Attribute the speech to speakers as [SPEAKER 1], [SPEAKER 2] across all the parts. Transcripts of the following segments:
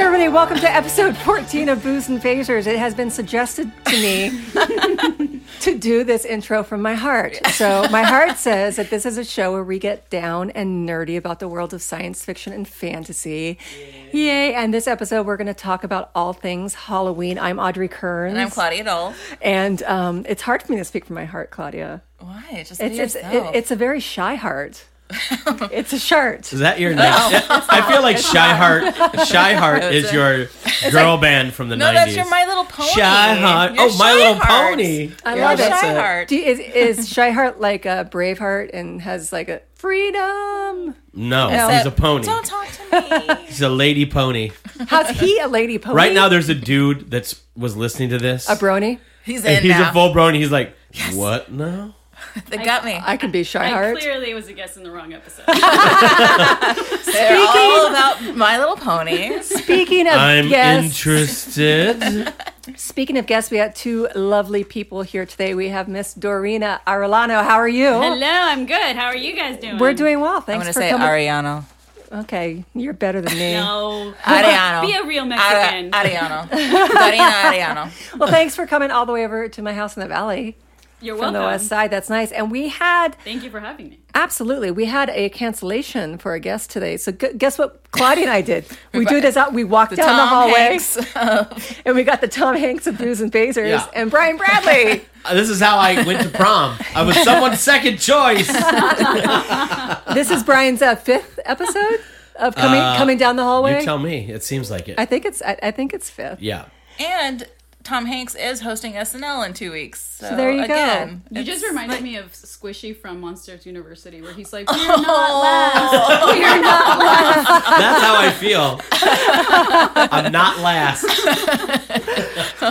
[SPEAKER 1] everybody. Welcome to episode 14 of Booze and Phasers. It has been suggested to me to do this intro from my heart. So, my heart says that this is a show where we get down and nerdy about the world of science fiction and fantasy. Yay. And this episode, we're going to talk about all things Halloween. I'm Audrey Kearns.
[SPEAKER 2] And I'm Claudia Dole.
[SPEAKER 1] And um, it's hard for me to speak from my heart, Claudia.
[SPEAKER 2] Why? Just
[SPEAKER 1] It's,
[SPEAKER 2] be
[SPEAKER 1] it's,
[SPEAKER 2] yourself.
[SPEAKER 1] it- it's a very shy heart. it's a shirt.
[SPEAKER 3] Is that your
[SPEAKER 2] Oh,
[SPEAKER 3] next? I feel like Shy Heart. Shy Heart is your girl band from the
[SPEAKER 2] no, that's
[SPEAKER 3] nineties.
[SPEAKER 2] your My Little Pony.
[SPEAKER 3] Shy Heart.
[SPEAKER 2] Your
[SPEAKER 3] oh, My
[SPEAKER 2] Shy
[SPEAKER 3] Little
[SPEAKER 2] Hearts.
[SPEAKER 3] Pony.
[SPEAKER 1] I
[SPEAKER 2] Your
[SPEAKER 1] love it.
[SPEAKER 2] Shy Heart.
[SPEAKER 1] Do you, is is Shyheart like a Braveheart and has like a freedom?
[SPEAKER 3] No, he's a pony.
[SPEAKER 2] Don't talk to me.
[SPEAKER 3] He's a lady pony.
[SPEAKER 1] How's he a lady pony?
[SPEAKER 3] Right now, there's a dude that's was listening to this.
[SPEAKER 1] a brony.
[SPEAKER 2] He's in
[SPEAKER 3] and he's
[SPEAKER 2] now.
[SPEAKER 3] a full blown. He's like, what now?
[SPEAKER 2] they got me.
[SPEAKER 1] I can be
[SPEAKER 4] I
[SPEAKER 1] Shyheart.
[SPEAKER 4] clearly was a guest in the wrong episode.
[SPEAKER 2] They're all about My Little Pony.
[SPEAKER 1] Speaking
[SPEAKER 2] Uh,
[SPEAKER 1] of
[SPEAKER 3] I'm
[SPEAKER 1] guests,
[SPEAKER 3] interested.
[SPEAKER 1] speaking of guests, we got two lovely people here today. We have Miss Dorina Arellano. How are you?
[SPEAKER 4] Hello, I'm good. How are you guys doing?
[SPEAKER 1] We're doing well.
[SPEAKER 2] I'm
[SPEAKER 1] Thanks
[SPEAKER 2] going to
[SPEAKER 1] for
[SPEAKER 2] say
[SPEAKER 1] coming.
[SPEAKER 2] Ariano.
[SPEAKER 1] Okay, you're better than me.
[SPEAKER 4] No.
[SPEAKER 2] Ariano.
[SPEAKER 4] Be a real
[SPEAKER 2] Ari-
[SPEAKER 4] Mexican.
[SPEAKER 2] Ariano. Darina Ariano.
[SPEAKER 1] Well, thanks for coming all the way over to my house in the valley
[SPEAKER 4] You're
[SPEAKER 1] from
[SPEAKER 4] welcome.
[SPEAKER 1] the west side. That's nice. And we had
[SPEAKER 4] Thank you for having me.
[SPEAKER 1] Absolutely. We had a cancellation for a guest today. So gu- guess what Claudia and I did? We do this out. We walked down the
[SPEAKER 2] Tom
[SPEAKER 1] hallway
[SPEAKER 2] Hanks.
[SPEAKER 1] and we got the Tom Hanks of Booze and Phasers
[SPEAKER 3] Yeah.
[SPEAKER 1] and Brian Bradley.
[SPEAKER 3] Uh, this is how I went to prom. I was someone's second choice.
[SPEAKER 1] this is Brian's uh, fifth episode of coming
[SPEAKER 3] Uh,
[SPEAKER 1] coming down the hallway.
[SPEAKER 3] You tell me. It seems like it.
[SPEAKER 1] I think it's I, I think it's fifth.
[SPEAKER 3] yeah.
[SPEAKER 2] And Tom Hanks is hosting SNL in two weeks. So,
[SPEAKER 1] there you go.
[SPEAKER 2] again,
[SPEAKER 4] You
[SPEAKER 2] it's-
[SPEAKER 4] just reminded me of Squishy from Monsters University, where he's like, "We're
[SPEAKER 1] Oh,
[SPEAKER 4] not last. We're not last."
[SPEAKER 3] That's how I feel. I'm not last.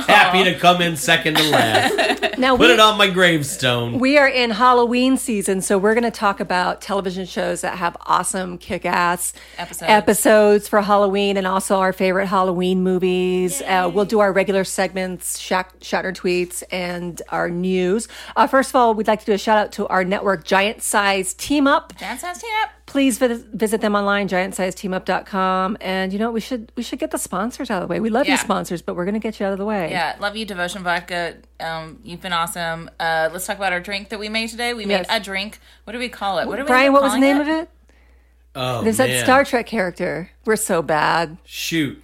[SPEAKER 3] Happy to come in second to last.
[SPEAKER 1] Now
[SPEAKER 3] Put
[SPEAKER 1] we,
[SPEAKER 3] it on my gravestone.
[SPEAKER 1] we are in Halloween season, so we're going to talk about television shows that have awesome kick-ass
[SPEAKER 2] Episodes.
[SPEAKER 1] episodes for Halloween, and also our favorite Halloween movies. Uh, we'll do our regular segments, shack- Shatner tweets, and our news. Uh, first of all, we'd like to do a shout out to our network, Giant Size Team Up.
[SPEAKER 2] Dance Dance Tap.
[SPEAKER 1] Please visit, visit them online, giantsizeteamup.com. And you know we should we should get the sponsors out of the way. We love you
[SPEAKER 2] Yeah.
[SPEAKER 1] sponsors, but we're going to get you out of the way.
[SPEAKER 2] Yeah, love you, Devotion Vodka. Um, you've been awesome. Uh, let's talk about our drink that we made today. We
[SPEAKER 1] Yes.
[SPEAKER 2] made a drink. What do we call it? What do we
[SPEAKER 1] Brian,
[SPEAKER 2] end up
[SPEAKER 1] what was the
[SPEAKER 2] calling
[SPEAKER 1] name of it?
[SPEAKER 3] Oh,
[SPEAKER 1] There's
[SPEAKER 3] man.
[SPEAKER 1] that Star Trek character. We're so bad.
[SPEAKER 3] Shoot.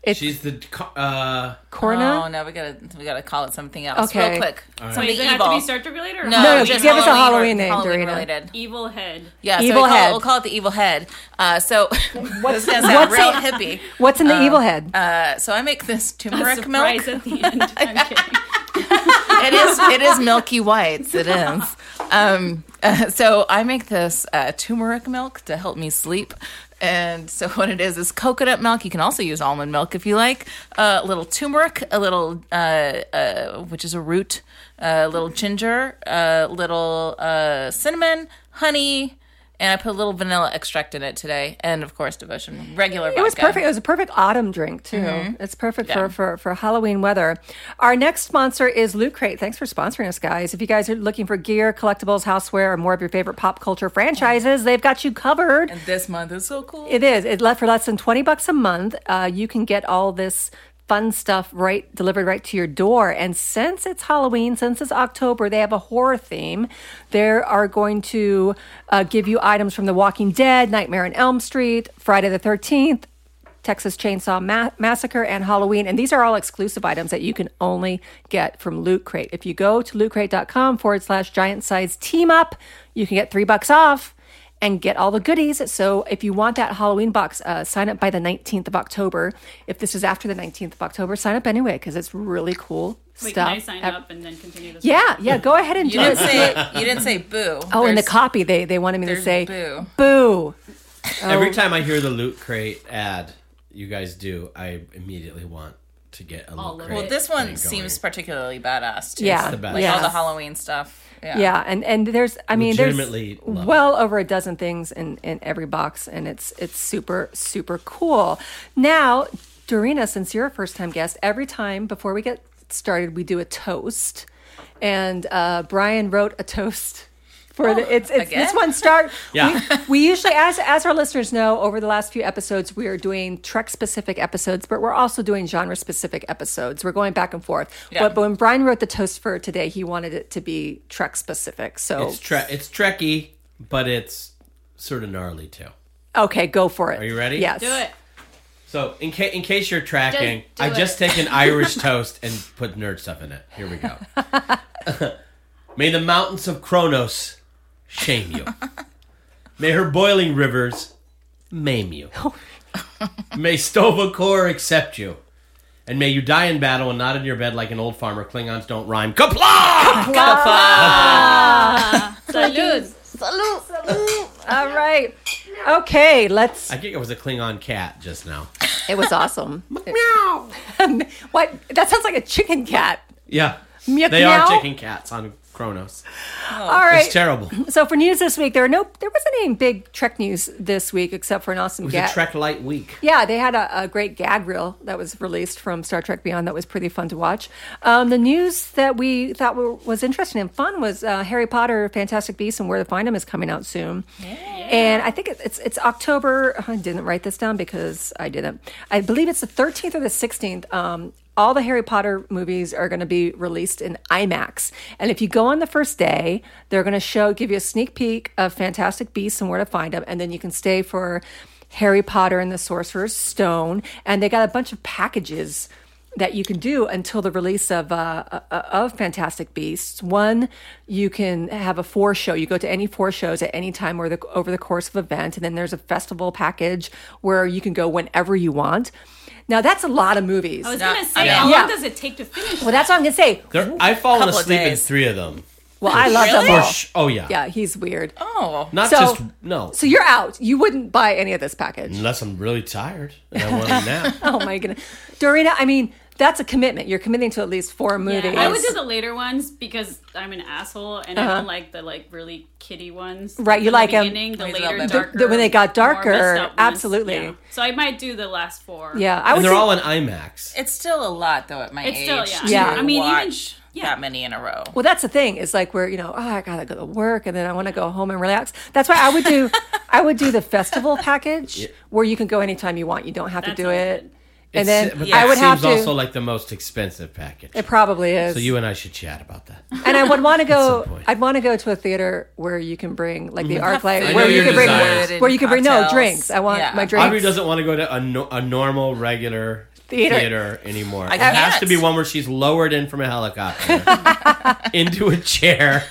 [SPEAKER 1] It's-
[SPEAKER 3] She's the. co- Uh,
[SPEAKER 1] Corna?
[SPEAKER 2] Oh no, we gotta we gotta call it something else.
[SPEAKER 1] Okay.
[SPEAKER 2] Real quick. Something
[SPEAKER 4] Wait, does it have
[SPEAKER 2] evil.
[SPEAKER 4] to be Star Trek related? Or
[SPEAKER 2] no,
[SPEAKER 1] No, no,
[SPEAKER 2] just
[SPEAKER 1] give us a Halloween
[SPEAKER 2] or-
[SPEAKER 1] name,
[SPEAKER 2] Halloween
[SPEAKER 1] Dorina.
[SPEAKER 2] related.
[SPEAKER 4] Evil head.
[SPEAKER 2] Yeah,
[SPEAKER 1] Evil
[SPEAKER 2] so we call,
[SPEAKER 1] head.
[SPEAKER 2] It, we'll call it the evil head. Uh, so what's this? Gonna sound
[SPEAKER 1] what's
[SPEAKER 2] real
[SPEAKER 1] it-
[SPEAKER 2] hippie.
[SPEAKER 1] What's in the evil head?
[SPEAKER 2] Uh, so I make this turmeric milk.
[SPEAKER 4] Surprise at the end. I'm kidding.
[SPEAKER 2] it is it is milky whites it is um uh, so i make this uh, turmeric milk to help me sleep and so what it is is coconut milk you can also use almond milk if you like uh, a little turmeric a little uh, uh, which is a root a little ginger a little uh, cinnamon honey and I put a little vanilla extract in it today, and of course, devotion regular.
[SPEAKER 1] it was perfect. It was a perfect autumn drink too. It's perfect for, for for Halloween weather. Our next sponsor is Loot Crate. Thanks for sponsoring us, guys. If you guys are looking for gear, collectibles, houseware, or more of your favorite pop culture franchises, they've got you covered.
[SPEAKER 2] This month is so cool.
[SPEAKER 1] It is. It left for less than twenty bucks a month. Uh, you can get all this fun stuff right delivered right to your door. And since it's Halloween, since it's October, they have a horror theme. They are going to uh, give you items from The Walking Dead, Nightmare on Elm Street, Friday the Thirteenth. Texas Chainsaw Ma- Massacre and Halloween. And these are all exclusive items that you can only get from Loot Crate. If you go to lootcrate.com forward slash giant size team up, you can get three bucks off and get all the goodies. So if you want that Halloween box, uh, sign up by the 19th of October. If this is after the 19th of October, sign up anyway because it's really cool
[SPEAKER 4] Wait,
[SPEAKER 1] stuff.
[SPEAKER 4] can I sign up and then continue this?
[SPEAKER 1] Yeah, yeah, go ahead and
[SPEAKER 2] You
[SPEAKER 1] do it.
[SPEAKER 2] didn't say you didn't say boo.
[SPEAKER 1] oh, in the
[SPEAKER 2] There's-
[SPEAKER 1] copy, they, they wanted me to
[SPEAKER 2] there's
[SPEAKER 1] say
[SPEAKER 2] boo.
[SPEAKER 1] boo. Oh.
[SPEAKER 3] Every time I hear the loot crate ad, you guys do, I immediately want to get a loot
[SPEAKER 4] of it.
[SPEAKER 3] crate.
[SPEAKER 2] Well, this one
[SPEAKER 3] thing
[SPEAKER 2] seems
[SPEAKER 3] going.
[SPEAKER 2] particularly badass too.
[SPEAKER 1] Yeah,
[SPEAKER 3] the best.
[SPEAKER 2] like
[SPEAKER 1] yeah.
[SPEAKER 2] all the Halloween stuff. Yeah.
[SPEAKER 1] yeah and and there's i mean there's
[SPEAKER 3] Legitimately love it.
[SPEAKER 1] well over a dozen things in in every box and it's it's super super cool now dorina since you're a first time guest every time before we get started we do a toast and uh, brian wrote a toast for the it's it's
[SPEAKER 5] Again?
[SPEAKER 1] this one start. We,
[SPEAKER 3] Yeah.
[SPEAKER 1] we usually, as as our listeners know, over the last few episodes, we are doing Trek specific episodes, but we're also doing genre specific episodes. We're going back and forth.
[SPEAKER 5] Yeah.
[SPEAKER 1] But, but when Brian wrote the toast for today, he wanted it to be Trek specific. So
[SPEAKER 3] It's tre- it's trekky, but it's sort of gnarly too.
[SPEAKER 1] okay, go for it.
[SPEAKER 3] Are you ready?
[SPEAKER 1] Yes.
[SPEAKER 4] Do it.
[SPEAKER 3] So in case in case you're tracking,
[SPEAKER 4] Just do
[SPEAKER 3] I
[SPEAKER 4] it.
[SPEAKER 3] just take an Irish toast and put nerd stuff in it. Here we go. May the mountains of Kronos shame you. May her boiling rivers maim you. May Stovakor accept you. And may you die in battle and not in your bed like an old farmer. Klingons don't rhyme. Kapla!
[SPEAKER 4] Salud.
[SPEAKER 1] All right. Okay, let's.
[SPEAKER 3] I think it was a Klingon cat just now.
[SPEAKER 1] It was awesome. what? That sounds like a chicken cat.
[SPEAKER 3] Yeah.
[SPEAKER 1] Meow,
[SPEAKER 3] They are
[SPEAKER 1] meow.
[SPEAKER 3] chicken cats on Kronos. Oh.
[SPEAKER 1] All right.
[SPEAKER 3] It's terrible. It
[SPEAKER 1] So for news this week, there are no, there wasn't any big Trek news this week except for an awesome
[SPEAKER 3] was
[SPEAKER 1] gag.
[SPEAKER 3] a Trek light week.
[SPEAKER 1] yeah, they had a, a great gag reel that was released from Star Trek Beyond that was pretty fun to watch. Um, the news that we thought were, was interesting and fun was uh, Harry Potter, Fantastic Beasts, and Where to Find Them is coming out soon. And I think it, it's it's October. uh, I didn't write this down because I didn't. I believe it's the 13th or the 16th. Um, all the Harry Potter movies are going to be released in IMAX. And if you go on the first day, they're going to show, give you a sneak peek of Fantastic Beasts and where to find them. And then you can stay for Harry Potter and the Sorcerer's Stone. And they got a bunch of packages that you can do until the release of uh, uh, of Fantastic Beasts. One, you can have a four show. You go to any four shows at any time or the, over the course of event, and then there's a festival package where you can go whenever you want. Now that's a lot of movies.
[SPEAKER 4] I was
[SPEAKER 5] No,
[SPEAKER 4] gonna say,
[SPEAKER 5] yeah.
[SPEAKER 4] how
[SPEAKER 1] Yeah.
[SPEAKER 4] long does it take to finish?
[SPEAKER 1] well, that's what I'm gonna say.
[SPEAKER 3] There, I've fallen
[SPEAKER 5] Couple of
[SPEAKER 3] asleep in
[SPEAKER 5] days.
[SPEAKER 3] three of them.
[SPEAKER 1] Well, I love them
[SPEAKER 3] For
[SPEAKER 1] all.
[SPEAKER 3] sh- oh yeah.
[SPEAKER 1] Yeah, he's weird.
[SPEAKER 5] Oh,
[SPEAKER 3] Not
[SPEAKER 1] So-
[SPEAKER 3] just no.
[SPEAKER 1] So you're out. You wouldn't buy any of this package.
[SPEAKER 3] Unless I'm really tired and I want a nap.
[SPEAKER 1] Oh my goodness, Dorina. I mean, that's a commitment. You're committing to at least four
[SPEAKER 4] Yeah,
[SPEAKER 1] movies.
[SPEAKER 4] I would do the later ones because I'm an asshole and I don't like the like really kitty ones.
[SPEAKER 1] Uh-huh. Right, you
[SPEAKER 4] From
[SPEAKER 1] like
[SPEAKER 4] the
[SPEAKER 1] 'em-
[SPEAKER 4] beginning, the
[SPEAKER 5] Raise it
[SPEAKER 4] later
[SPEAKER 5] up.
[SPEAKER 4] darker,
[SPEAKER 1] The- the- when they got
[SPEAKER 4] more
[SPEAKER 1] darker,
[SPEAKER 4] messed up ones.
[SPEAKER 1] absolutely.
[SPEAKER 4] Yeah. So I might do the last four.
[SPEAKER 1] yeah, I would.
[SPEAKER 3] And they're
[SPEAKER 1] say-
[SPEAKER 3] all in IMAX.
[SPEAKER 5] it's still a lot though at my
[SPEAKER 4] It's
[SPEAKER 5] age.
[SPEAKER 4] still- yeah.
[SPEAKER 5] to
[SPEAKER 1] Yeah. I
[SPEAKER 4] mean, even-
[SPEAKER 5] watch
[SPEAKER 4] yeah.
[SPEAKER 5] that many in a row.
[SPEAKER 1] Well, that's the thing is like where you know, oh, I gotta go to work and then I want to go home and relax. That's why I would do, I would do the festival package where you can go anytime you want. You don't have
[SPEAKER 4] That's
[SPEAKER 1] to do
[SPEAKER 4] all
[SPEAKER 1] it,
[SPEAKER 4] good.
[SPEAKER 1] and
[SPEAKER 3] It's-
[SPEAKER 1] then
[SPEAKER 3] but
[SPEAKER 1] I
[SPEAKER 3] that
[SPEAKER 1] would have
[SPEAKER 3] seems
[SPEAKER 1] to.
[SPEAKER 3] also like the most expensive package.
[SPEAKER 1] it probably is.
[SPEAKER 3] So you and I should chat about that.
[SPEAKER 1] and I would want to go.
[SPEAKER 3] some point.
[SPEAKER 1] I'd want to go to a theater where you can bring like
[SPEAKER 4] Mm-hmm.
[SPEAKER 1] the arc
[SPEAKER 5] I
[SPEAKER 1] light,
[SPEAKER 5] know
[SPEAKER 1] where you
[SPEAKER 3] your
[SPEAKER 1] can bring,
[SPEAKER 3] desires.
[SPEAKER 1] where you can bring no
[SPEAKER 5] Cocktails.
[SPEAKER 1] drinks. I want
[SPEAKER 5] Yeah.
[SPEAKER 1] my drinks.
[SPEAKER 3] Aubrey doesn't want to go to a, no, a normal, regular
[SPEAKER 1] Theater.
[SPEAKER 3] theater, anymore. it
[SPEAKER 5] can't.
[SPEAKER 3] has to be one where she's lowered in from a helicopter into a chair,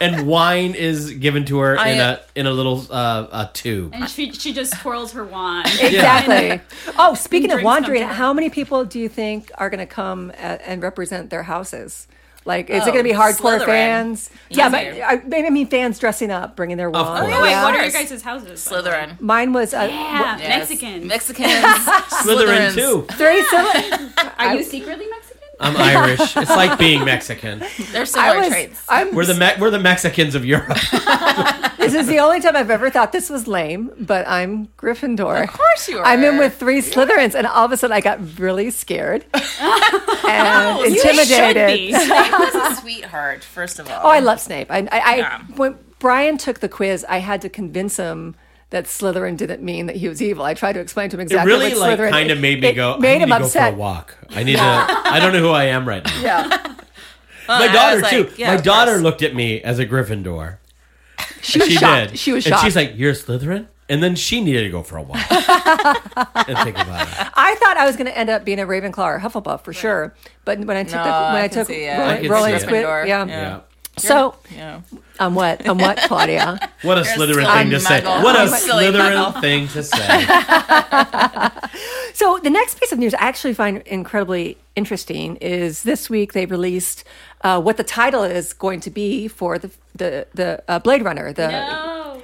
[SPEAKER 3] and wine is given to her
[SPEAKER 5] I-
[SPEAKER 3] in a in a little uh, a tube.
[SPEAKER 4] And she she just twirls her wand.
[SPEAKER 1] Exactly. Oh, speaking of
[SPEAKER 4] drinks come
[SPEAKER 1] wandering,
[SPEAKER 4] to her.
[SPEAKER 1] how many people do you think are going to come a- and represent their houses? Like, is it
[SPEAKER 5] Oh,
[SPEAKER 1] going to be hardcore
[SPEAKER 5] Slytherin.
[SPEAKER 1] fans? Yeah, but
[SPEAKER 5] Easier.
[SPEAKER 1] I, I mean, fans dressing up, bringing their wand.
[SPEAKER 3] course.
[SPEAKER 4] Oh, wait,
[SPEAKER 1] Yeah.
[SPEAKER 4] what are your
[SPEAKER 5] Ours.
[SPEAKER 4] guys' houses? by the way?
[SPEAKER 5] Slytherin.
[SPEAKER 1] Mine was uh,
[SPEAKER 4] Yeah,
[SPEAKER 1] wh-
[SPEAKER 5] Yes.
[SPEAKER 4] Mexican.
[SPEAKER 5] Mexicans.
[SPEAKER 3] Slytherin
[SPEAKER 5] Slytherins.
[SPEAKER 3] too.
[SPEAKER 1] very similar.
[SPEAKER 4] Are you secretly Mexican?
[SPEAKER 3] I'm Irish. It's like being Mexican.
[SPEAKER 5] They're
[SPEAKER 1] I
[SPEAKER 5] similar
[SPEAKER 1] was.
[SPEAKER 5] traits.
[SPEAKER 1] I'm,
[SPEAKER 3] We're the Me- we're the Mexicans of Europe.
[SPEAKER 1] this is the only time I've ever thought this was lame, but I'm Gryffindor. Of
[SPEAKER 5] course you
[SPEAKER 1] I'm in
[SPEAKER 5] are.
[SPEAKER 1] with three Slytherins, and all of a sudden I got really scared and
[SPEAKER 4] Oh, You should
[SPEAKER 1] intimidated.
[SPEAKER 4] be.
[SPEAKER 5] Snape was a sweetheart, first of all.
[SPEAKER 1] Oh, I love Snape. I, I, I
[SPEAKER 5] Yeah.
[SPEAKER 1] when Brian took the quiz, I had to convince him that Slytherin didn't mean that he was evil. I tried to explain to him
[SPEAKER 3] It
[SPEAKER 1] exactly.
[SPEAKER 3] really
[SPEAKER 1] what
[SPEAKER 3] like
[SPEAKER 1] Slytherin-
[SPEAKER 3] kind of made me
[SPEAKER 1] it
[SPEAKER 3] go. I
[SPEAKER 1] Made
[SPEAKER 3] need
[SPEAKER 1] him
[SPEAKER 3] to go
[SPEAKER 1] upset.
[SPEAKER 3] for a walk. I need to. I don't know who I am right now.
[SPEAKER 1] Yeah,
[SPEAKER 3] My daughter
[SPEAKER 5] was
[SPEAKER 3] too.
[SPEAKER 5] like, yeah,
[SPEAKER 3] My
[SPEAKER 5] of
[SPEAKER 3] daughter
[SPEAKER 5] course.
[SPEAKER 3] looked at me as a Gryffindor.
[SPEAKER 1] she was
[SPEAKER 3] She
[SPEAKER 1] shocked.
[SPEAKER 3] did.
[SPEAKER 1] She was
[SPEAKER 3] and
[SPEAKER 1] shocked.
[SPEAKER 3] she's like, "You're a Slytherin," and then she needed to go for a walk and think about it.
[SPEAKER 1] I thought I was going to end up being a Ravenclaw or Hufflepuff for sure, but when I took
[SPEAKER 5] No,
[SPEAKER 1] the, when I,
[SPEAKER 5] I can
[SPEAKER 1] took
[SPEAKER 5] see it.
[SPEAKER 1] Roll-
[SPEAKER 5] I
[SPEAKER 3] can see
[SPEAKER 1] Rolling's
[SPEAKER 3] it.
[SPEAKER 1] quiz,
[SPEAKER 5] Gryffindor.
[SPEAKER 1] yeah.
[SPEAKER 5] Yeah.
[SPEAKER 3] Yeah.
[SPEAKER 1] So
[SPEAKER 5] Yeah.
[SPEAKER 1] on what on what Claudia?
[SPEAKER 3] What a
[SPEAKER 5] You're a
[SPEAKER 3] Slytherin
[SPEAKER 5] silly
[SPEAKER 3] thing to say.
[SPEAKER 5] muggle.
[SPEAKER 3] What a
[SPEAKER 5] Oh, silly
[SPEAKER 3] Slytherin
[SPEAKER 5] muggle.
[SPEAKER 3] thing to say.
[SPEAKER 1] So the next piece of news I actually find incredibly interesting is this week they released uh, what the title is going to be for the the the uh, Blade Runner. The
[SPEAKER 4] No.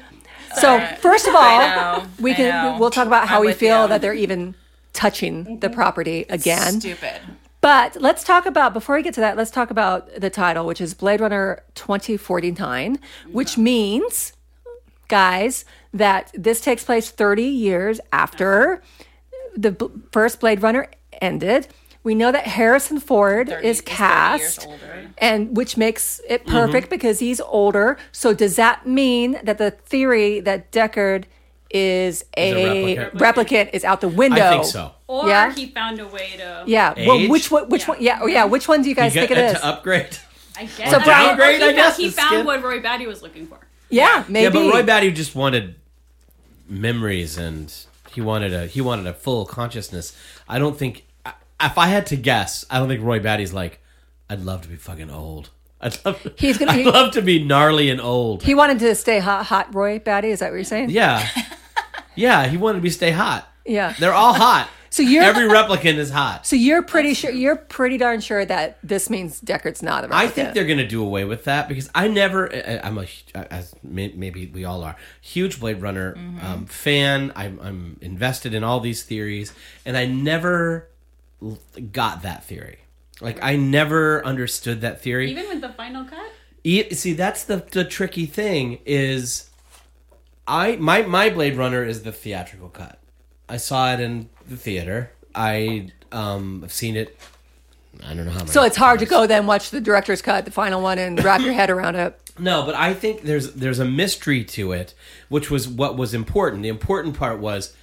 [SPEAKER 1] so first of all,
[SPEAKER 5] know,
[SPEAKER 1] we
[SPEAKER 5] I know.
[SPEAKER 1] can we'll talk about how
[SPEAKER 5] I'm
[SPEAKER 1] we
[SPEAKER 5] with
[SPEAKER 1] feel
[SPEAKER 5] you.
[SPEAKER 1] that they're even touching the property again.
[SPEAKER 5] Stupid.
[SPEAKER 1] But let's talk about before we get to that, let's talk about the title, which is Blade Runner 2049, which means, guys, that this takes place 30 years after the b- first Blade Runner ended. We know that Harrison Ford
[SPEAKER 2] 30
[SPEAKER 1] is
[SPEAKER 2] is 30 years
[SPEAKER 1] cast,
[SPEAKER 2] older.
[SPEAKER 1] and which makes it perfect because he's older. So does that mean that the theory that Deckard is a,
[SPEAKER 3] replicant.
[SPEAKER 1] replicant is out the window?
[SPEAKER 3] I think so.
[SPEAKER 4] Or
[SPEAKER 1] Yeah.
[SPEAKER 4] he found a way to.
[SPEAKER 1] Yeah. Well,
[SPEAKER 3] Age?
[SPEAKER 1] which one? Which
[SPEAKER 4] Yeah.
[SPEAKER 1] one? Yeah. oh, Yeah. Which one do you guys
[SPEAKER 3] you
[SPEAKER 1] think
[SPEAKER 3] get
[SPEAKER 1] it
[SPEAKER 3] uh,
[SPEAKER 1] is?
[SPEAKER 3] to upgrade.
[SPEAKER 4] I guess.
[SPEAKER 1] So
[SPEAKER 4] I mean,
[SPEAKER 3] downgrade,
[SPEAKER 4] he
[SPEAKER 3] I
[SPEAKER 4] found-
[SPEAKER 3] guess,
[SPEAKER 4] He
[SPEAKER 3] is
[SPEAKER 4] found
[SPEAKER 3] good.
[SPEAKER 4] what Roy Batty was looking for.
[SPEAKER 1] yeah. Maybe.
[SPEAKER 3] Yeah, but Roy Batty just wanted memories and he wanted a he wanted a full consciousness. I don't think I- if I had to guess, I don't think Roy Batty's like I'd love to be fucking old. I'd love to,
[SPEAKER 1] He's gonna-
[SPEAKER 3] I'd
[SPEAKER 1] he-
[SPEAKER 3] love to be gnarly and old.
[SPEAKER 1] he wanted to stay hot, hot. Roy Batty. Is that what you're saying?
[SPEAKER 3] yeah. Yeah, he wanted to be stay hot.
[SPEAKER 1] Yeah.
[SPEAKER 3] They're all hot.
[SPEAKER 1] So you're-
[SPEAKER 3] every replicant is hot.
[SPEAKER 1] So you're pretty sure you're pretty darn sure that this means Deckard's not a replicant.
[SPEAKER 3] I think they're going to do away with that because I never. I- I'm a hu- uh, as may- maybe we all are huge Blade Runner um, fan. I'm, I'm invested in all these theories, and I never l- got that theory. Like I never understood that theory.
[SPEAKER 4] Even with the final cut,
[SPEAKER 3] E- See, that's the the tricky thing is, I my my Blade Runner is the theatrical cut. I saw it in the theater. I um have seen it. I don't know how many.
[SPEAKER 1] so it's hard to
[SPEAKER 3] times.
[SPEAKER 1] go then watch the director's cut, the final one, and wrap your head around it.
[SPEAKER 3] No, but I think there's there's a mystery to it, which was what was important. The important part was,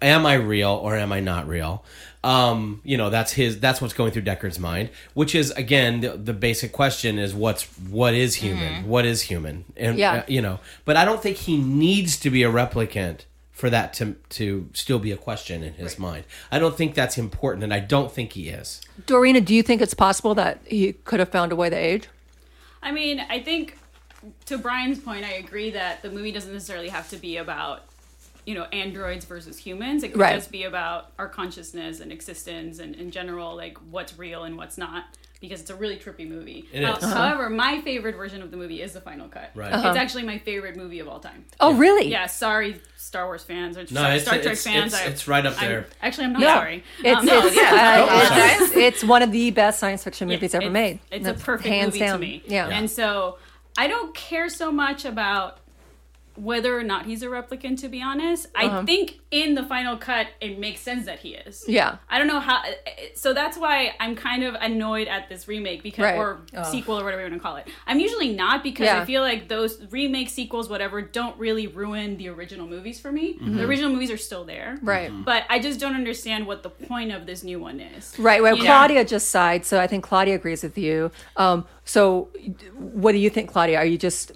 [SPEAKER 3] am I real or am I not real? Um, you know, that's his. That's what's going through Deckard's mind, which is again the, the basic question is what's what is human? What is human? And
[SPEAKER 1] Yeah.
[SPEAKER 3] uh, you know, but I don't think he needs to be a replicant for that to to still be a question in his mind. I don't think that's important, and I don't think he is.
[SPEAKER 1] Dorina, do you think it's possible that he could have found a way to age?
[SPEAKER 4] I mean, I think to Brian's point, I agree that the movie doesn't necessarily have to be about you know androids versus humans. It could
[SPEAKER 1] Right.
[SPEAKER 4] just be about our consciousness and existence and in general, like what's real and what's not. Because it's a really trippy movie. Uh,
[SPEAKER 3] It is. Uh-huh.
[SPEAKER 4] However, my favorite version of the movie is the final cut.
[SPEAKER 3] Right. Uh-huh.
[SPEAKER 4] It's actually my favorite movie of all time.
[SPEAKER 1] Oh, really?
[SPEAKER 4] Yeah, sorry, Star Wars fans or
[SPEAKER 3] No,
[SPEAKER 4] sorry,
[SPEAKER 3] it's-
[SPEAKER 4] Star Trek
[SPEAKER 3] it's-
[SPEAKER 4] fans.
[SPEAKER 3] it's-
[SPEAKER 4] I-
[SPEAKER 3] it's right up
[SPEAKER 4] I'm-
[SPEAKER 3] there.
[SPEAKER 4] actually, I'm not
[SPEAKER 1] No.
[SPEAKER 4] sorry.
[SPEAKER 1] It's,
[SPEAKER 4] Um,
[SPEAKER 1] it's,
[SPEAKER 5] yeah.
[SPEAKER 1] uh,
[SPEAKER 5] Don't be
[SPEAKER 1] it's- it's one of the best science fiction movies
[SPEAKER 4] yeah,
[SPEAKER 1] ever
[SPEAKER 4] it's-
[SPEAKER 1] made.
[SPEAKER 4] It's
[SPEAKER 1] That's
[SPEAKER 4] a perfect
[SPEAKER 1] hands
[SPEAKER 4] movie
[SPEAKER 1] down.
[SPEAKER 4] to me.
[SPEAKER 1] Yeah.
[SPEAKER 4] And so I don't care so much about whether or not he's a replicant to be honest.
[SPEAKER 1] Uh-huh.
[SPEAKER 4] I think in the final cut it makes sense that he is.
[SPEAKER 1] Yeah.
[SPEAKER 4] I don't know how so that's why I'm kind of annoyed at this remake because
[SPEAKER 1] Right. Oh.
[SPEAKER 4] or sequel or whatever you want to call it. I'm usually not because
[SPEAKER 1] Yeah.
[SPEAKER 4] I feel like those remake sequels whatever don't really ruin the original movies for me. The original movies are still there.
[SPEAKER 1] Right.
[SPEAKER 4] But I just don't understand what the point of this new one is.
[SPEAKER 1] Right. Well,
[SPEAKER 4] You know?
[SPEAKER 1] Claudia just sighed, so I think Claudia agrees with you. Um, so, what do you think, Claudia? Are you just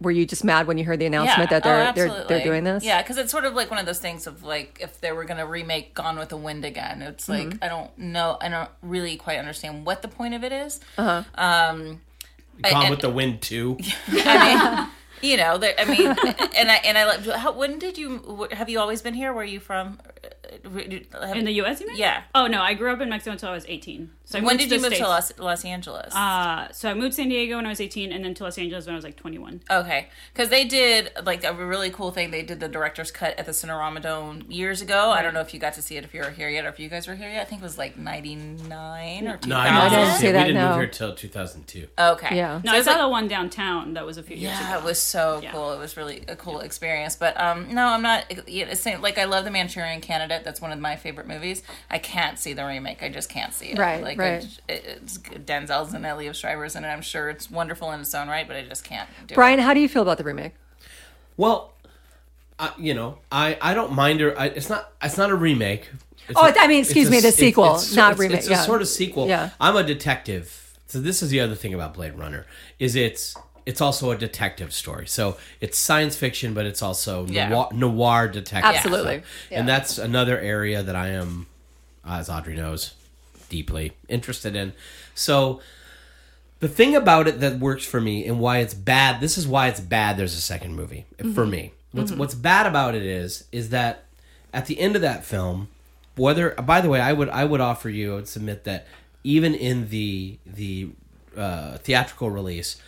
[SPEAKER 1] were you just mad when you heard the announcement that they're,
[SPEAKER 2] oh,
[SPEAKER 1] they're they're
[SPEAKER 2] absolutely.
[SPEAKER 1] doing this?
[SPEAKER 2] Yeah, because it's sort of like one of those things of like if they were going to remake Gone with the Wind again, it's like
[SPEAKER 1] Mm-hmm.
[SPEAKER 2] I don't know, I don't really quite understand what the point of it is.
[SPEAKER 1] Uh-huh.
[SPEAKER 2] Um, I-
[SPEAKER 3] Gone
[SPEAKER 2] and-
[SPEAKER 3] with the Wind too.
[SPEAKER 2] I mean, you know, there, I mean, and I and I like. How, when did you? wh- Have you always been here? Where are you from? Uh, uh, have-
[SPEAKER 4] In the U.S., you mean?
[SPEAKER 2] Yeah.
[SPEAKER 4] Oh no, I grew up in Mexico until I was 18. So I
[SPEAKER 2] when did
[SPEAKER 4] moved to
[SPEAKER 2] you
[SPEAKER 4] the
[SPEAKER 2] move to Los,
[SPEAKER 4] States.
[SPEAKER 2] Los Angeles?
[SPEAKER 4] Uh, so I moved to San Diego when I was 18, and then to Los Angeles when I was like 21.
[SPEAKER 2] Okay, because they did like a really cool thing. They did the director's cut at the Cinerama Dome years ago. I don't know if you got to see it if you were here yet, or if you guys were here yet. I think it was like ninety nine or two
[SPEAKER 3] No, I
[SPEAKER 1] didn't
[SPEAKER 3] didn't
[SPEAKER 1] see
[SPEAKER 2] thousand.
[SPEAKER 3] see it.
[SPEAKER 1] that,
[SPEAKER 3] We didn't
[SPEAKER 1] no.
[SPEAKER 3] move here till 2002.
[SPEAKER 2] Okay,
[SPEAKER 1] Yeah.
[SPEAKER 4] No,
[SPEAKER 2] So
[SPEAKER 4] I
[SPEAKER 2] it's
[SPEAKER 4] saw
[SPEAKER 2] like-
[SPEAKER 4] the one downtown that was a few years
[SPEAKER 2] Yeah,
[SPEAKER 4] ago.
[SPEAKER 2] it was so
[SPEAKER 4] Yeah.
[SPEAKER 2] cool. It was really a cool experience. But um, no, I'm not. you know, It's same- like I love The Manchurian Candidate. That's one of my favorite movies. I can't see the remake. I just can't see it.
[SPEAKER 1] Right,
[SPEAKER 2] like
[SPEAKER 1] right.
[SPEAKER 2] I, it, it's Denzel's and Elliot Shriver's in it. I'm sure it's wonderful in its own right, but I just can't do
[SPEAKER 1] Brian, how do you feel about the remake?
[SPEAKER 3] Well, I, you know, I I don't mind her. I, it's not it's not a remake. It's
[SPEAKER 1] Oh,
[SPEAKER 3] a-
[SPEAKER 1] I mean,
[SPEAKER 3] it's
[SPEAKER 1] excuse
[SPEAKER 3] a
[SPEAKER 1] me, the
[SPEAKER 3] s-
[SPEAKER 1] sequel,
[SPEAKER 3] so-
[SPEAKER 1] not
[SPEAKER 3] it's,
[SPEAKER 1] remake,
[SPEAKER 3] It's
[SPEAKER 1] yeah.
[SPEAKER 3] a sort of sequel.
[SPEAKER 1] Yeah.
[SPEAKER 3] I'm a detective. So this is the other thing about Blade Runner is it's it's also a detective story. So it's science fiction, but it's also
[SPEAKER 2] Yeah.
[SPEAKER 3] noir, noir detective.
[SPEAKER 1] Absolutely.
[SPEAKER 3] So- And that's another area that I am, as Audrey knows, deeply interested in. So the thing about it that works for me and why it's bad this is why it's bad there's a second movie for me what's what's bad about it is is that at the end of that film whether by the way i would i would offer you i would submit that even in the the uh, theatrical release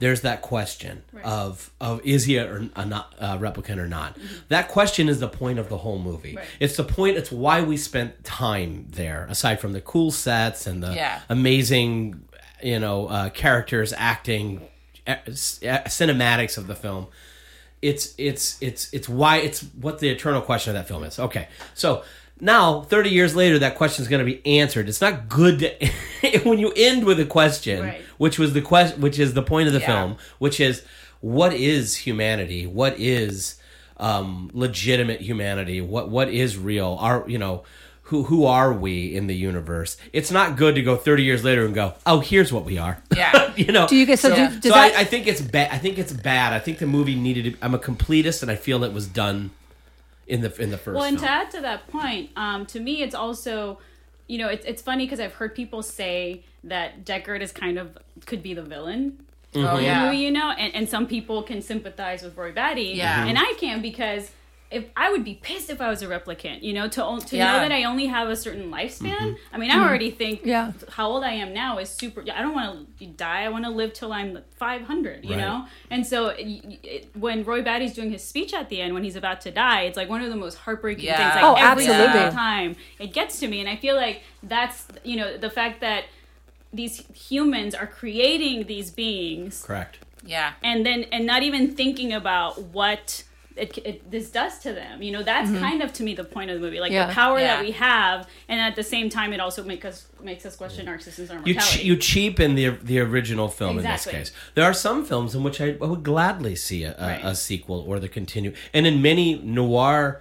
[SPEAKER 3] there's that question of of is he a, or a not, a replicant or not that question is the point of the whole movie it's the point it's why we spent time there aside from the cool sets and the
[SPEAKER 2] Yeah.
[SPEAKER 3] amazing, you know, uh, characters, acting, eh, s- eh, cinematics of the film. It's it's it's it's why it's what the eternal question of that film is. Okay, so Now, 30 years later, that question's going to be answered. It's not good to, when you end with a question,
[SPEAKER 4] Right.
[SPEAKER 3] which was the quest, which is the point of the
[SPEAKER 2] Yeah.
[SPEAKER 3] film, which is what is humanity? What is um, legitimate humanity? What what is real? Are you know who who are we in the universe? It's not good to go 30 years later and go, oh, here's what we are.
[SPEAKER 2] Yeah.
[SPEAKER 3] you know.
[SPEAKER 1] Do you guys- so do- does
[SPEAKER 3] so
[SPEAKER 1] that-
[SPEAKER 3] I, I think it's bad. I think it's bad. I think the movie needed. To, I'm a completist, and I feel it was done in the in the first.
[SPEAKER 4] Well, and
[SPEAKER 3] film.
[SPEAKER 4] to add to that point, um, to me, it's also, you know, it's, it's funny because I've heard people say that Deckard is kind of could be the villain.
[SPEAKER 2] Oh
[SPEAKER 4] You-
[SPEAKER 2] yeah.
[SPEAKER 4] You know, and, and some people can sympathize with Roy Batty.
[SPEAKER 1] Mm-hmm.
[SPEAKER 2] Yeah.
[SPEAKER 4] And I can because if I would be pissed if I was a replicant, you know, to on- to know
[SPEAKER 2] Yeah. Mm-hmm.
[SPEAKER 4] that I only have a certain lifespan. I mean, I already think
[SPEAKER 1] Mm-hmm. Yeah.
[SPEAKER 4] how old I am now is super. I don't want to die. I want to live till I'm 500. You
[SPEAKER 3] Right.
[SPEAKER 4] know. And so y y- it, when Roy Batty's doing his speech at the end, when he's about to die, it's like one of the most heartbreaking
[SPEAKER 2] Yeah.
[SPEAKER 4] things. Like
[SPEAKER 1] Oh,
[SPEAKER 4] every single
[SPEAKER 1] absolutely.
[SPEAKER 4] time it gets to me, and I feel like that's you know the fact that these humans are creating these beings
[SPEAKER 3] Correct.
[SPEAKER 2] Yeah.
[SPEAKER 4] and then and not even thinking about what it, it, this does to them you know that's kind of to me the point of the movie like
[SPEAKER 1] Mm-hmm. Yeah.
[SPEAKER 4] the power
[SPEAKER 2] Yeah.
[SPEAKER 4] that we have and at the same time it also makes us makes us question our systems and our
[SPEAKER 3] You che-
[SPEAKER 4] mortality
[SPEAKER 3] you cheapen the the original film
[SPEAKER 4] Exactly.
[SPEAKER 3] in this case. There are some films in which I, I would gladly see a, a,
[SPEAKER 4] Right.
[SPEAKER 3] a sequel or the continue, and in many noir.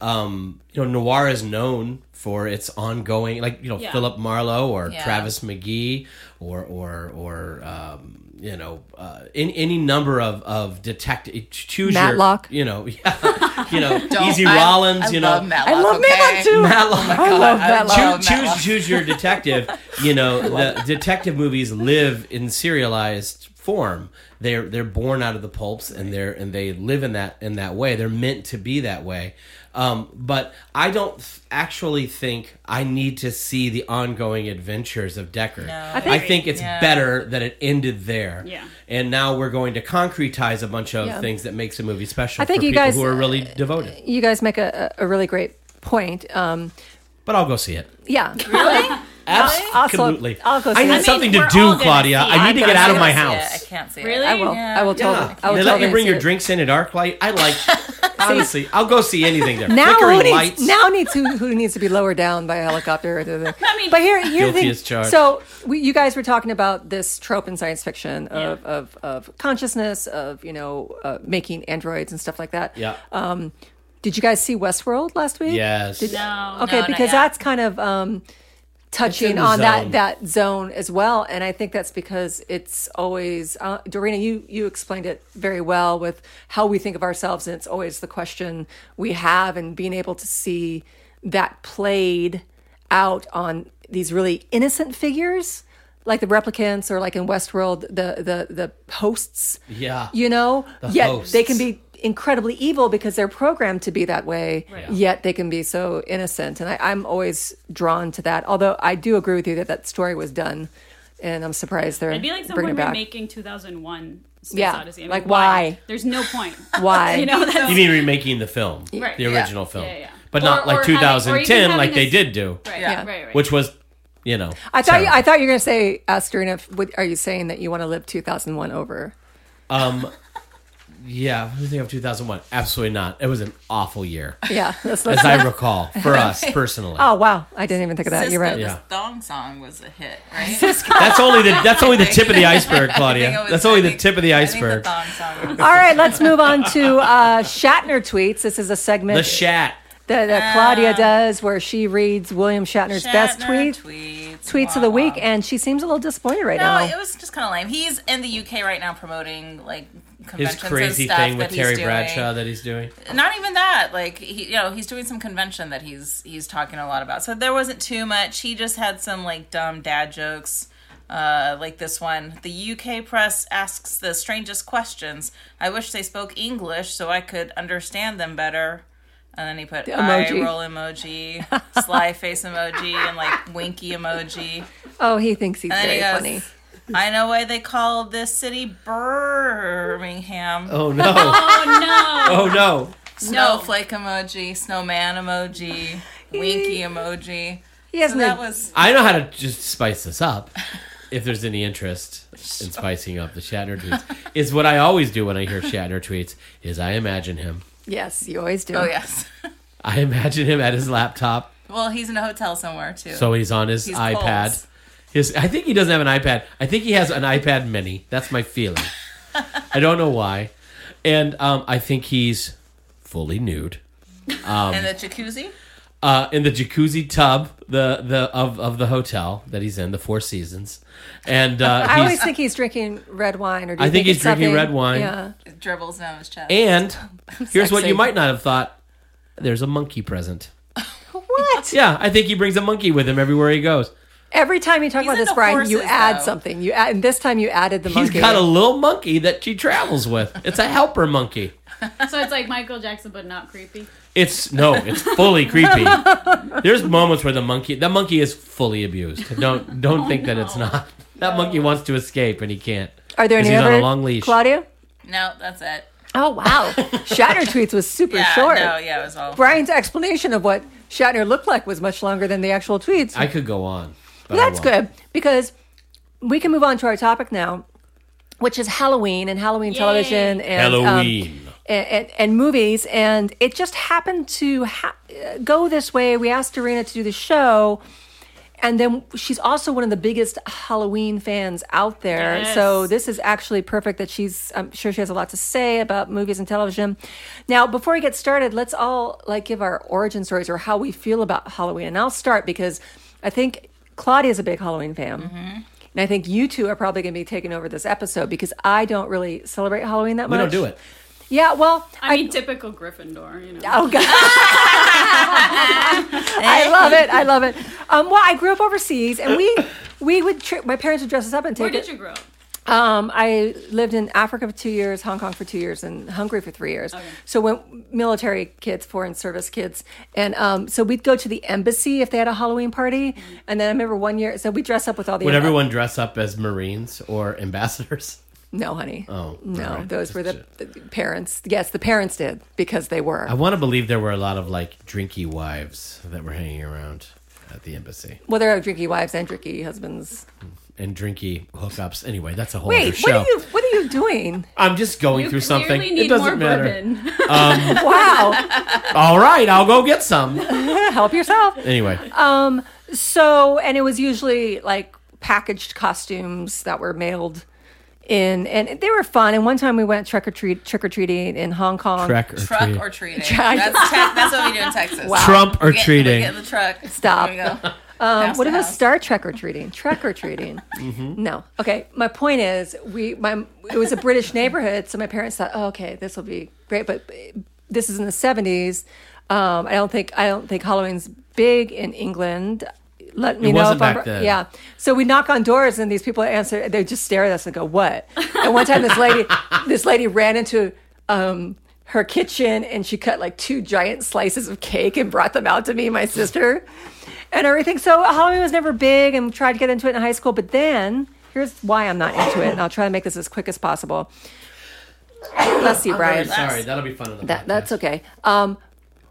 [SPEAKER 3] Um, you know, noir is known for its ongoing, like you know,
[SPEAKER 4] Yeah.
[SPEAKER 3] Philip Marlowe or
[SPEAKER 2] Yeah.
[SPEAKER 3] Travis McGee or or or um, you know, uh, in, any number of of detective choose
[SPEAKER 1] Matlock.
[SPEAKER 3] your, you know, yeah, you know,
[SPEAKER 5] Don't-
[SPEAKER 3] Easy
[SPEAKER 5] I-
[SPEAKER 3] Rollins,
[SPEAKER 5] I
[SPEAKER 3] you
[SPEAKER 5] love
[SPEAKER 3] know,
[SPEAKER 5] Matlock,
[SPEAKER 1] I love
[SPEAKER 5] okay?
[SPEAKER 1] Matlock too.
[SPEAKER 3] Matlock.
[SPEAKER 1] I love
[SPEAKER 5] I
[SPEAKER 1] Matlock.
[SPEAKER 5] love-
[SPEAKER 3] choose, choose,
[SPEAKER 5] Matlock.
[SPEAKER 3] choose your detective. You know, the detective movies live in serialized form. They're they're born out of the pulps, and they're and they live in that in that way. They're meant to be that way. Um, but I don't th- actually think I need to see the ongoing adventures of Deckard. I, think,
[SPEAKER 1] think-
[SPEAKER 3] it's better that it ended there.
[SPEAKER 4] Yeah.
[SPEAKER 3] And now we're going to concretize a bunch of
[SPEAKER 1] Yeah.
[SPEAKER 3] things that makes a movie special
[SPEAKER 1] I think
[SPEAKER 3] for
[SPEAKER 1] you
[SPEAKER 3] people
[SPEAKER 1] guys- uh,
[SPEAKER 3] who are really devoted.
[SPEAKER 1] You guys make a, a a really great point. Um,
[SPEAKER 3] But I'll go see it.
[SPEAKER 1] yeah.
[SPEAKER 3] Absolutely.
[SPEAKER 1] I'll go see
[SPEAKER 3] I
[SPEAKER 1] it.
[SPEAKER 3] need
[SPEAKER 1] I mean,
[SPEAKER 3] something
[SPEAKER 4] we're
[SPEAKER 3] to
[SPEAKER 4] all
[SPEAKER 3] do,
[SPEAKER 4] gonna
[SPEAKER 3] Claudia.
[SPEAKER 4] see it.
[SPEAKER 3] I need to
[SPEAKER 2] I
[SPEAKER 3] get out of
[SPEAKER 2] can't
[SPEAKER 3] my
[SPEAKER 2] see it.
[SPEAKER 3] house.
[SPEAKER 2] I can't see it.
[SPEAKER 4] really
[SPEAKER 1] I will. I will
[SPEAKER 3] Yeah.
[SPEAKER 1] totally. I will
[SPEAKER 3] they
[SPEAKER 1] totally
[SPEAKER 3] let you bring
[SPEAKER 1] see
[SPEAKER 3] your
[SPEAKER 1] it.
[SPEAKER 3] drinks in at ArcLight. I like, honestly, I'll go see anything there.
[SPEAKER 1] Now
[SPEAKER 3] Flickering
[SPEAKER 1] who needs,
[SPEAKER 3] lights.
[SPEAKER 1] now needs who, who needs to be lowered down by a helicopter? Or the-
[SPEAKER 4] mean-
[SPEAKER 1] but here, here the
[SPEAKER 3] Guilty
[SPEAKER 1] thing-
[SPEAKER 3] as charged.
[SPEAKER 1] So we, you guys were talking about this trope in science fiction of,
[SPEAKER 4] Yeah.
[SPEAKER 1] of, of consciousness, of you know, uh, making androids and stuff like that.
[SPEAKER 3] Yeah.
[SPEAKER 1] Did you guys see Westworld last week?
[SPEAKER 3] yes.
[SPEAKER 4] no
[SPEAKER 1] Okay,
[SPEAKER 2] not
[SPEAKER 1] because
[SPEAKER 2] yet.
[SPEAKER 1] that's kind of um, touching
[SPEAKER 3] the
[SPEAKER 1] on
[SPEAKER 3] zone.
[SPEAKER 1] that that zone as well, and I think that's because it's always uh, Dorina. You you explained it very well with how we think of ourselves, and it's always the question we have, and being able to see that played out on these really innocent figures. Like the replicants, or like in Westworld, the the the hosts.
[SPEAKER 3] Yeah.
[SPEAKER 1] you know. Yet they can
[SPEAKER 3] hosts.
[SPEAKER 1] be incredibly evil because they're programmed to be that way yet they can be so innocent and I, i'm always drawn to that although i do agree with you that that story was done and i'm surprised they're
[SPEAKER 4] it'd be like
[SPEAKER 1] bringing
[SPEAKER 4] someone
[SPEAKER 1] it back
[SPEAKER 4] remaking 2001 Space
[SPEAKER 1] Yeah.
[SPEAKER 4] Odyssey. I mean,
[SPEAKER 1] Like, why?
[SPEAKER 4] there's no point
[SPEAKER 1] Why?
[SPEAKER 4] you know that's
[SPEAKER 3] You mean remaking the film,
[SPEAKER 4] Right.
[SPEAKER 3] the
[SPEAKER 4] Yeah.
[SPEAKER 3] original film,
[SPEAKER 4] Yeah, yeah.
[SPEAKER 3] but
[SPEAKER 4] Or-
[SPEAKER 3] not
[SPEAKER 4] or
[SPEAKER 3] like
[SPEAKER 4] having- or even
[SPEAKER 3] 2010,
[SPEAKER 4] having
[SPEAKER 3] like they
[SPEAKER 4] this-
[SPEAKER 3] did do,
[SPEAKER 4] right,
[SPEAKER 2] Yeah.
[SPEAKER 4] right right
[SPEAKER 3] which was, you know.
[SPEAKER 1] i thought you,
[SPEAKER 3] terrible.
[SPEAKER 1] i thought you were going to say ask Dorina, if- what- are you saying that you want to live 2001 over
[SPEAKER 3] Um, yeah, what do you think of 2001? Absolutely not. It was an awful year,
[SPEAKER 1] yeah let's,
[SPEAKER 3] as
[SPEAKER 1] let's
[SPEAKER 3] I recall, for us personally.
[SPEAKER 1] oh wow i didn't even think of that you're right
[SPEAKER 2] Cisco's
[SPEAKER 3] Yeah.
[SPEAKER 2] Thong song was a hit, right?
[SPEAKER 3] That's only the that's only the tip of the iceberg,
[SPEAKER 2] I think it
[SPEAKER 3] Claudia.
[SPEAKER 2] was-
[SPEAKER 3] That's only
[SPEAKER 2] I
[SPEAKER 3] the
[SPEAKER 2] think-
[SPEAKER 3] tip of the
[SPEAKER 2] I think
[SPEAKER 3] iceberg.
[SPEAKER 2] the thong song was
[SPEAKER 1] all right let's move on to uh, shatner tweets this is a segment
[SPEAKER 3] The shat.
[SPEAKER 1] that, that
[SPEAKER 4] Ah.
[SPEAKER 1] claudia does where she reads william shatner's best tweet
[SPEAKER 2] tweets,
[SPEAKER 1] tweets of the week and she seems a little disappointed right
[SPEAKER 2] No,
[SPEAKER 1] now
[SPEAKER 2] it was just kind of lame. He's in the UK right now promoting like
[SPEAKER 3] His
[SPEAKER 2] conventions
[SPEAKER 3] crazy
[SPEAKER 2] and stuff
[SPEAKER 3] thing with
[SPEAKER 2] that
[SPEAKER 3] Terry
[SPEAKER 2] he's doing.
[SPEAKER 3] Bradshaw that he's doing.
[SPEAKER 2] Not even that. Like he, you know, he's doing some convention that he's he's talking a lot about. So there wasn't too much. He just had some like dumb dad jokes. Uh, like this one, the UK press asks the strangest questions. I wish they spoke English so I could understand them better. And then he put eye
[SPEAKER 1] emoji.
[SPEAKER 2] roll emoji, sly face emoji, and like winky emoji.
[SPEAKER 1] oh he thinks he's
[SPEAKER 2] And
[SPEAKER 1] very
[SPEAKER 2] then he
[SPEAKER 1] funny
[SPEAKER 2] goes, I know why they call this city Birmingham.
[SPEAKER 3] Oh no!
[SPEAKER 4] oh no
[SPEAKER 3] Oh no!
[SPEAKER 2] Snowflake emoji, snowman emoji, winky emoji.
[SPEAKER 1] he has
[SPEAKER 2] So
[SPEAKER 1] no
[SPEAKER 2] that was
[SPEAKER 3] I know how to just spice this up. If there's any interest in spicing up the Shatner tweets, is what I always do when I hear Shatner tweets. Is I imagine him.
[SPEAKER 1] Yes, you always do.
[SPEAKER 2] oh yes.
[SPEAKER 3] I imagine him at his laptop
[SPEAKER 2] Well, he's in a hotel somewhere too.
[SPEAKER 3] So he's on his
[SPEAKER 2] He's
[SPEAKER 3] iPad.
[SPEAKER 2] Coles.
[SPEAKER 3] His I think he doesn't have an iPad. I think he has an iPad mini. That's my feeling. I don't know why. And um, I think he's fully nude. um,
[SPEAKER 2] in the jacuzzi.
[SPEAKER 3] Uh, in the jacuzzi tub the the of, of the hotel that he's in, the Four Seasons. And uh,
[SPEAKER 1] I always
[SPEAKER 3] he's,
[SPEAKER 1] think he's drinking red wine, or do
[SPEAKER 3] I
[SPEAKER 1] you
[SPEAKER 3] think he's
[SPEAKER 1] it's
[SPEAKER 3] drinking
[SPEAKER 1] something-
[SPEAKER 3] red wine.
[SPEAKER 1] Yeah,
[SPEAKER 2] It dribbles down his chest.
[SPEAKER 3] and here's what you
[SPEAKER 5] Sexy.
[SPEAKER 3] might not have thought. There's a monkey present.
[SPEAKER 1] what?
[SPEAKER 3] Yeah, I think he brings a monkey with him everywhere he goes.
[SPEAKER 1] Every time you talk about
[SPEAKER 2] into
[SPEAKER 1] this, Brian, you
[SPEAKER 2] horses,
[SPEAKER 1] add
[SPEAKER 2] though.
[SPEAKER 1] something. You add, and this time you added the monkey.
[SPEAKER 3] He's got a little monkey that she travels with. It's a helper monkey.
[SPEAKER 4] So it's like Michael Jackson, but not creepy.
[SPEAKER 3] It's no, it's fully creepy. There's moments where the monkey, that monkey is fully abused. Don't don't think that it's not. That monkey wants to escape and he can't.
[SPEAKER 1] Are there
[SPEAKER 3] 'Cause
[SPEAKER 1] any
[SPEAKER 3] he's
[SPEAKER 1] other
[SPEAKER 3] on a long leash?
[SPEAKER 1] Claudia?
[SPEAKER 2] No, that's it.
[SPEAKER 1] Oh wow, Shatner tweets was super
[SPEAKER 2] Yeah,
[SPEAKER 1] short.
[SPEAKER 2] no, yeah, it was all.
[SPEAKER 1] Brian's explanation of what Shatner looked like was much longer than the actual tweets.
[SPEAKER 3] I could go on. but I
[SPEAKER 1] That's
[SPEAKER 3] won't.
[SPEAKER 1] good because we can move on to our topic now, which is Halloween and Halloween television and um,
[SPEAKER 3] Halloween.
[SPEAKER 1] and, and, and movies. And it just happened to ha- uh, go this way. We asked Irina to do the show. And then she's also one of the biggest Halloween fans out there.
[SPEAKER 4] Yes.
[SPEAKER 1] So this is actually perfect that she's, I'm sure she has a lot to say about movies and television. Now, before we get started, let's all like give our origin stories or how we feel about Halloween. And I'll start because I think Claudia's a big Halloween fan. And I think you two are probably going to be taking over this episode because I don't really celebrate Halloween that
[SPEAKER 3] We
[SPEAKER 1] much.
[SPEAKER 3] don't do it.
[SPEAKER 1] Yeah, well,
[SPEAKER 4] I mean, typical Gryffindor, you know.
[SPEAKER 1] Oh God! I love it. I love it. Um, well, I grew up overseas, and we we would tri- my parents would dress us up and
[SPEAKER 4] Where
[SPEAKER 1] take
[SPEAKER 4] did
[SPEAKER 1] it.
[SPEAKER 4] you grow up?
[SPEAKER 1] Um, I lived in Africa for two years, Hong Kong for two years, and Hungary for three years. So when military kids, foreign service kids, and um, so we'd go to the embassy if they had a Halloween party.
[SPEAKER 4] Mm-hmm.
[SPEAKER 1] And then I remember one year, so we dress up with all the
[SPEAKER 3] Would everyone dress up as Marines or ambassadors?
[SPEAKER 1] No, honey.
[SPEAKER 3] Oh,
[SPEAKER 1] no,
[SPEAKER 3] all right.
[SPEAKER 1] those were the, the parents. Yes, the parents did because they were.
[SPEAKER 3] I want to believe there were a lot of like drinky wives that were hanging around at the embassy
[SPEAKER 1] well, there are drinky wives and drinky husbands.
[SPEAKER 3] and drinky hookups. Anyway, that's a whole other
[SPEAKER 1] Wait,
[SPEAKER 3] show.
[SPEAKER 1] what are you what are you doing?
[SPEAKER 3] I'm just going
[SPEAKER 4] You
[SPEAKER 3] through something.
[SPEAKER 4] clearly need
[SPEAKER 3] It doesn't
[SPEAKER 4] more
[SPEAKER 3] matter.
[SPEAKER 4] bourbon.
[SPEAKER 1] Wow.
[SPEAKER 3] All right, I'll go get some.
[SPEAKER 1] Help yourself.
[SPEAKER 3] Anyway,
[SPEAKER 1] So and it was usually like packaged costumes that were mailed in and they were fun. And one time we went trick or treat trick or treating in Hong Kong.
[SPEAKER 3] truck or
[SPEAKER 2] Truck
[SPEAKER 3] treat.
[SPEAKER 2] or treating. That's, te- that's what we do in Texas. Wow.
[SPEAKER 3] Trump or
[SPEAKER 2] Get,
[SPEAKER 3] treating.
[SPEAKER 2] Get in the truck.
[SPEAKER 1] Stop.
[SPEAKER 2] There we go.
[SPEAKER 1] Um, what
[SPEAKER 2] the
[SPEAKER 1] about
[SPEAKER 2] house.
[SPEAKER 1] Star Trek or treating? Trek or treating?
[SPEAKER 3] Mm-hmm.
[SPEAKER 1] No. Okay. My point is, we my it was a British neighborhood, so my parents thought, oh, okay, this will be great. But uh, this is in the seventies. Um, I don't think I don't think Halloween's big in England. Let me
[SPEAKER 3] It
[SPEAKER 1] know
[SPEAKER 3] wasn't
[SPEAKER 1] if I'm
[SPEAKER 3] back then.
[SPEAKER 1] yeah. So we knock on doors and these people answer. They just stare at us and go, "What?" And one time, this lady this lady ran into. Um, her kitchen and she cut like two giant slices of cake and brought them out to me and my sister and everything. So Halloween was never big and tried to get into it in high school. But then here's why I'm not into it. And I'll try to make this as quick as possible. Bless you, Brian.
[SPEAKER 3] Sorry, that'll be fun. on the
[SPEAKER 1] That, that's
[SPEAKER 3] podcast.
[SPEAKER 1] okay. Um,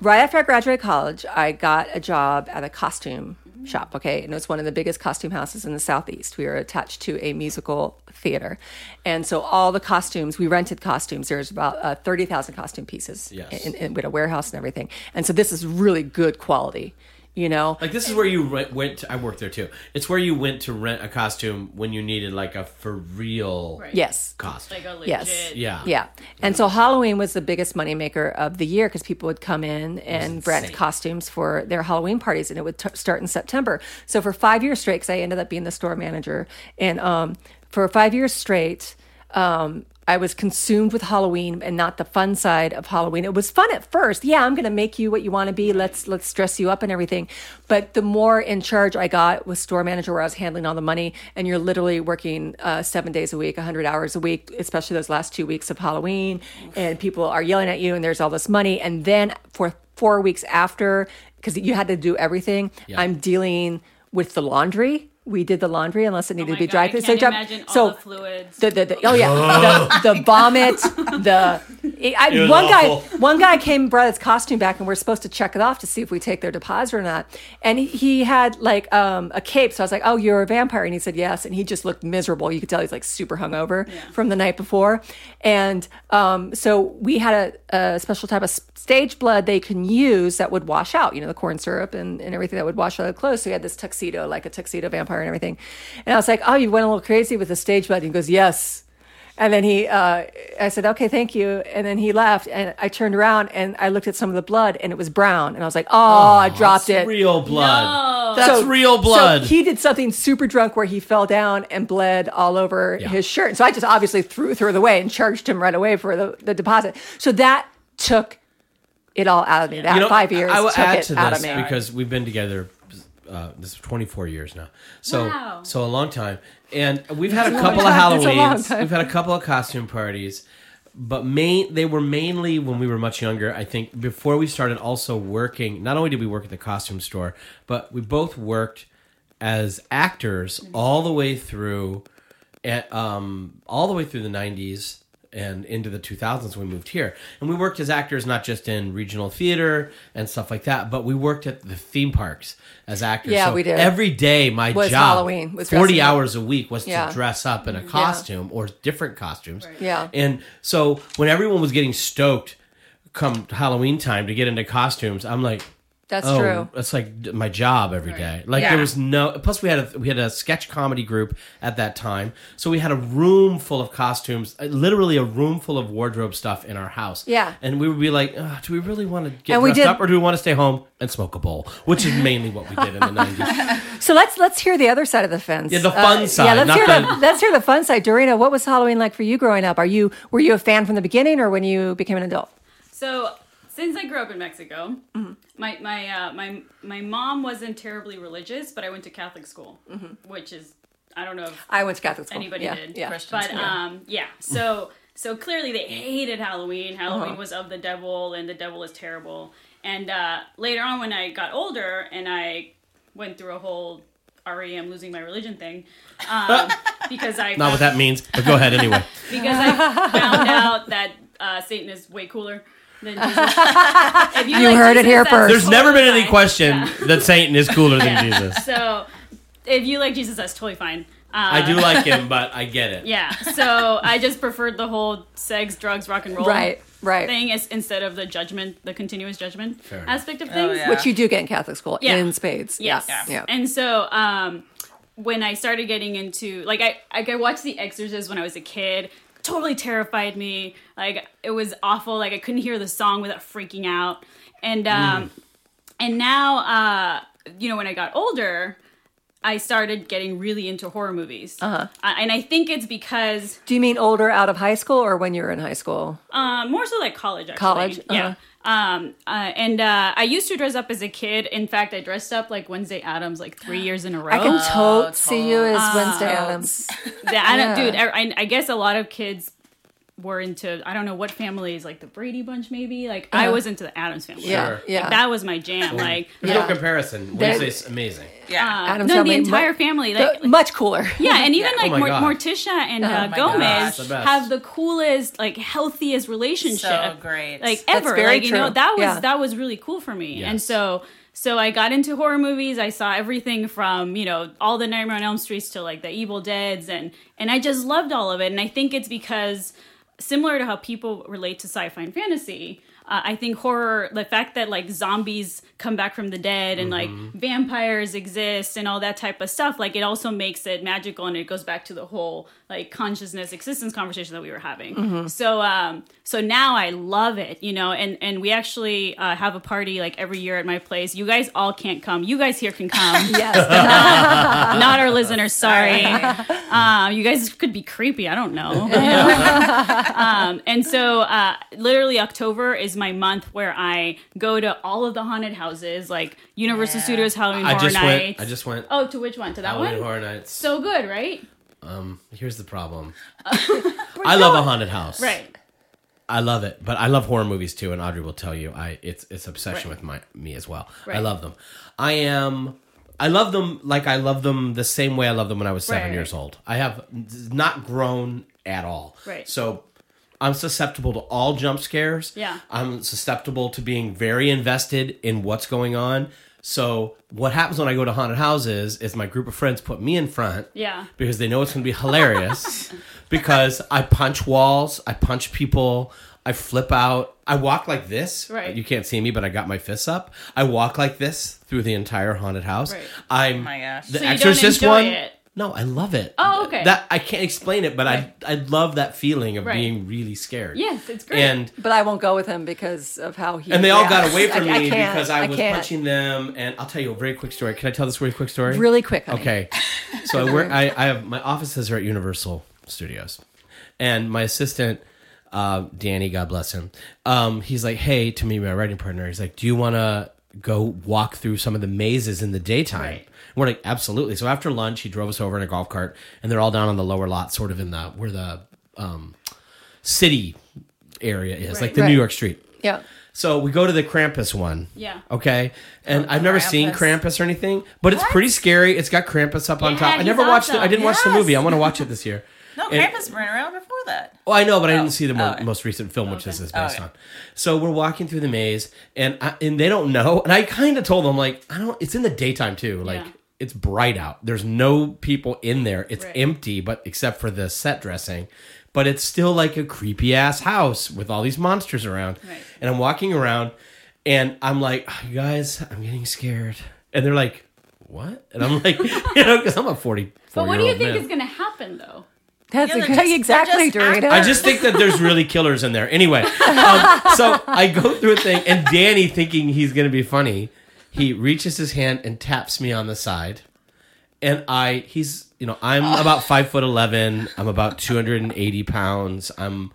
[SPEAKER 1] right after I graduated college, I got a job at a costume shop. Okay, and it was one of the biggest costume houses in the southeast. We were attached to a musical theater, and so all the costumes we rented costumes. There's about uh, thirty thousand costume pieces.
[SPEAKER 3] Yes.
[SPEAKER 1] in, in, we had a warehouse and everything, and so this is really good quality. You know,
[SPEAKER 3] Like this is where you re- went. To, I worked there too. It's where you went to rent a costume when you needed like a for real
[SPEAKER 4] Right.
[SPEAKER 1] yes.
[SPEAKER 3] costume.
[SPEAKER 4] Like a legit.
[SPEAKER 1] Yes.
[SPEAKER 3] yeah,
[SPEAKER 1] Yeah. And so Halloween was the biggest moneymaker of the year because people would come in and rent
[SPEAKER 3] insane.
[SPEAKER 1] costumes for their Halloween parties and it would t- start in September. So for five years straight, because I ended up being the store manager, and um, for five years straight, um, I was consumed with Halloween and not the fun side of Halloween. It was fun at first. Yeah, I'm going to make you what you want to be. Let's let's dress you up and everything. But the more in charge I got was store manager, where I was handling all the money, and you're literally working uh, seven days a week, 100 hours a week, especially those last two weeks of Halloween, and people are yelling at you, and there's all this money, and then for four weeks after, because you had to do everything, I'm dealing with the laundry. We did the laundry unless it needed
[SPEAKER 4] Oh
[SPEAKER 1] to
[SPEAKER 4] my
[SPEAKER 1] be
[SPEAKER 4] God, I
[SPEAKER 1] dried.
[SPEAKER 4] can't
[SPEAKER 1] so, dried-
[SPEAKER 4] imagine all
[SPEAKER 1] so
[SPEAKER 4] the fluids.
[SPEAKER 1] the, the, the oh yeah the, the vomit the It- I-
[SPEAKER 3] It was
[SPEAKER 1] one guy,
[SPEAKER 3] awful.
[SPEAKER 1] one guy came, brought his costume back, and we're supposed to check it off to see if we take their deposit or not. And he, he had like um, a cape, so I was like, "Oh, you're a vampire," and he said yes, and he just looked miserable. You could tell he's like super hungover from the night before. And um, so we had a, a special type of s- stage blood they can use that would wash out, you know, the corn syrup and, and everything that would wash out the clothes. So he had this tuxedo, like a tuxedo vampire and everything. And I was like, "Oh, you went a little crazy with the stage blood." And he goes, "Yes." And then he, uh, I said, okay, thank you. And then he left. And I turned around and I looked at some of the blood and it was brown. And I was like, oh, I dropped it.
[SPEAKER 3] That's real blood. That's
[SPEAKER 1] So-
[SPEAKER 3] real blood.
[SPEAKER 1] So he did something super drunk where he fell down and bled all over
[SPEAKER 3] Yeah.
[SPEAKER 1] his shirt. So I just obviously threw, threw it away and charged him right away for the, the deposit. So that took it all out of me. That
[SPEAKER 3] You know,
[SPEAKER 1] five years
[SPEAKER 3] I will
[SPEAKER 1] took
[SPEAKER 3] add
[SPEAKER 1] it
[SPEAKER 3] to
[SPEAKER 1] out
[SPEAKER 3] this
[SPEAKER 1] of me.
[SPEAKER 3] because we've been together. Uh, this is 24 years now, so
[SPEAKER 4] Wow.
[SPEAKER 3] so a long time, and we've had a couple
[SPEAKER 1] time.
[SPEAKER 3] of
[SPEAKER 1] That's a long
[SPEAKER 3] Halloweens.
[SPEAKER 1] time.
[SPEAKER 3] We've had a couple of costume parties, but main they were mainly when we were much younger. I think before we started also working. Not only did we work at the costume store, but we both worked as actors
[SPEAKER 1] Mm-hmm.
[SPEAKER 3] all the way through at, um, all the way through the 90s and into the 2000s when we moved here. And we worked as actors not just in regional theater and stuff like that, but we worked at the theme parks as actors.
[SPEAKER 1] Yeah,
[SPEAKER 3] So
[SPEAKER 1] we did.
[SPEAKER 3] Every day, my
[SPEAKER 1] Was
[SPEAKER 3] job,
[SPEAKER 1] Halloween, was
[SPEAKER 3] 40
[SPEAKER 1] dressing up.
[SPEAKER 3] hours a week, was
[SPEAKER 1] Yeah.
[SPEAKER 3] to dress up in a costume or different costumes.
[SPEAKER 1] Yeah.
[SPEAKER 3] And so when everyone was getting stoked come Halloween time to get into costumes, I'm like,
[SPEAKER 1] That's
[SPEAKER 3] oh,
[SPEAKER 1] true.
[SPEAKER 3] That's like d- my job every day. Like
[SPEAKER 2] Yeah.
[SPEAKER 3] there was no. Plus, we had a we had a sketch comedy group at that time, so we had a room full of costumes, uh, literally a room full of wardrobe stuff in our house.
[SPEAKER 1] Yeah.
[SPEAKER 3] and we would be like, "Ugh, do we really want to get
[SPEAKER 1] And we
[SPEAKER 3] dressed
[SPEAKER 1] did-
[SPEAKER 3] up, or do we want to stay home and smoke a bowl? Which is mainly what we did in the nineties.
[SPEAKER 1] So let's let's hear the other side of the fence. Uh,
[SPEAKER 3] Yeah, the fun
[SPEAKER 1] Yeah,
[SPEAKER 3] side,
[SPEAKER 1] let's
[SPEAKER 3] not
[SPEAKER 1] hear
[SPEAKER 3] the-
[SPEAKER 1] let's hear the fun side. Dorina, what was Halloween like for you growing up? Are you were you a fan from the beginning or when you became an adult?
[SPEAKER 4] So since I grew up in Mexico,
[SPEAKER 1] Mm-hmm.
[SPEAKER 4] my my uh, my my mom wasn't terribly religious, but I went to Catholic school, which is I don't know if
[SPEAKER 1] I went to Catholic school.
[SPEAKER 4] anybody
[SPEAKER 1] Mm-hmm. Oh, yeah,
[SPEAKER 4] did,
[SPEAKER 1] Yeah.
[SPEAKER 4] but um, yeah. So so clearly they hated Halloween. Halloween
[SPEAKER 1] Uh-huh.
[SPEAKER 4] was of the devil, and the devil is terrible. And uh, later on, when I got older and I went through a whole REM losing my religion thing, um, because I
[SPEAKER 3] Not what that means, but go ahead anyway.
[SPEAKER 4] because I found out that uh, Satan is way cooler than Jesus. If
[SPEAKER 1] You
[SPEAKER 4] like
[SPEAKER 1] heard it
[SPEAKER 4] Jesus,
[SPEAKER 1] here
[SPEAKER 4] that's
[SPEAKER 1] first.
[SPEAKER 3] There's
[SPEAKER 4] totally
[SPEAKER 3] never been any
[SPEAKER 4] fine.
[SPEAKER 3] question that Satan is cooler than Jesus.
[SPEAKER 4] So if you like Jesus, that's totally fine. Uh,
[SPEAKER 3] I do like him, but I get it.
[SPEAKER 4] Yeah. So I just preferred the whole sex, drugs, rock and roll
[SPEAKER 1] Right, right.
[SPEAKER 4] thing as, instead of the judgment, the continuous judgment
[SPEAKER 3] enough.
[SPEAKER 4] aspect of things.
[SPEAKER 2] yeah.
[SPEAKER 1] Oh, Which you do get in Catholic school
[SPEAKER 4] Yeah.
[SPEAKER 1] in spades.
[SPEAKER 4] Yes.
[SPEAKER 1] Yeah. yeah.
[SPEAKER 4] And so um, when I started getting into like I like I watched The Exorcist when I was a kid. Totally terrified me. Like it was awful. Like I couldn't hear the song without freaking out. And
[SPEAKER 1] Mm.
[SPEAKER 4] um, and now uh, you know when I got older. I started getting really into horror movies, uh-huh. and I think it's because
[SPEAKER 1] do you mean older out of high school or when you were in high school?
[SPEAKER 4] uh, more so like college, actually.
[SPEAKER 1] College, Uh-huh.
[SPEAKER 4] yeah. Um, uh, and uh, I used to dress up as a kid. In fact, I dressed up like Wednesday Adams like three years in a row.
[SPEAKER 1] I can tote see you as Wednesday Adams.
[SPEAKER 4] Yeah, I don't,
[SPEAKER 1] Yeah.
[SPEAKER 4] dude. I, I- I guess a lot of kids were into. I don't know what families, like the Brady Bunch, maybe. Like I was into the Adams family.
[SPEAKER 1] Yeah.
[SPEAKER 3] Sure.
[SPEAKER 1] Yeah.
[SPEAKER 4] Like, that was my jam. Like, uh,
[SPEAKER 3] There's
[SPEAKER 1] Yeah.
[SPEAKER 3] no comparison. Wednesday's amazing.
[SPEAKER 2] Yeah.
[SPEAKER 1] Adams
[SPEAKER 4] no, the
[SPEAKER 1] family,
[SPEAKER 4] entire
[SPEAKER 1] mu-
[SPEAKER 4] family.
[SPEAKER 1] the- Oh
[SPEAKER 4] Like,
[SPEAKER 1] much cooler.
[SPEAKER 4] yeah, and even like
[SPEAKER 3] Oh my
[SPEAKER 4] Mor-
[SPEAKER 3] God.
[SPEAKER 4] Morticia and uh,
[SPEAKER 2] my
[SPEAKER 4] Gomez
[SPEAKER 2] gosh.
[SPEAKER 3] The best.
[SPEAKER 4] have the coolest, like healthiest relationship.
[SPEAKER 2] So great.
[SPEAKER 4] like
[SPEAKER 1] That's
[SPEAKER 4] ever.
[SPEAKER 1] very
[SPEAKER 4] like, you know,
[SPEAKER 1] true.
[SPEAKER 4] that was
[SPEAKER 1] Yeah.
[SPEAKER 4] that was really cool for me. And
[SPEAKER 3] Yes.
[SPEAKER 4] so so I got into horror movies. I saw everything from, you know, all the Nightmare on Elm Streets to like the Evil Deads and and I just loved all of it. And I think it's because similar to how people relate to sci-fi and fantasy, uh, I think horror, the fact that like zombies come back from the dead and like vampires exist and all that type of stuff, like it also makes it magical and it goes back to the whole like consciousness existence conversation that we were having. So um so now I love it, you know, and and we actually uh, have a party like every year at my place. You guys all can't come. You guys here can come.
[SPEAKER 1] Yes.
[SPEAKER 4] Not our listeners, sorry. Um, you guys could be creepy. I don't know. um, and so, uh, literally, October is my month where I go to all of the haunted houses, like Universal Studios Halloween
[SPEAKER 3] I
[SPEAKER 4] Horror
[SPEAKER 3] just went.
[SPEAKER 4] Nights.
[SPEAKER 3] I just went.
[SPEAKER 4] oh, to which one? To that
[SPEAKER 3] Halloween
[SPEAKER 4] one?
[SPEAKER 3] Horror Nights.
[SPEAKER 4] So good, right?
[SPEAKER 3] Um, here's the problem. I love a haunted house.
[SPEAKER 4] Right.
[SPEAKER 3] I love it, but I love horror movies too, and Audrey will tell you I it's it's obsession with my me as well. I
[SPEAKER 4] Right.
[SPEAKER 3] love them. I am I love them like I love them the same way I loved them when I was seven
[SPEAKER 4] Right.
[SPEAKER 3] years old. I have n- not grown at all.
[SPEAKER 4] Right.
[SPEAKER 3] So I'm susceptible to all jump scares.
[SPEAKER 4] Yeah.
[SPEAKER 3] I'm susceptible to being very invested in what's going on. So what happens when I go to haunted houses is my group of friends put me in front.
[SPEAKER 4] Yeah.
[SPEAKER 3] Because they know it's going to be hilarious. because I punch walls, I punch people, I flip out. I walk like this.
[SPEAKER 4] Right.
[SPEAKER 3] You can't see me, but I got my fists up. I walk like this through the entire haunted house.
[SPEAKER 4] Right.
[SPEAKER 3] I'm
[SPEAKER 2] Oh my gosh.
[SPEAKER 3] the
[SPEAKER 4] So you don't
[SPEAKER 3] Exorcist
[SPEAKER 4] enjoy
[SPEAKER 3] one.
[SPEAKER 4] it?
[SPEAKER 3] No, I love it.
[SPEAKER 4] Oh, okay.
[SPEAKER 3] That I can't explain it, but I I love that feeling of
[SPEAKER 4] Right.
[SPEAKER 3] being really scared.
[SPEAKER 4] Yes, it's great.
[SPEAKER 3] And
[SPEAKER 1] But I won't go with him because of how he.
[SPEAKER 3] and they all
[SPEAKER 1] reacts.
[SPEAKER 3] got away from
[SPEAKER 1] I- I
[SPEAKER 3] me
[SPEAKER 1] can't.
[SPEAKER 3] because I was
[SPEAKER 1] can't.
[SPEAKER 3] punching them. And I'll tell you a very quick story. Can I tell this very quick story?
[SPEAKER 1] really quick. honey.
[SPEAKER 3] Okay. So I work. I, I have my offices are at Universal Studios, and my assistant, uh, Danny, God bless him. Um, he's like, hey, to me, my writing partner. He's like, do you want to go walk through some of the mazes in the daytime? We're like, absolutely. So after lunch, he drove us over in a golf cart, and they're all down on the lower lot, sort of in the where the um, city area is, like the
[SPEAKER 1] Right.
[SPEAKER 3] New York Street.
[SPEAKER 1] Yeah.
[SPEAKER 3] So we go to the Krampus one.
[SPEAKER 4] Yeah. Oh,
[SPEAKER 3] Okay. And I've never seen
[SPEAKER 2] Krampus.
[SPEAKER 3] Krampus or anything, but it's pretty scary. It's got Krampus up on
[SPEAKER 4] Yeah,
[SPEAKER 3] top. I
[SPEAKER 4] he's
[SPEAKER 3] never watched it. I
[SPEAKER 4] awesome.
[SPEAKER 3] didn't watch the
[SPEAKER 2] Yes.
[SPEAKER 3] movie. I want to watch it this year.
[SPEAKER 2] No,
[SPEAKER 3] And-
[SPEAKER 2] Krampus been around before that.
[SPEAKER 3] well, I know, but I didn't see the mo-
[SPEAKER 2] Oh, okay.
[SPEAKER 3] most recent film, which this is based
[SPEAKER 2] Okay.
[SPEAKER 3] on. So we're walking through the maze, and I, and they don't know. And I kind of told them like, I don't. It's in the daytime too. Like
[SPEAKER 4] Yeah.
[SPEAKER 3] it's bright out. There's no people in there. It's
[SPEAKER 4] Right.
[SPEAKER 3] empty, but except for the set dressing. But it's still like a creepy ass house with all these monsters around.
[SPEAKER 4] Right.
[SPEAKER 3] And I'm walking around, and I'm like, "Ah, you guys, I'm getting scared. And they're like, what? And I'm like, you know, because I'm a 40.
[SPEAKER 4] But what do you think
[SPEAKER 3] man.
[SPEAKER 4] is going to happen though?
[SPEAKER 1] That's
[SPEAKER 2] Yeah, they're
[SPEAKER 1] okay,
[SPEAKER 2] just-
[SPEAKER 1] exactly,
[SPEAKER 2] they're just
[SPEAKER 1] Dorita.
[SPEAKER 3] I just think that there's really killers in there. Anyway, um, so I go through a thing, and Danny, thinking he's going to be funny, he reaches his hand and taps me on the side, and I he's you know I'm about five foot eleven. I'm about two hundred and eighty pounds. I'm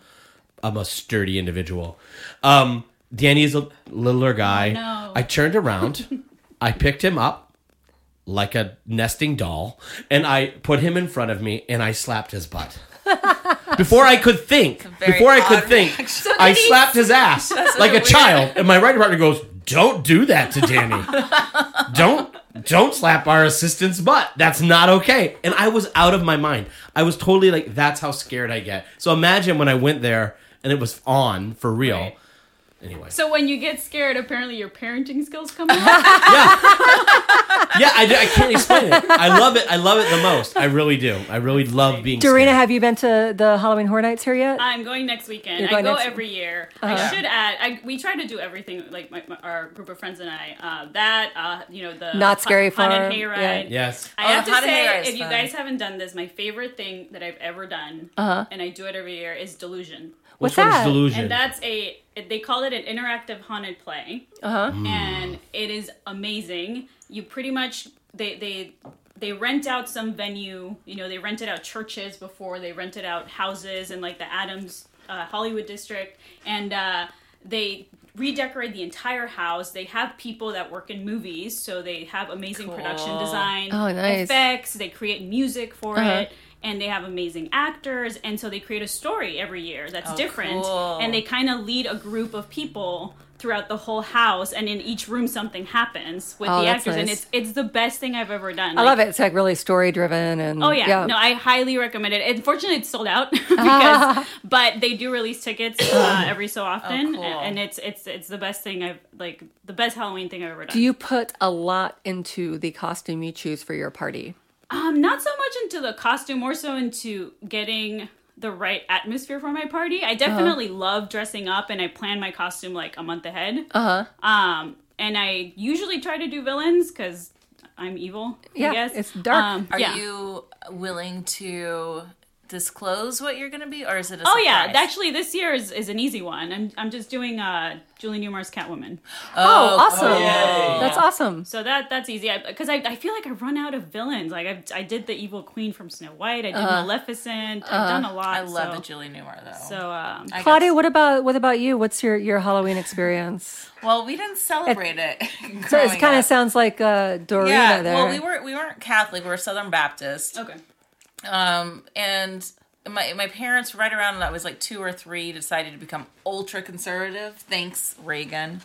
[SPEAKER 3] I'm a sturdy individual. Um, Danny is a littler guy.
[SPEAKER 4] no.
[SPEAKER 3] I turned around. I picked him up like a nesting doll and I put him in front of me and I slapped his butt. Before I could think,
[SPEAKER 2] very
[SPEAKER 3] before I could
[SPEAKER 2] odd
[SPEAKER 3] think, I slapped his ass like a child. And my writing partner goes, "Don't do that to Danny. don't don't slap our assistant's butt. That's not okay." And I was out of my mind. I was totally like, "That's how scared I get." So imagine when I went there and it was on for real.
[SPEAKER 4] Right.
[SPEAKER 3] Anyway,
[SPEAKER 4] So when you get scared, apparently your parenting skills come out.
[SPEAKER 3] yeah, I, I can't explain it. I love it. I love it the most. I really do. I really love being.
[SPEAKER 1] Dorina,
[SPEAKER 3] scared.
[SPEAKER 1] have you been to the Halloween Horror Nights here yet?
[SPEAKER 4] I'm going next weekend.
[SPEAKER 1] You're
[SPEAKER 4] I
[SPEAKER 1] going
[SPEAKER 4] go
[SPEAKER 1] next- Uh-huh.
[SPEAKER 4] every year. I should add. I, we try to do everything like my, my, our group of friends and I. Uh, that uh, you know the
[SPEAKER 1] Not Scary
[SPEAKER 4] fun,
[SPEAKER 1] Farm,
[SPEAKER 4] and hayride.
[SPEAKER 3] yes.
[SPEAKER 4] I
[SPEAKER 2] Oh,
[SPEAKER 4] have to
[SPEAKER 2] Haunted
[SPEAKER 4] say,
[SPEAKER 2] Hayride is
[SPEAKER 4] if you
[SPEAKER 2] fun.
[SPEAKER 4] guys haven't done this, my favorite thing that I've ever done,
[SPEAKER 1] Uh-huh.
[SPEAKER 4] and I do it every year, is Delusion.
[SPEAKER 1] What's
[SPEAKER 3] Which one is
[SPEAKER 1] that?
[SPEAKER 3] delusion?
[SPEAKER 4] And that's a they call it an interactive haunted play.
[SPEAKER 1] Uh-huh.
[SPEAKER 4] And it is amazing. You pretty much they they they rent out some venue. You know, they rented out churches before. They rented out houses in like the Adams uh, Hollywood district, and uh, they redecorate the entire house. They have people that work in movies, so they have amazing production
[SPEAKER 2] Cool.
[SPEAKER 4] design,
[SPEAKER 1] Oh, nice.
[SPEAKER 4] effects. They create music for
[SPEAKER 1] Uh-huh.
[SPEAKER 4] it. And they have amazing actors, and so they create a story every year that's different,
[SPEAKER 2] cool.
[SPEAKER 4] and they kind of lead a group of people throughout the whole house, and in each room something happens with
[SPEAKER 1] Oh,
[SPEAKER 4] the
[SPEAKER 1] that's
[SPEAKER 4] actors, and
[SPEAKER 1] nice.
[SPEAKER 4] it's it's the best thing I've ever done.
[SPEAKER 1] I love it. It's like really story driven and
[SPEAKER 4] Oh yeah. no, I highly recommend it. Unfortunately, it's sold out because, but they do release tickets uh,
[SPEAKER 1] Oh,
[SPEAKER 4] every so often,
[SPEAKER 2] cool.
[SPEAKER 4] and it's it's it's the best thing I've like the best Halloween thing I've ever done.
[SPEAKER 1] Do you put a lot into the costume you choose for your party?
[SPEAKER 4] Um, not so much into the costume, more so into getting the right atmosphere for my party.
[SPEAKER 1] Uh-huh.
[SPEAKER 4] I definitely love dressing up, and I plan my costume like a month ahead.
[SPEAKER 1] Uh-huh.
[SPEAKER 4] Uh huh. Um, and I usually try to do villains because I'm evil.
[SPEAKER 1] Yeah,
[SPEAKER 4] I guess.
[SPEAKER 1] it's dark.
[SPEAKER 4] Um,
[SPEAKER 2] Are
[SPEAKER 4] yeah.
[SPEAKER 2] you willing to disclose what you're going to be, or is it? A
[SPEAKER 4] Oh yeah,
[SPEAKER 2] surprise?
[SPEAKER 4] actually, this year is, is an easy one. I'm I'm just doing uh, Julie Newmar's Catwoman,
[SPEAKER 1] Oh, awesome.
[SPEAKER 2] cool.
[SPEAKER 1] That's awesome.
[SPEAKER 4] so that that's easy. Because I, I, feel like I run out of villains. Like I've, I did the evil queen from Snow White. I did Maleficent. I've done a lot.
[SPEAKER 2] Uh-huh. I love
[SPEAKER 4] so,
[SPEAKER 2] the Julie Newmar though.
[SPEAKER 4] So um,
[SPEAKER 2] I
[SPEAKER 1] Claudia, what about what about you? What's your, your Halloween experience?
[SPEAKER 2] guess- well, we didn't celebrate it.
[SPEAKER 1] So it
[SPEAKER 2] growing
[SPEAKER 1] kind of
[SPEAKER 2] up.
[SPEAKER 1] sounds like uh, Dorina
[SPEAKER 2] yeah.
[SPEAKER 1] there.
[SPEAKER 2] Well, we were we weren't Catholic. We were Southern Baptist.
[SPEAKER 4] okay.
[SPEAKER 2] Um, and my my parents, right around when I was like two or three, decided to become ultra conservative. Thanks, Reagan.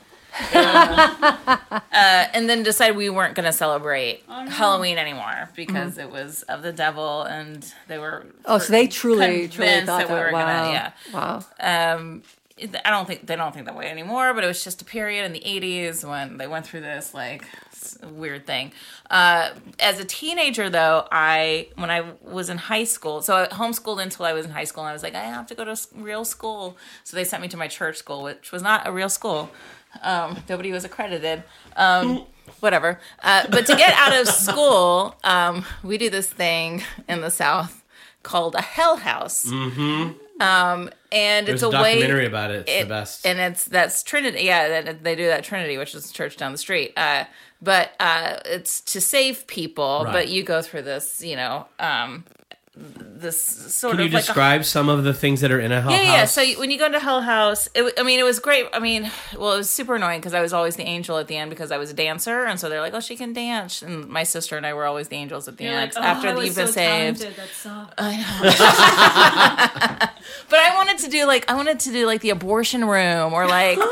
[SPEAKER 2] uh, and then decided we weren't going to celebrate Halloween anymore
[SPEAKER 1] Mm-hmm.
[SPEAKER 2] because it was of the devil, and they were
[SPEAKER 1] Oh, so they truly,
[SPEAKER 2] convinced
[SPEAKER 1] truly thought that.
[SPEAKER 2] that we were
[SPEAKER 1] wow.
[SPEAKER 2] gonna. Yeah,
[SPEAKER 1] Wow.
[SPEAKER 2] um, it- I don't think they don't think that way anymore, but it was just a period in the 80s when they went through this like s- weird thing. Uh, as a teenager, though, I when I was in high school, so I homeschooled until I was in high school, and I was like, I have to go to s- real school, so they sent me to my church school, which was not a real school. Um, nobody was accredited. Um, whatever. Uh, but to get out of school, um, we do this thing in the South called a hell house. Mm-hmm. Um, and it's
[SPEAKER 3] There's
[SPEAKER 2] a,
[SPEAKER 3] a documentary
[SPEAKER 2] way
[SPEAKER 3] about it. It's
[SPEAKER 2] it-
[SPEAKER 3] the best.
[SPEAKER 2] And it's that's Trinity. Yeah, that, they do that at Trinity, which is a church down the street. Uh, but uh, it's to save people.
[SPEAKER 3] Right.
[SPEAKER 2] But you go through this, you know, um, this sort
[SPEAKER 3] Can you
[SPEAKER 2] of like a
[SPEAKER 3] describe some of the things that are in a hell
[SPEAKER 2] yeah, yeah.
[SPEAKER 3] house?
[SPEAKER 2] So you- when you go into Hell House, it, w- I mean, it was great. I mean, well, it was super annoying because I was always the angel at the end because I was a dancer, and so they're like, "Oh, she can dance," and my sister and I were always the angels at the
[SPEAKER 4] You're
[SPEAKER 2] end
[SPEAKER 4] like, oh,
[SPEAKER 2] after
[SPEAKER 4] I was
[SPEAKER 2] you've been
[SPEAKER 4] so
[SPEAKER 2] saved. Oh,
[SPEAKER 4] talented, that sucked.
[SPEAKER 2] But I wanted to do like I wanted to do like the abortion room or like or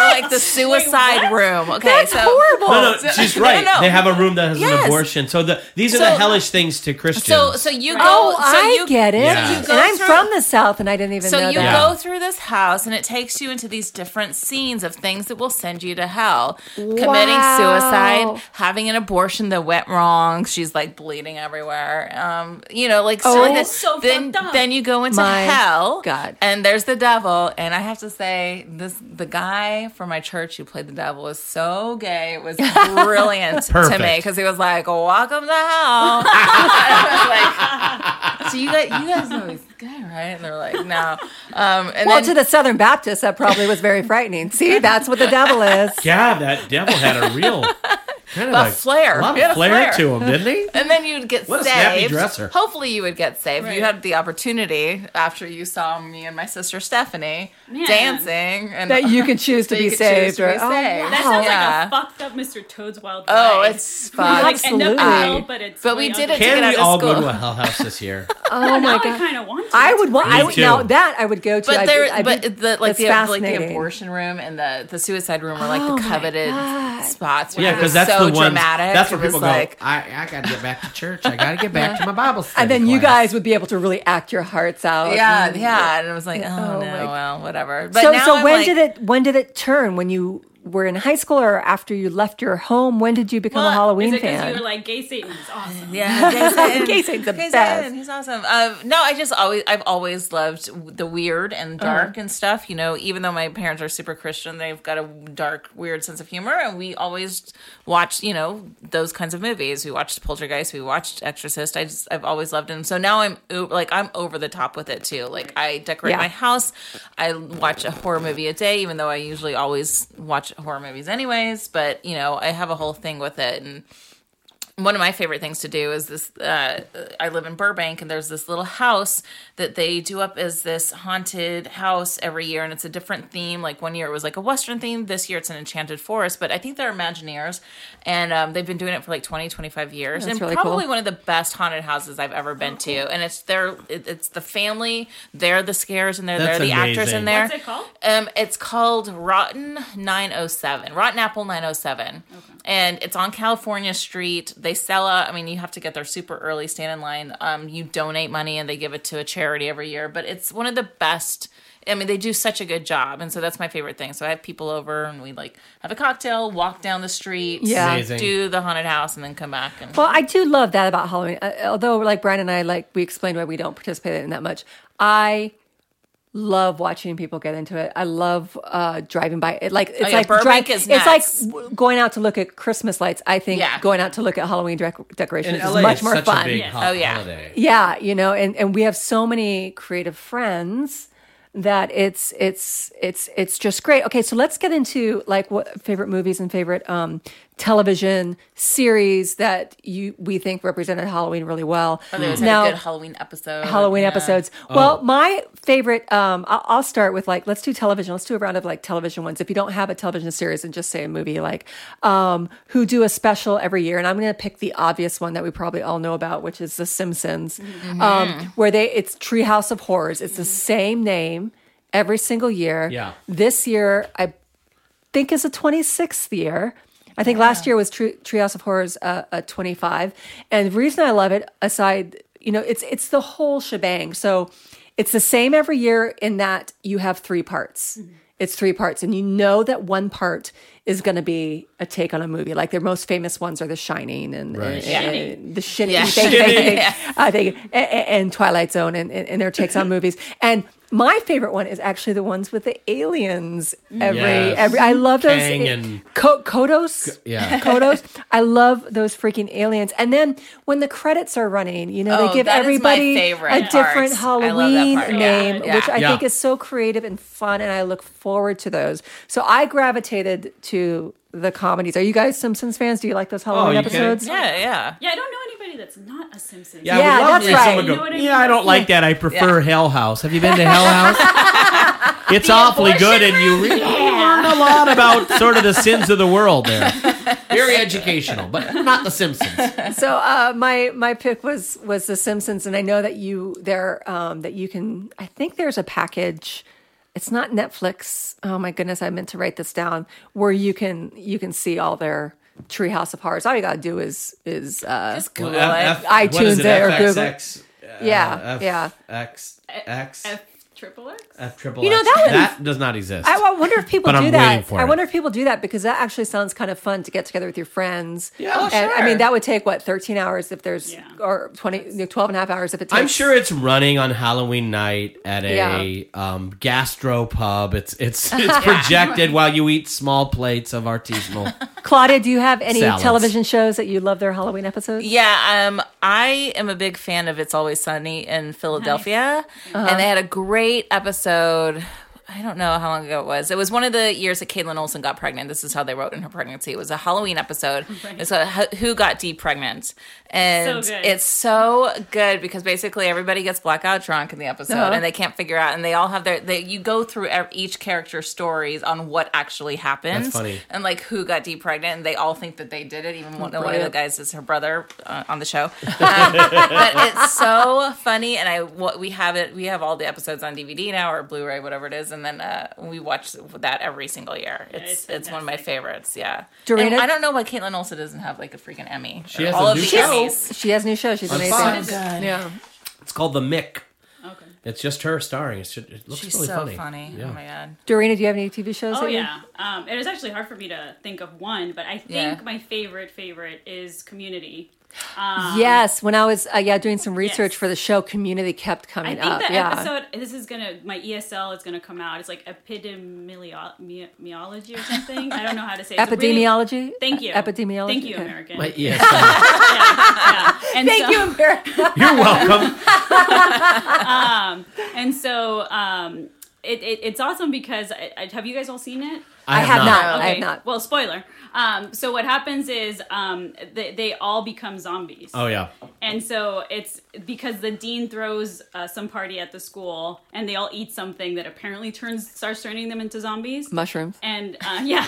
[SPEAKER 2] like the suicide room. Okay, so horrible.
[SPEAKER 3] no, no, she's right.
[SPEAKER 2] no, no.
[SPEAKER 3] They have a room that has an
[SPEAKER 2] Yes.
[SPEAKER 3] abortion. So the these are
[SPEAKER 2] So-
[SPEAKER 3] the hellish things to Christians.
[SPEAKER 2] So so you go.
[SPEAKER 1] Oh,
[SPEAKER 2] so
[SPEAKER 1] I
[SPEAKER 2] you,
[SPEAKER 1] get it.
[SPEAKER 3] Yeah. you
[SPEAKER 1] And
[SPEAKER 2] go
[SPEAKER 1] I'm
[SPEAKER 2] through-
[SPEAKER 1] from the South, and I didn't even
[SPEAKER 2] So
[SPEAKER 1] know
[SPEAKER 2] you
[SPEAKER 1] that.
[SPEAKER 2] go through this house, and it takes you into these different scenes of things that will send you to hell: committing
[SPEAKER 1] Wow.
[SPEAKER 2] suicide, having an abortion that went wrong. She's like bleeding everywhere. Um, you know, like
[SPEAKER 1] Oh.
[SPEAKER 2] so. Then,
[SPEAKER 1] That's
[SPEAKER 4] so
[SPEAKER 2] then,
[SPEAKER 4] fucked up.
[SPEAKER 2] then you go into
[SPEAKER 1] My
[SPEAKER 2] hell.
[SPEAKER 1] God.
[SPEAKER 2] And there's the devil. And I have to say, this the guy from my church who played the devil was so gay. It was brilliant to
[SPEAKER 3] Perfect.
[SPEAKER 2] me because he was like, "Welcome to hell." I was like, "So you guys, you guys know this guy, right?" And they're like, "No." Um, and
[SPEAKER 1] Well,
[SPEAKER 2] then
[SPEAKER 1] to the Southern Baptists, that probably was very frightening. See, that's what the devil is.
[SPEAKER 3] yeah, that devil had a real kind of
[SPEAKER 2] A
[SPEAKER 3] like,
[SPEAKER 2] flair.
[SPEAKER 3] a lot
[SPEAKER 2] He had a
[SPEAKER 3] of flair,
[SPEAKER 2] flair.
[SPEAKER 3] to him, didn't he?
[SPEAKER 2] And then you'd get
[SPEAKER 3] What a
[SPEAKER 2] saved.
[SPEAKER 3] snappy dresser.
[SPEAKER 2] Hopefully, you would get saved.
[SPEAKER 4] Right.
[SPEAKER 2] You had the opportunity after you saw me and my sister Stephanie
[SPEAKER 4] Man.
[SPEAKER 2] dancing, and
[SPEAKER 1] That you can choose to
[SPEAKER 2] That
[SPEAKER 1] be
[SPEAKER 2] you could choose
[SPEAKER 1] saved.
[SPEAKER 2] to be
[SPEAKER 1] or, oh,
[SPEAKER 2] saved.
[SPEAKER 4] That
[SPEAKER 1] wow.
[SPEAKER 4] sounds like
[SPEAKER 2] Yeah.
[SPEAKER 4] a fucked up Mr. Toad's Wild
[SPEAKER 2] oh,
[SPEAKER 4] Ride.
[SPEAKER 2] it's
[SPEAKER 4] You,
[SPEAKER 2] fun.
[SPEAKER 4] like end up in
[SPEAKER 1] Absolutely.
[SPEAKER 4] hell, but it's
[SPEAKER 2] But we
[SPEAKER 4] way
[SPEAKER 2] did
[SPEAKER 4] other-
[SPEAKER 2] it
[SPEAKER 3] Can
[SPEAKER 2] get out
[SPEAKER 3] we
[SPEAKER 2] of
[SPEAKER 3] all go
[SPEAKER 2] school.
[SPEAKER 3] to a hell house this year?
[SPEAKER 1] oh my
[SPEAKER 4] Now
[SPEAKER 1] god.
[SPEAKER 4] I kind of want. To.
[SPEAKER 1] I would want. I
[SPEAKER 3] Me
[SPEAKER 1] would
[SPEAKER 3] too.
[SPEAKER 1] now that I would go to.
[SPEAKER 2] But
[SPEAKER 1] I'd be-
[SPEAKER 2] there,
[SPEAKER 1] I'd
[SPEAKER 2] but
[SPEAKER 1] be-
[SPEAKER 2] the like
[SPEAKER 1] that's
[SPEAKER 2] the like the
[SPEAKER 1] fascinating.
[SPEAKER 2] abortion room and the the suicide room were like
[SPEAKER 1] Oh
[SPEAKER 2] the
[SPEAKER 1] my
[SPEAKER 2] coveted
[SPEAKER 1] God.
[SPEAKER 2] spots.
[SPEAKER 3] Yeah,
[SPEAKER 2] because
[SPEAKER 3] because that's
[SPEAKER 2] so
[SPEAKER 3] the one.
[SPEAKER 2] dramatic.
[SPEAKER 3] That's where
[SPEAKER 2] It was
[SPEAKER 3] people
[SPEAKER 2] like,
[SPEAKER 3] go. I, I got to get back to church. I got to get back to my Bible study.
[SPEAKER 1] and then you
[SPEAKER 3] class."
[SPEAKER 1] guys would be able to really act your hearts out.
[SPEAKER 2] Yeah,
[SPEAKER 1] Mm.
[SPEAKER 2] yeah, and it was like, oh,
[SPEAKER 1] Oh,
[SPEAKER 2] no,
[SPEAKER 1] my-
[SPEAKER 2] well, whatever. But
[SPEAKER 1] So,
[SPEAKER 2] now
[SPEAKER 1] so
[SPEAKER 2] I'm
[SPEAKER 1] when
[SPEAKER 2] like,
[SPEAKER 1] did it? When did it turn? When you were in high school, or after you left your home? When did you become
[SPEAKER 2] Well,
[SPEAKER 1] a
[SPEAKER 2] is
[SPEAKER 1] Halloween
[SPEAKER 4] Is it 'cause
[SPEAKER 1] fan?
[SPEAKER 4] you were like gay Satan is awesome?
[SPEAKER 2] Yeah, Jason.
[SPEAKER 1] Jason's the
[SPEAKER 2] Jason,
[SPEAKER 1] best.
[SPEAKER 2] He's awesome. Um, no, I just always I've always loved the weird and
[SPEAKER 1] Uh-huh.
[SPEAKER 2] dark and stuff. You know, even though my parents are super Christian, they've got a dark, weird sense of humor, and we always watch you know those kinds of movies. We watched Poltergeist, we watched Exorcist. I just I've always loved him. So now I'm o- like I'm over the top with it too. Like I decorate
[SPEAKER 1] Yeah.
[SPEAKER 2] my house. I watch a horror movie a day, even though I usually always watch horror movies anyways. But you know, I have a whole thing with it and one of my favorite things to do is this uh, i live in burbank and there's this little house that they do up as this haunted house every year and it's a different theme like one year it was like a western theme this year it's an enchanted forest but i think they're imagineers and um, they've been doing it for like 20 25 years
[SPEAKER 1] That's
[SPEAKER 2] and
[SPEAKER 1] really
[SPEAKER 2] probably
[SPEAKER 1] cool. Oh,
[SPEAKER 2] one of the best haunted houses i've ever been to and it's their it, it's the family they're the scares and they're,
[SPEAKER 3] That's
[SPEAKER 2] they're the actors in
[SPEAKER 3] amazing.
[SPEAKER 2] there
[SPEAKER 4] What's it called?
[SPEAKER 2] um, it's called Rotten 907, Rotten Apple 907. And it's on California Street. They sell out. I mean, you have to get there super early, stand in line. Um, you donate money and they give it to a charity every year. But it's one of the best. I mean, they do such a good job. And so that's my favorite thing. So I have people over and we like have a cocktail, walk down the street,
[SPEAKER 1] Yeah.
[SPEAKER 3] Amazing.
[SPEAKER 2] do the haunted house, and then come back. And
[SPEAKER 1] Well, I do love that about Halloween. Uh, although, like Brian and I, like we explained why we don't participate in that much. I love watching people get into it. I love uh, driving by. It like it's
[SPEAKER 2] Oh, yeah,
[SPEAKER 1] like
[SPEAKER 2] Burbank is
[SPEAKER 1] it's like
[SPEAKER 2] nuts.
[SPEAKER 1] w- going out to look at Christmas lights. I think
[SPEAKER 2] Yeah.
[SPEAKER 1] going out to look at Halloween dec- decorations
[SPEAKER 3] And
[SPEAKER 1] is
[SPEAKER 3] LA
[SPEAKER 1] much
[SPEAKER 3] is
[SPEAKER 1] more
[SPEAKER 3] such
[SPEAKER 1] fun.
[SPEAKER 3] A big ho-
[SPEAKER 2] Oh, yeah.
[SPEAKER 3] Holiday.
[SPEAKER 1] Yeah, you know, and and we have so many creative friends that it's it's it's it's just great. Okay, so let's get into like what favorite movies and favorite um television series that you we think represented Halloween really well.
[SPEAKER 2] Oh, they always had
[SPEAKER 1] Now,
[SPEAKER 2] a good Halloween episode.
[SPEAKER 1] Halloween
[SPEAKER 2] Yeah.
[SPEAKER 1] episodes. Oh. Well, my favorite. Um, I'll, I'll start with like let's do television. Let's do a round of like television ones. If you don't have a television series, and just say a movie like um, who do a special every year. And I'm going to pick the obvious one that we probably all know about, which is The Simpsons, um, where they it's Treehouse of Mm-hmm. Horrors. It's the same name every single year.
[SPEAKER 3] Yeah.
[SPEAKER 1] This year, I think is a 26th year. I think last year was Tri- Treehouse of Horrors uh, uh, 25. And the reason I love it, aside, you know, it's it's the whole shebang. So it's the same every year in that you have three parts. It's three parts, and you know that one part is going to be a take on a movie. Like their most famous ones are The Shining and,
[SPEAKER 3] Right.
[SPEAKER 1] and- and The Shining.
[SPEAKER 5] Yeah.
[SPEAKER 1] Thank- thank- thank- I think, and, and Twilight Zone and, and, and their takes on movies. And my favorite one is actually the ones with the aliens. Every
[SPEAKER 3] Yes.
[SPEAKER 1] every I love those
[SPEAKER 3] Kang and-
[SPEAKER 1] Ko- Kodos.
[SPEAKER 3] yeah.
[SPEAKER 1] Kodos. I love those freaking aliens. And then when the credits are running, you know,
[SPEAKER 2] Oh,
[SPEAKER 1] they give
[SPEAKER 2] that is my
[SPEAKER 1] everybody
[SPEAKER 2] favorite
[SPEAKER 1] a different
[SPEAKER 2] part. I love that
[SPEAKER 1] Halloween
[SPEAKER 2] part.
[SPEAKER 1] name,
[SPEAKER 2] Yeah.
[SPEAKER 1] which I
[SPEAKER 3] Yeah.
[SPEAKER 1] think is so creative and fun and I look forward to those. So I gravitated to the comedies. Are you guys Simpsons fans? Do you like those Halloween
[SPEAKER 3] Oh, you kidding?
[SPEAKER 1] episodes?
[SPEAKER 2] Yeah, yeah.
[SPEAKER 4] Yeah, I don't know anybody that's not a Simpsons.
[SPEAKER 3] Yeah,
[SPEAKER 1] Yeah,
[SPEAKER 3] I would love
[SPEAKER 1] that's
[SPEAKER 3] to hear
[SPEAKER 1] right.
[SPEAKER 3] someone go,
[SPEAKER 4] You know what I
[SPEAKER 3] yeah, I
[SPEAKER 4] mean?
[SPEAKER 3] don't like that. I prefer Hell House. Have you been to Hell House? it's awfully good, and you really learned a lot about sort of the sins of the world there. Very educational, but not The Simpsons.
[SPEAKER 1] So uh, my my pick was was The Simpsons, and I know that you there um, that you can. I think there's a package. It's not Netflix. Oh my goodness, I meant to write this down. Where you can you can see all their Treehouse of Horrors. All you gotta do is is uh,
[SPEAKER 2] Just Google
[SPEAKER 3] F-
[SPEAKER 2] it.
[SPEAKER 3] F- what is
[SPEAKER 1] iTunes there or Google.
[SPEAKER 3] FXX, uh,
[SPEAKER 1] Yeah,
[SPEAKER 3] F-
[SPEAKER 1] yeah.
[SPEAKER 3] X, X,
[SPEAKER 4] F triple X.
[SPEAKER 3] F triple
[SPEAKER 1] You know,
[SPEAKER 3] X.
[SPEAKER 1] that would-
[SPEAKER 3] That does not exist.
[SPEAKER 1] I, I wonder if people
[SPEAKER 3] But
[SPEAKER 1] do
[SPEAKER 3] I'm waiting
[SPEAKER 1] that.
[SPEAKER 3] for
[SPEAKER 1] I
[SPEAKER 3] it.
[SPEAKER 1] wonder if people do that because that actually sounds kind of fun to get together with your friends.
[SPEAKER 3] Yeah. Oh,
[SPEAKER 1] And, I
[SPEAKER 2] sure.
[SPEAKER 1] mean, that would take what 13 hours if there's
[SPEAKER 4] Yeah.
[SPEAKER 1] or 20, you know, 12 and a half hours if it takes.
[SPEAKER 3] I'm sure it's running on Halloween night at a um, gastro pub. It's it's it's projected while you eat small plates of artisanal.
[SPEAKER 1] Claudia, do you have any
[SPEAKER 3] Salads.
[SPEAKER 1] television shows that you love their Halloween episodes?
[SPEAKER 2] Yeah, um, I am a big fan of It's Always Sunny in Philadelphia,
[SPEAKER 4] Uh-huh.
[SPEAKER 2] and they had a great episode. I don't know how long ago it was. It was one of the years that Caitlin Olsen got pregnant. This is how they wrote in her pregnancy. It was a Halloween episode. It's a h- who got deep pregnant, and
[SPEAKER 4] So good.
[SPEAKER 2] it's so good because basically everybody gets blackout drunk in the episode,
[SPEAKER 1] Uh-huh.
[SPEAKER 2] and they can't figure out. And they all have their. They, you go through ev- each character's stories on what actually happened,
[SPEAKER 3] funny.
[SPEAKER 2] and like who got deep pregnant, and they all think that they did it, even one, one of the
[SPEAKER 1] Brilliant.
[SPEAKER 2] guys is her brother uh, on the show. Um, but it's so funny, and I what we have it. We have all the episodes on DVD now or Blu-ray, whatever it is, and then uh, we watch that every single year. It's it's,
[SPEAKER 4] it's
[SPEAKER 2] one of my favorites. Yeah,
[SPEAKER 1] Dorina-
[SPEAKER 2] And I don't know why Caitlin Olsen doesn't have like a freaking Emmy.
[SPEAKER 3] She
[SPEAKER 2] Or
[SPEAKER 3] has
[SPEAKER 2] all
[SPEAKER 3] a
[SPEAKER 2] of
[SPEAKER 3] new
[SPEAKER 2] the
[SPEAKER 3] show.
[SPEAKER 2] Emmys.
[SPEAKER 1] She has new shows. She's amazing.
[SPEAKER 3] Fox.
[SPEAKER 1] Yeah.
[SPEAKER 3] It's called The Mick.
[SPEAKER 4] Okay.
[SPEAKER 3] It's just her starring. It's just, it looks
[SPEAKER 2] She's
[SPEAKER 3] really
[SPEAKER 2] so
[SPEAKER 3] funny.
[SPEAKER 2] funny.
[SPEAKER 3] Yeah.
[SPEAKER 2] Oh my god.
[SPEAKER 1] Dorina, do you have any TV shows?
[SPEAKER 4] Oh
[SPEAKER 1] that you-
[SPEAKER 4] yeah, um, it is actually hard for me to think of one, but I think
[SPEAKER 2] Yeah.
[SPEAKER 4] my favorite favorite is Community.
[SPEAKER 1] yes. When I was uh, yeah doing some research
[SPEAKER 4] Yes.
[SPEAKER 1] for the show, Community kept
[SPEAKER 4] I
[SPEAKER 1] coming
[SPEAKER 4] think
[SPEAKER 1] up.
[SPEAKER 4] the
[SPEAKER 1] uh, yeah.
[SPEAKER 4] episode. This is gonna my ESL is gonna come out. It's like epidemiology or something. I don't know how to say it. It's a really-
[SPEAKER 1] Epidemiology. E-,
[SPEAKER 4] Thank you.
[SPEAKER 1] Epidemiology.
[SPEAKER 4] Thank you,
[SPEAKER 1] Okay.
[SPEAKER 4] American.
[SPEAKER 3] My ESL.
[SPEAKER 4] Yeah, yeah. And
[SPEAKER 1] Thank
[SPEAKER 4] so-
[SPEAKER 1] you, America.
[SPEAKER 3] You're welcome.
[SPEAKER 4] And so um, it, it, it's awesome because I, I, have you guys all seen it?
[SPEAKER 1] I have not. I have
[SPEAKER 4] Okay,
[SPEAKER 1] not.
[SPEAKER 4] Well, spoiler. Um, so what happens is um, they, they all become zombies.
[SPEAKER 3] Oh yeah.
[SPEAKER 4] And so it's because the dean throws uh, some party at the school, and they all eat something that apparently turns starts turning them into zombies.
[SPEAKER 1] Mushrooms.
[SPEAKER 4] and uh, yeah,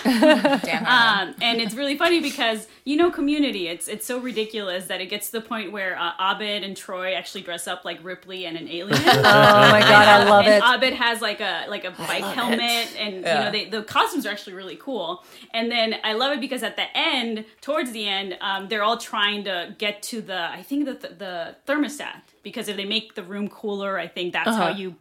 [SPEAKER 2] Damn.
[SPEAKER 4] um, and it's really funny because you know, community. It's it's so ridiculous that it gets to the point where uh, Abed and Troy actually dress up like Ripley and an alien.
[SPEAKER 1] Oh my god, I love
[SPEAKER 4] and
[SPEAKER 1] it.
[SPEAKER 4] Abed has like a like a bike helmet, and
[SPEAKER 2] Yeah.
[SPEAKER 4] you know they, the costumes are actually really cool. And then I love it because at the end, towards the end, um, they're all trying to get to the I think the the thermostat because if they make the room cooler, I think that's
[SPEAKER 1] Uh-huh.
[SPEAKER 4] how you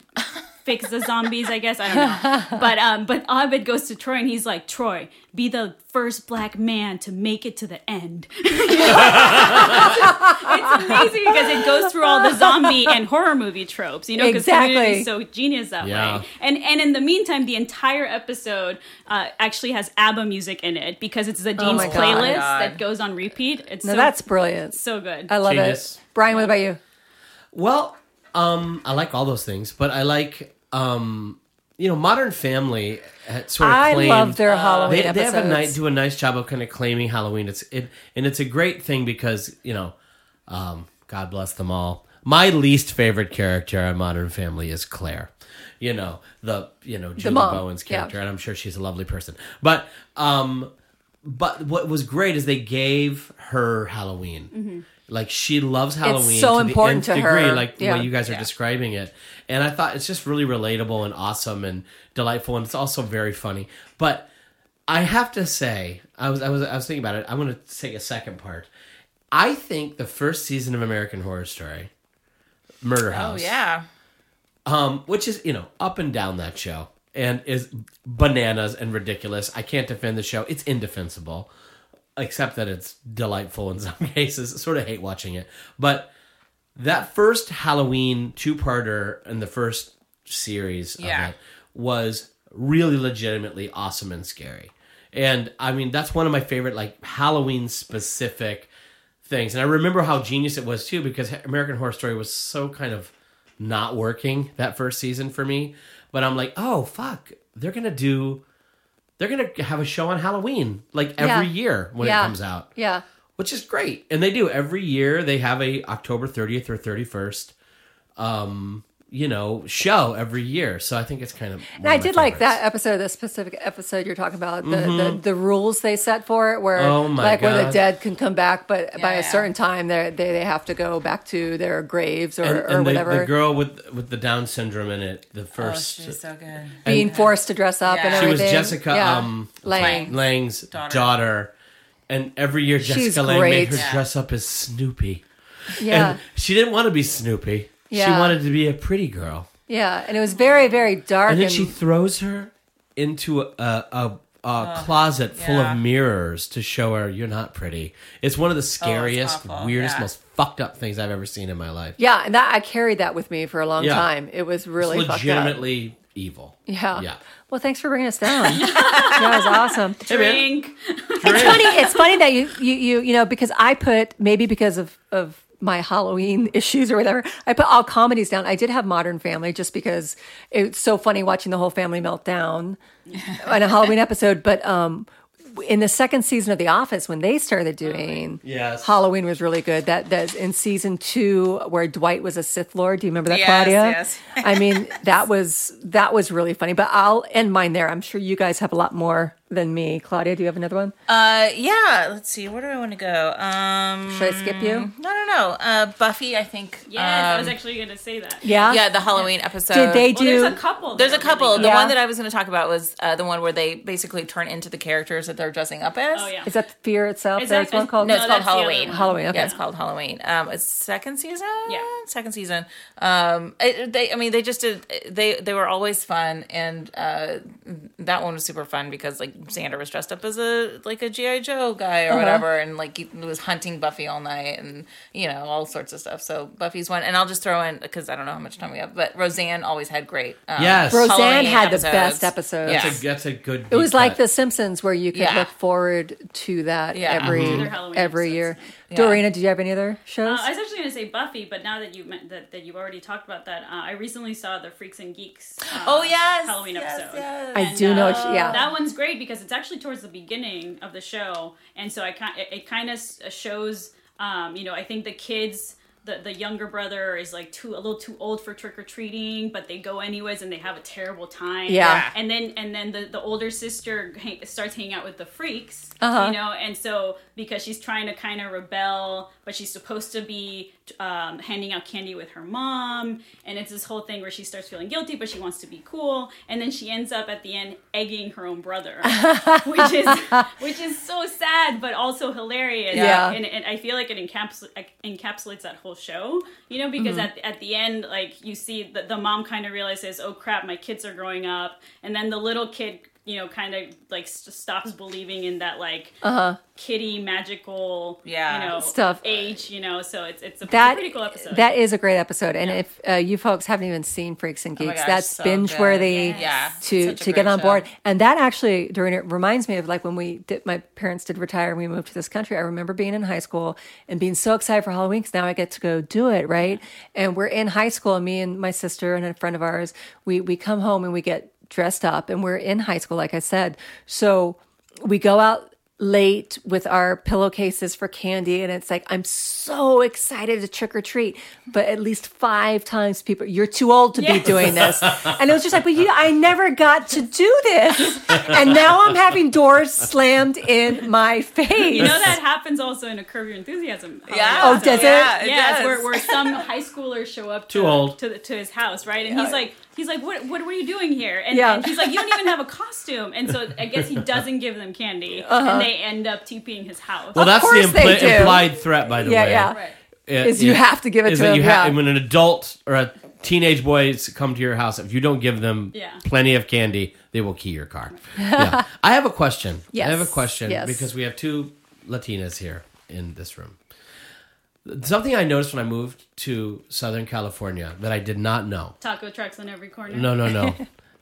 [SPEAKER 4] fix the zombies. I guess I don't know, but um, but Abed goes to Troy and he's like, Troy, be the first black man to make it to the end. it's amazing because it goes through all the zombie and horror movie tropes, you know, because
[SPEAKER 1] Exactly.
[SPEAKER 4] community is so genius that
[SPEAKER 3] Yeah.
[SPEAKER 4] way. And and in the meantime, the entire episode uh, actually has ABBA music in it because it's the Dean's
[SPEAKER 1] my God. Oh
[SPEAKER 2] my
[SPEAKER 4] playlist
[SPEAKER 2] God.
[SPEAKER 4] that goes on repeat. It's
[SPEAKER 1] No,
[SPEAKER 4] so,
[SPEAKER 1] that's brilliant.
[SPEAKER 4] so good.
[SPEAKER 1] I love
[SPEAKER 3] Genius.
[SPEAKER 1] it. Brian, what about you?
[SPEAKER 3] Well, um, I like all those things, but I like, um, you know, Modern Family had sort of
[SPEAKER 1] I
[SPEAKER 3] claimed-
[SPEAKER 1] love
[SPEAKER 4] Uh,
[SPEAKER 1] their Halloween
[SPEAKER 3] They, they
[SPEAKER 1] episodes.
[SPEAKER 3] have a nice, do a nice job of kind of claiming Halloween. It's it, and it's a great thing because you know, um, God bless them all. My least favorite character on Modern Family is Claire. You know the you know Julie
[SPEAKER 1] mom,
[SPEAKER 3] Bowen's
[SPEAKER 1] yeah.
[SPEAKER 3] character, and I'm sure she's a lovely person. But um, but what was great is they gave her Halloween. Like she loves Halloween.
[SPEAKER 1] Mm-hmm. so
[SPEAKER 3] to
[SPEAKER 1] important
[SPEAKER 3] the
[SPEAKER 1] to
[SPEAKER 3] nth
[SPEAKER 1] her.
[SPEAKER 3] degree, Like
[SPEAKER 1] Yeah.
[SPEAKER 3] the way you guys are describing it, and I thought it's just really relatable and awesome and delightful, and it's also very funny. But I have to say, I was I was I was thinking about it. I'm going to take a second part. I think the first season of American Horror Story, Murder
[SPEAKER 2] Oh
[SPEAKER 3] House,
[SPEAKER 2] yeah.
[SPEAKER 3] um, which is you know up and down that show and is bananas and ridiculous. I can't defend the show; it's indefensible, except that it's delightful in some cases. Sort of hate watching it, but that first Halloween two-parter in the first series
[SPEAKER 2] Yeah.
[SPEAKER 3] of it was really legitimately awesome and scary. And I mean, that's one of my favorite like Halloween specific things. And I remember how genius it was too because American Horror Story was so kind of not working that first season for me, but I'm like, "Oh, fuck. They're going to do they're going to have a show on Halloween like every
[SPEAKER 1] Yeah.
[SPEAKER 3] year when
[SPEAKER 1] Yeah.
[SPEAKER 3] it comes out."
[SPEAKER 1] Yeah.
[SPEAKER 3] which is great. And they do every year. They have a October 30th or 31st, um, you know, show every year. So I think it's kind of.
[SPEAKER 1] And I did like that episode, the specific episode you're talking about, the, the, the rules they set for it, where
[SPEAKER 3] Mm-hmm. Oh my
[SPEAKER 1] like where the
[SPEAKER 3] God.
[SPEAKER 1] dead can come back, but by a
[SPEAKER 2] yeah.
[SPEAKER 1] certain time they they they have to go back to their graves or,
[SPEAKER 3] And,
[SPEAKER 1] or
[SPEAKER 3] and the,
[SPEAKER 1] whatever,
[SPEAKER 3] the girl with with the Down syndrome in it, the
[SPEAKER 2] Oh,
[SPEAKER 3] first.
[SPEAKER 2] she's so good.
[SPEAKER 1] being forced to dress up and
[SPEAKER 2] Yeah. She
[SPEAKER 1] everything.
[SPEAKER 3] was Jessica,
[SPEAKER 1] Yeah.
[SPEAKER 3] um,
[SPEAKER 1] Lang.
[SPEAKER 3] Lang's
[SPEAKER 2] Daughter.
[SPEAKER 3] daughter. And every year, Jessica Lang
[SPEAKER 1] great.
[SPEAKER 3] made her
[SPEAKER 2] Yeah.
[SPEAKER 3] dress up as Snoopy.
[SPEAKER 1] Yeah,
[SPEAKER 3] And she didn't want to be Snoopy. She
[SPEAKER 1] Yeah.
[SPEAKER 3] wanted to be a pretty girl.
[SPEAKER 1] yeah, and it was very very dark.
[SPEAKER 3] and
[SPEAKER 1] And,
[SPEAKER 3] then she throws her into a a, a, a closet full
[SPEAKER 2] yeah. Oh,
[SPEAKER 3] of mirrors to show her you're not pretty. It's one of the scariest,
[SPEAKER 2] awful,
[SPEAKER 3] weirdest,
[SPEAKER 2] yeah.
[SPEAKER 3] most fucked up things I've ever seen in my life.
[SPEAKER 1] yeah, and that I carried that with me for a long
[SPEAKER 3] Yeah.
[SPEAKER 1] time. It was
[SPEAKER 3] It's
[SPEAKER 1] really fucked up.
[SPEAKER 3] legitimately evil.
[SPEAKER 1] Yeah.
[SPEAKER 3] Yeah.
[SPEAKER 1] Well, thanks for bringing us down. that was awesome.
[SPEAKER 4] Drink.
[SPEAKER 1] It's funny. It's funny that you, you, you, you know, because I put maybe because of of my Halloween issues or whatever, I put all comedies down. I did have Modern Family just because it's so funny watching the whole family melt down on a Halloween episode. But um, in the second season of The Office, when they started
[SPEAKER 2] Oh,
[SPEAKER 1] doing
[SPEAKER 3] Yes.
[SPEAKER 1] Halloween was really good. That that in season two where Dwight was a Sith Lord. Do you remember that,
[SPEAKER 2] Yes,
[SPEAKER 1] Claudia?
[SPEAKER 2] yes.
[SPEAKER 1] I mean, that was that was really funny. But I'll end mine there. I'm sure you guys have a lot more than me. Claudia, do you have another one?
[SPEAKER 2] Uh, yeah. Let's see. Where do I want to go? Um,
[SPEAKER 1] Should I skip you?
[SPEAKER 2] no, no, no. Uh, Buffy. I think.
[SPEAKER 4] Yes, I was
[SPEAKER 2] um,
[SPEAKER 4] actually going to say that.
[SPEAKER 1] Yeah.
[SPEAKER 5] yeah, the Halloween episode.
[SPEAKER 1] Uh, Did they
[SPEAKER 4] Well,
[SPEAKER 1] do?
[SPEAKER 4] there's a couple.
[SPEAKER 2] There's a
[SPEAKER 4] that are really
[SPEAKER 2] couple.
[SPEAKER 4] good.
[SPEAKER 2] The
[SPEAKER 1] Yeah.
[SPEAKER 2] one that I was going to talk about was uh, the one where they basically turn into the characters that they're dressing up as.
[SPEAKER 4] Oh yeah.
[SPEAKER 1] is that fear itself?
[SPEAKER 4] Is
[SPEAKER 1] There's
[SPEAKER 4] that-
[SPEAKER 1] one called.
[SPEAKER 2] No, it's called
[SPEAKER 4] that's the other
[SPEAKER 2] Halloween.
[SPEAKER 4] one.
[SPEAKER 1] Halloween, okay.
[SPEAKER 2] Yeah, it's called Halloween. Um, it's second season.
[SPEAKER 4] Yeah.
[SPEAKER 2] second season. Um, it, they, I mean, they just did. They they were always fun, and uh, that one was super fun because like Xander was dressed up as a like a GI Joe guy or whatever, and like he was hunting Buffy all night, and you know all sorts of stuff. So Buffy's one, and I'll just throw in because I don't know how much time we have, but Roseanne always had great. Um,
[SPEAKER 3] Yes.
[SPEAKER 1] Roseanne
[SPEAKER 2] Halloween
[SPEAKER 1] had the
[SPEAKER 2] episodes.
[SPEAKER 1] best episode.
[SPEAKER 2] Yeah.
[SPEAKER 3] That's a, that's a good.
[SPEAKER 1] It was like The Simpsons, where you could
[SPEAKER 2] Yeah.
[SPEAKER 1] look forward to that
[SPEAKER 2] Yeah.
[SPEAKER 1] every
[SPEAKER 4] Mhm. Their Halloween
[SPEAKER 1] every
[SPEAKER 4] episodes.
[SPEAKER 1] year. Dorina, did you have any other
[SPEAKER 4] Uh,
[SPEAKER 1] shows?
[SPEAKER 4] I was actually going to say Buffy, but now that you meant that, that you've already talked about that, uh, I recently saw the Freaks and Geeks. Uh,
[SPEAKER 2] Oh yes,
[SPEAKER 4] Halloween
[SPEAKER 2] yes,
[SPEAKER 4] episode.
[SPEAKER 2] yes.
[SPEAKER 1] I do know.
[SPEAKER 4] uh,
[SPEAKER 1] yeah.
[SPEAKER 4] that one's great because it's actually towards the beginning of the show, and so I kind it, it kind of shows. Um, you know, I think the kids. The, the younger brother is like too a little too old for trick or treating, but they go anyways and they have a terrible time.
[SPEAKER 1] Yeah.
[SPEAKER 4] and then and then the, the older sister hang, starts hanging out with the freaks, you know, and so because she's trying to kind of rebel, but she's supposed to be um, handing out candy with her mom, and it's this whole thing where she starts feeling guilty, but she wants to be cool, and then she ends up at the end egging her own brother, which is which is so sad but also hilarious.
[SPEAKER 1] Yeah.
[SPEAKER 4] Like, and, and I feel like it encaps- encapsulates that whole show, you know, because
[SPEAKER 1] Mm-hmm.
[SPEAKER 4] at, at the end, like you see the, the mom kind of realizes, oh crap, my kids are growing up, and then the little kid, you know, kind of like st- stops believing in that like kitty magical,
[SPEAKER 2] Yeah.
[SPEAKER 4] you know,
[SPEAKER 1] Uh-huh. Stuff.
[SPEAKER 4] age, you know. So it's it's a
[SPEAKER 1] that
[SPEAKER 4] pretty cool episode.
[SPEAKER 1] that is a great episode and if uh, you folks haven't even seen freaks and
[SPEAKER 2] Oh my
[SPEAKER 1] geeks
[SPEAKER 2] gosh,
[SPEAKER 1] that's
[SPEAKER 2] so
[SPEAKER 1] binge
[SPEAKER 2] good.
[SPEAKER 1] worthy
[SPEAKER 2] Yeah,
[SPEAKER 1] to
[SPEAKER 2] such a
[SPEAKER 1] to get
[SPEAKER 2] great
[SPEAKER 1] on
[SPEAKER 2] show.
[SPEAKER 1] board and that actually during it reminds me of like when we did my parents did retire and we moved to this country i remember being in high school and being so excited for halloween because now i get to go do it right and we're in high school and me and my sister and a friend of ours we we come home and we get dressed up and we're in high school like i said so we go out late with our pillowcases for candy and it's like i'm so excited to trick or treat but at least five times people you're too old to be
[SPEAKER 4] Yes.
[SPEAKER 1] doing this and it was just like but you i never got to do this and now i'm having doors slammed in my face
[SPEAKER 4] you know that happens also in a Curb Your Enthusiasm. Halloween
[SPEAKER 2] Yeah.
[SPEAKER 1] Oh, does it?
[SPEAKER 2] Yeah, it
[SPEAKER 4] yeah, it's
[SPEAKER 2] does.
[SPEAKER 4] where, where some high schoolers show up to,
[SPEAKER 3] Too old.
[SPEAKER 4] to, the- to his house, right? And he's like, he's like, what, what were you doing here? And,
[SPEAKER 1] Yeah.
[SPEAKER 4] and he's like, you don't even have a costume. And so I guess he doesn't give them candy,
[SPEAKER 1] Uh-huh.
[SPEAKER 4] and they end up TPing his house.
[SPEAKER 3] Well, that's the
[SPEAKER 1] course they do.
[SPEAKER 3] impli- implied threat, by the
[SPEAKER 1] Yeah,
[SPEAKER 3] way.
[SPEAKER 1] yeah.
[SPEAKER 4] Right.
[SPEAKER 3] Uh,
[SPEAKER 1] Is you have to give it
[SPEAKER 3] is
[SPEAKER 1] to
[SPEAKER 3] that
[SPEAKER 1] him,
[SPEAKER 3] You
[SPEAKER 1] yeah.
[SPEAKER 3] When an adult or a teenage boy s- come to your house, if you don't give them
[SPEAKER 4] Yeah.
[SPEAKER 3] plenty of candy, they will key your car. yeah. I have a question. I have a
[SPEAKER 1] Yes,
[SPEAKER 3] question
[SPEAKER 1] yes.
[SPEAKER 3] because we have two Latinas here in this room. Something I noticed when I moved to Southern California that I did not know.
[SPEAKER 4] Taco trucks on every corner.
[SPEAKER 3] No, no, no.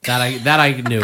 [SPEAKER 3] that I that I knew.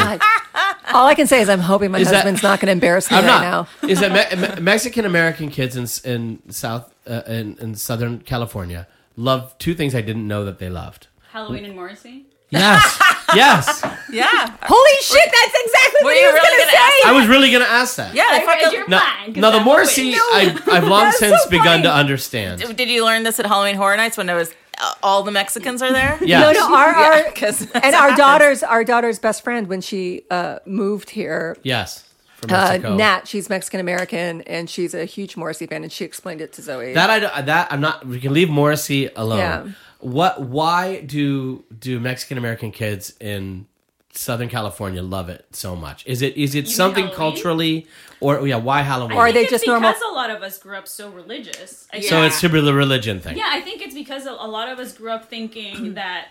[SPEAKER 1] All I can say is I'm hoping my
[SPEAKER 3] Is that-
[SPEAKER 1] husband's not going to embarrass me
[SPEAKER 3] I'm
[SPEAKER 1] right
[SPEAKER 3] not.
[SPEAKER 1] now.
[SPEAKER 3] Is that me- Mexican American kids in in South uh, in, in Southern California love two things I didn't know that they loved.
[SPEAKER 4] Halloween and Morrissey.
[SPEAKER 3] Yes, yes.
[SPEAKER 2] Yeah.
[SPEAKER 1] Holy shit, that's exactly
[SPEAKER 2] Were
[SPEAKER 1] what he
[SPEAKER 2] you
[SPEAKER 1] was
[SPEAKER 2] really
[SPEAKER 1] going to
[SPEAKER 2] gonna ask
[SPEAKER 1] say.
[SPEAKER 3] I was really gonna ask that.
[SPEAKER 2] Yeah. they
[SPEAKER 4] I read
[SPEAKER 2] fucking-
[SPEAKER 4] your
[SPEAKER 3] Now,
[SPEAKER 4] mind. 'cause
[SPEAKER 3] now the
[SPEAKER 4] I'm
[SPEAKER 3] Morrissey,
[SPEAKER 4] awake.
[SPEAKER 3] I've, I've long
[SPEAKER 1] That's so
[SPEAKER 3] since begun
[SPEAKER 1] funny.
[SPEAKER 3] to understand.
[SPEAKER 2] Did you learn this at Halloween Horror Nights when it was uh, all the Mexicans are there?
[SPEAKER 3] Yes.
[SPEAKER 1] No, no, our, our
[SPEAKER 2] Because
[SPEAKER 1] and our daughter's our daughter's best friend when she uh, moved here.
[SPEAKER 3] Yes. From
[SPEAKER 1] Uh,
[SPEAKER 3] Mexico.
[SPEAKER 1] Nat, she's Mexican American and she's a huge Morrissey fan, and she explained it to Zoe.
[SPEAKER 3] That I don't- that I'm not. We can leave Morrissey alone.
[SPEAKER 1] Yeah.
[SPEAKER 3] What? Why do do Mexican American kids in Southern California love it so much? Is it is it something
[SPEAKER 4] Halloween?
[SPEAKER 3] culturally or yeah? Why Halloween?
[SPEAKER 1] Or
[SPEAKER 4] I
[SPEAKER 1] are they
[SPEAKER 4] think it's
[SPEAKER 1] just normal-
[SPEAKER 4] Because a lot of us grew up so religious. I
[SPEAKER 3] so
[SPEAKER 4] think-
[SPEAKER 3] it's super the religion thing.
[SPEAKER 4] Yeah, I think it's because a, a lot of us grew up thinking that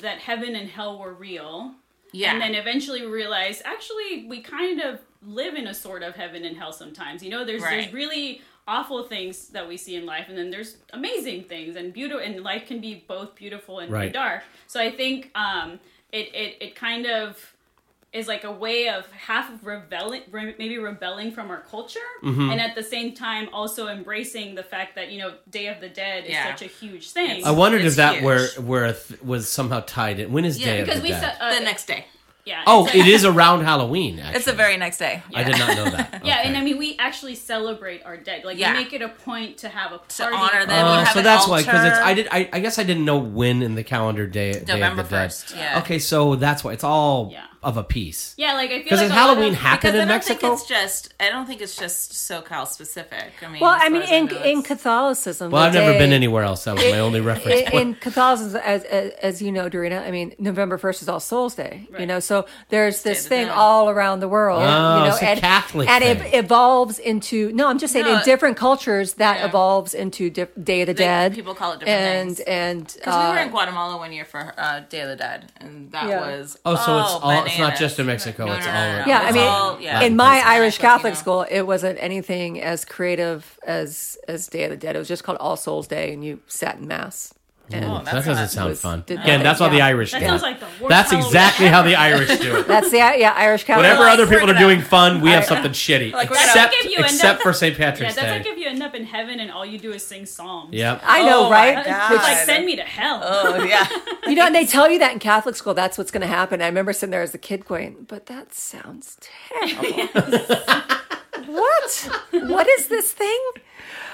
[SPEAKER 4] that heaven and hell were real,
[SPEAKER 2] yeah.
[SPEAKER 4] and then eventually we realized actually we kind of live in a sort of heaven and hell sometimes. You know, there's
[SPEAKER 2] Right.
[SPEAKER 4] there's really awful things that we see in life, and then there's amazing things and beautiful, and life can be both beautiful and
[SPEAKER 3] Right.
[SPEAKER 4] dark. So I think um, it, it it kind of is like a way of half of rebelling, re- maybe rebelling from our culture,
[SPEAKER 3] Mm-hmm.
[SPEAKER 4] and at the same time also embracing the fact that you know Day of the Dead is
[SPEAKER 2] Yeah.
[SPEAKER 4] such a huge thing.
[SPEAKER 3] I wondered
[SPEAKER 2] It's
[SPEAKER 3] if that
[SPEAKER 2] huge.
[SPEAKER 3] were were a th- was somehow tied in. When is Day of
[SPEAKER 4] because
[SPEAKER 3] the
[SPEAKER 4] we
[SPEAKER 3] Dead?
[SPEAKER 4] said uh,
[SPEAKER 2] the next day.
[SPEAKER 4] yeah.
[SPEAKER 3] oh,
[SPEAKER 4] it's a-
[SPEAKER 3] it is around Halloween. Actually.
[SPEAKER 2] It's the very next day.
[SPEAKER 3] I did not know that.
[SPEAKER 4] Yeah,
[SPEAKER 3] Okay.
[SPEAKER 4] and I mean, we actually celebrate our dead. Like,
[SPEAKER 2] Yeah.
[SPEAKER 4] we make it a point to have a party Uh,
[SPEAKER 2] To honor them.
[SPEAKER 3] Oh,
[SPEAKER 2] you have
[SPEAKER 3] so
[SPEAKER 2] an
[SPEAKER 3] that's why, because it's
[SPEAKER 2] altar.
[SPEAKER 3] I did I, I guess I didn't know when in the calendar day Day of the
[SPEAKER 2] November
[SPEAKER 3] Dead.
[SPEAKER 2] 1st, yeah.
[SPEAKER 3] Okay, so that's why it's all
[SPEAKER 4] Yeah.
[SPEAKER 3] of a piece.
[SPEAKER 4] Yeah, like I feel
[SPEAKER 3] Because
[SPEAKER 4] like
[SPEAKER 3] is
[SPEAKER 4] a lot
[SPEAKER 3] Halloween
[SPEAKER 4] of-
[SPEAKER 3] happen
[SPEAKER 2] Because I
[SPEAKER 3] in
[SPEAKER 2] don't
[SPEAKER 3] Mexico?
[SPEAKER 2] think it's just. I don't think it's just SoCal specific. I mean,
[SPEAKER 1] well,
[SPEAKER 2] as
[SPEAKER 1] I mean,
[SPEAKER 2] far as
[SPEAKER 1] in
[SPEAKER 2] know,
[SPEAKER 1] in
[SPEAKER 2] it's-
[SPEAKER 1] Catholicism.
[SPEAKER 3] well,
[SPEAKER 1] the
[SPEAKER 3] I've never
[SPEAKER 1] day-
[SPEAKER 3] been anywhere else. That was my only reference.
[SPEAKER 1] in,
[SPEAKER 3] point.
[SPEAKER 1] in Catholicism, as, as as you know, Dorina, I mean, November first is All Souls Day. You
[SPEAKER 4] Right.
[SPEAKER 1] know, so there's this
[SPEAKER 2] the
[SPEAKER 1] thing
[SPEAKER 2] dead.
[SPEAKER 1] all around the world.
[SPEAKER 3] Oh,
[SPEAKER 1] you know,
[SPEAKER 3] it's a
[SPEAKER 1] and,
[SPEAKER 3] Catholic
[SPEAKER 1] and
[SPEAKER 3] thing.
[SPEAKER 1] it evolves into no. I'm just saying,
[SPEAKER 2] No,
[SPEAKER 1] in
[SPEAKER 2] it-
[SPEAKER 1] different cultures, that
[SPEAKER 2] yeah.
[SPEAKER 1] evolves into di- Day of the Dead.
[SPEAKER 2] people call it different
[SPEAKER 1] and,
[SPEAKER 2] things.
[SPEAKER 1] And
[SPEAKER 2] Because we were
[SPEAKER 1] uh,
[SPEAKER 2] in Guatemala one year for uh, Day of the Dead, and that
[SPEAKER 1] Yeah.
[SPEAKER 2] was
[SPEAKER 3] oh, so it's all. It's not
[SPEAKER 2] bananas.
[SPEAKER 3] just in Mexico.
[SPEAKER 2] No,
[SPEAKER 3] it's
[SPEAKER 2] no,
[SPEAKER 3] all.
[SPEAKER 2] no, no, no.
[SPEAKER 1] Yeah, I
[SPEAKER 2] It's
[SPEAKER 1] mean,
[SPEAKER 2] all- yeah.
[SPEAKER 1] in my
[SPEAKER 2] It's
[SPEAKER 1] Irish
[SPEAKER 2] Latino.
[SPEAKER 1] Catholic school, it wasn't anything as creative as as Day of the Dead. It was just called All Souls Day, and you sat in mass. And
[SPEAKER 3] Ooh, that
[SPEAKER 2] Oh, that's
[SPEAKER 3] doesn't
[SPEAKER 2] not-
[SPEAKER 3] sound
[SPEAKER 1] was-
[SPEAKER 3] fun.
[SPEAKER 1] did
[SPEAKER 3] Again,
[SPEAKER 1] that-
[SPEAKER 3] that's what the
[SPEAKER 1] yeah.
[SPEAKER 3] Irish
[SPEAKER 4] That
[SPEAKER 3] do.
[SPEAKER 4] sounds like the worst.
[SPEAKER 3] That's
[SPEAKER 4] Halloween
[SPEAKER 3] exactly
[SPEAKER 4] ever.
[SPEAKER 3] how the Irish do it.
[SPEAKER 1] that's the yeah Irish Catholic.
[SPEAKER 3] Whatever
[SPEAKER 2] like,
[SPEAKER 3] other people
[SPEAKER 2] work it
[SPEAKER 3] are
[SPEAKER 2] out.
[SPEAKER 3] doing fun, we have something shitty.
[SPEAKER 2] Like, we're gonna-
[SPEAKER 3] except
[SPEAKER 4] Like, if you end
[SPEAKER 3] except
[SPEAKER 4] up-
[SPEAKER 3] for St.
[SPEAKER 4] Yeah,
[SPEAKER 3] Patrick's
[SPEAKER 4] that's
[SPEAKER 3] Day.
[SPEAKER 4] like if you end up in heaven and all you do is sing psalms.
[SPEAKER 3] yep.
[SPEAKER 1] I know,
[SPEAKER 2] Oh my
[SPEAKER 1] right?
[SPEAKER 2] God.
[SPEAKER 4] It's like send me to hell.
[SPEAKER 2] Oh yeah,
[SPEAKER 1] You know, and they tell you that in Catholic school, that's what's going to happen. I remember sitting there as a kid going, but that sounds terrible. what? What is this thing?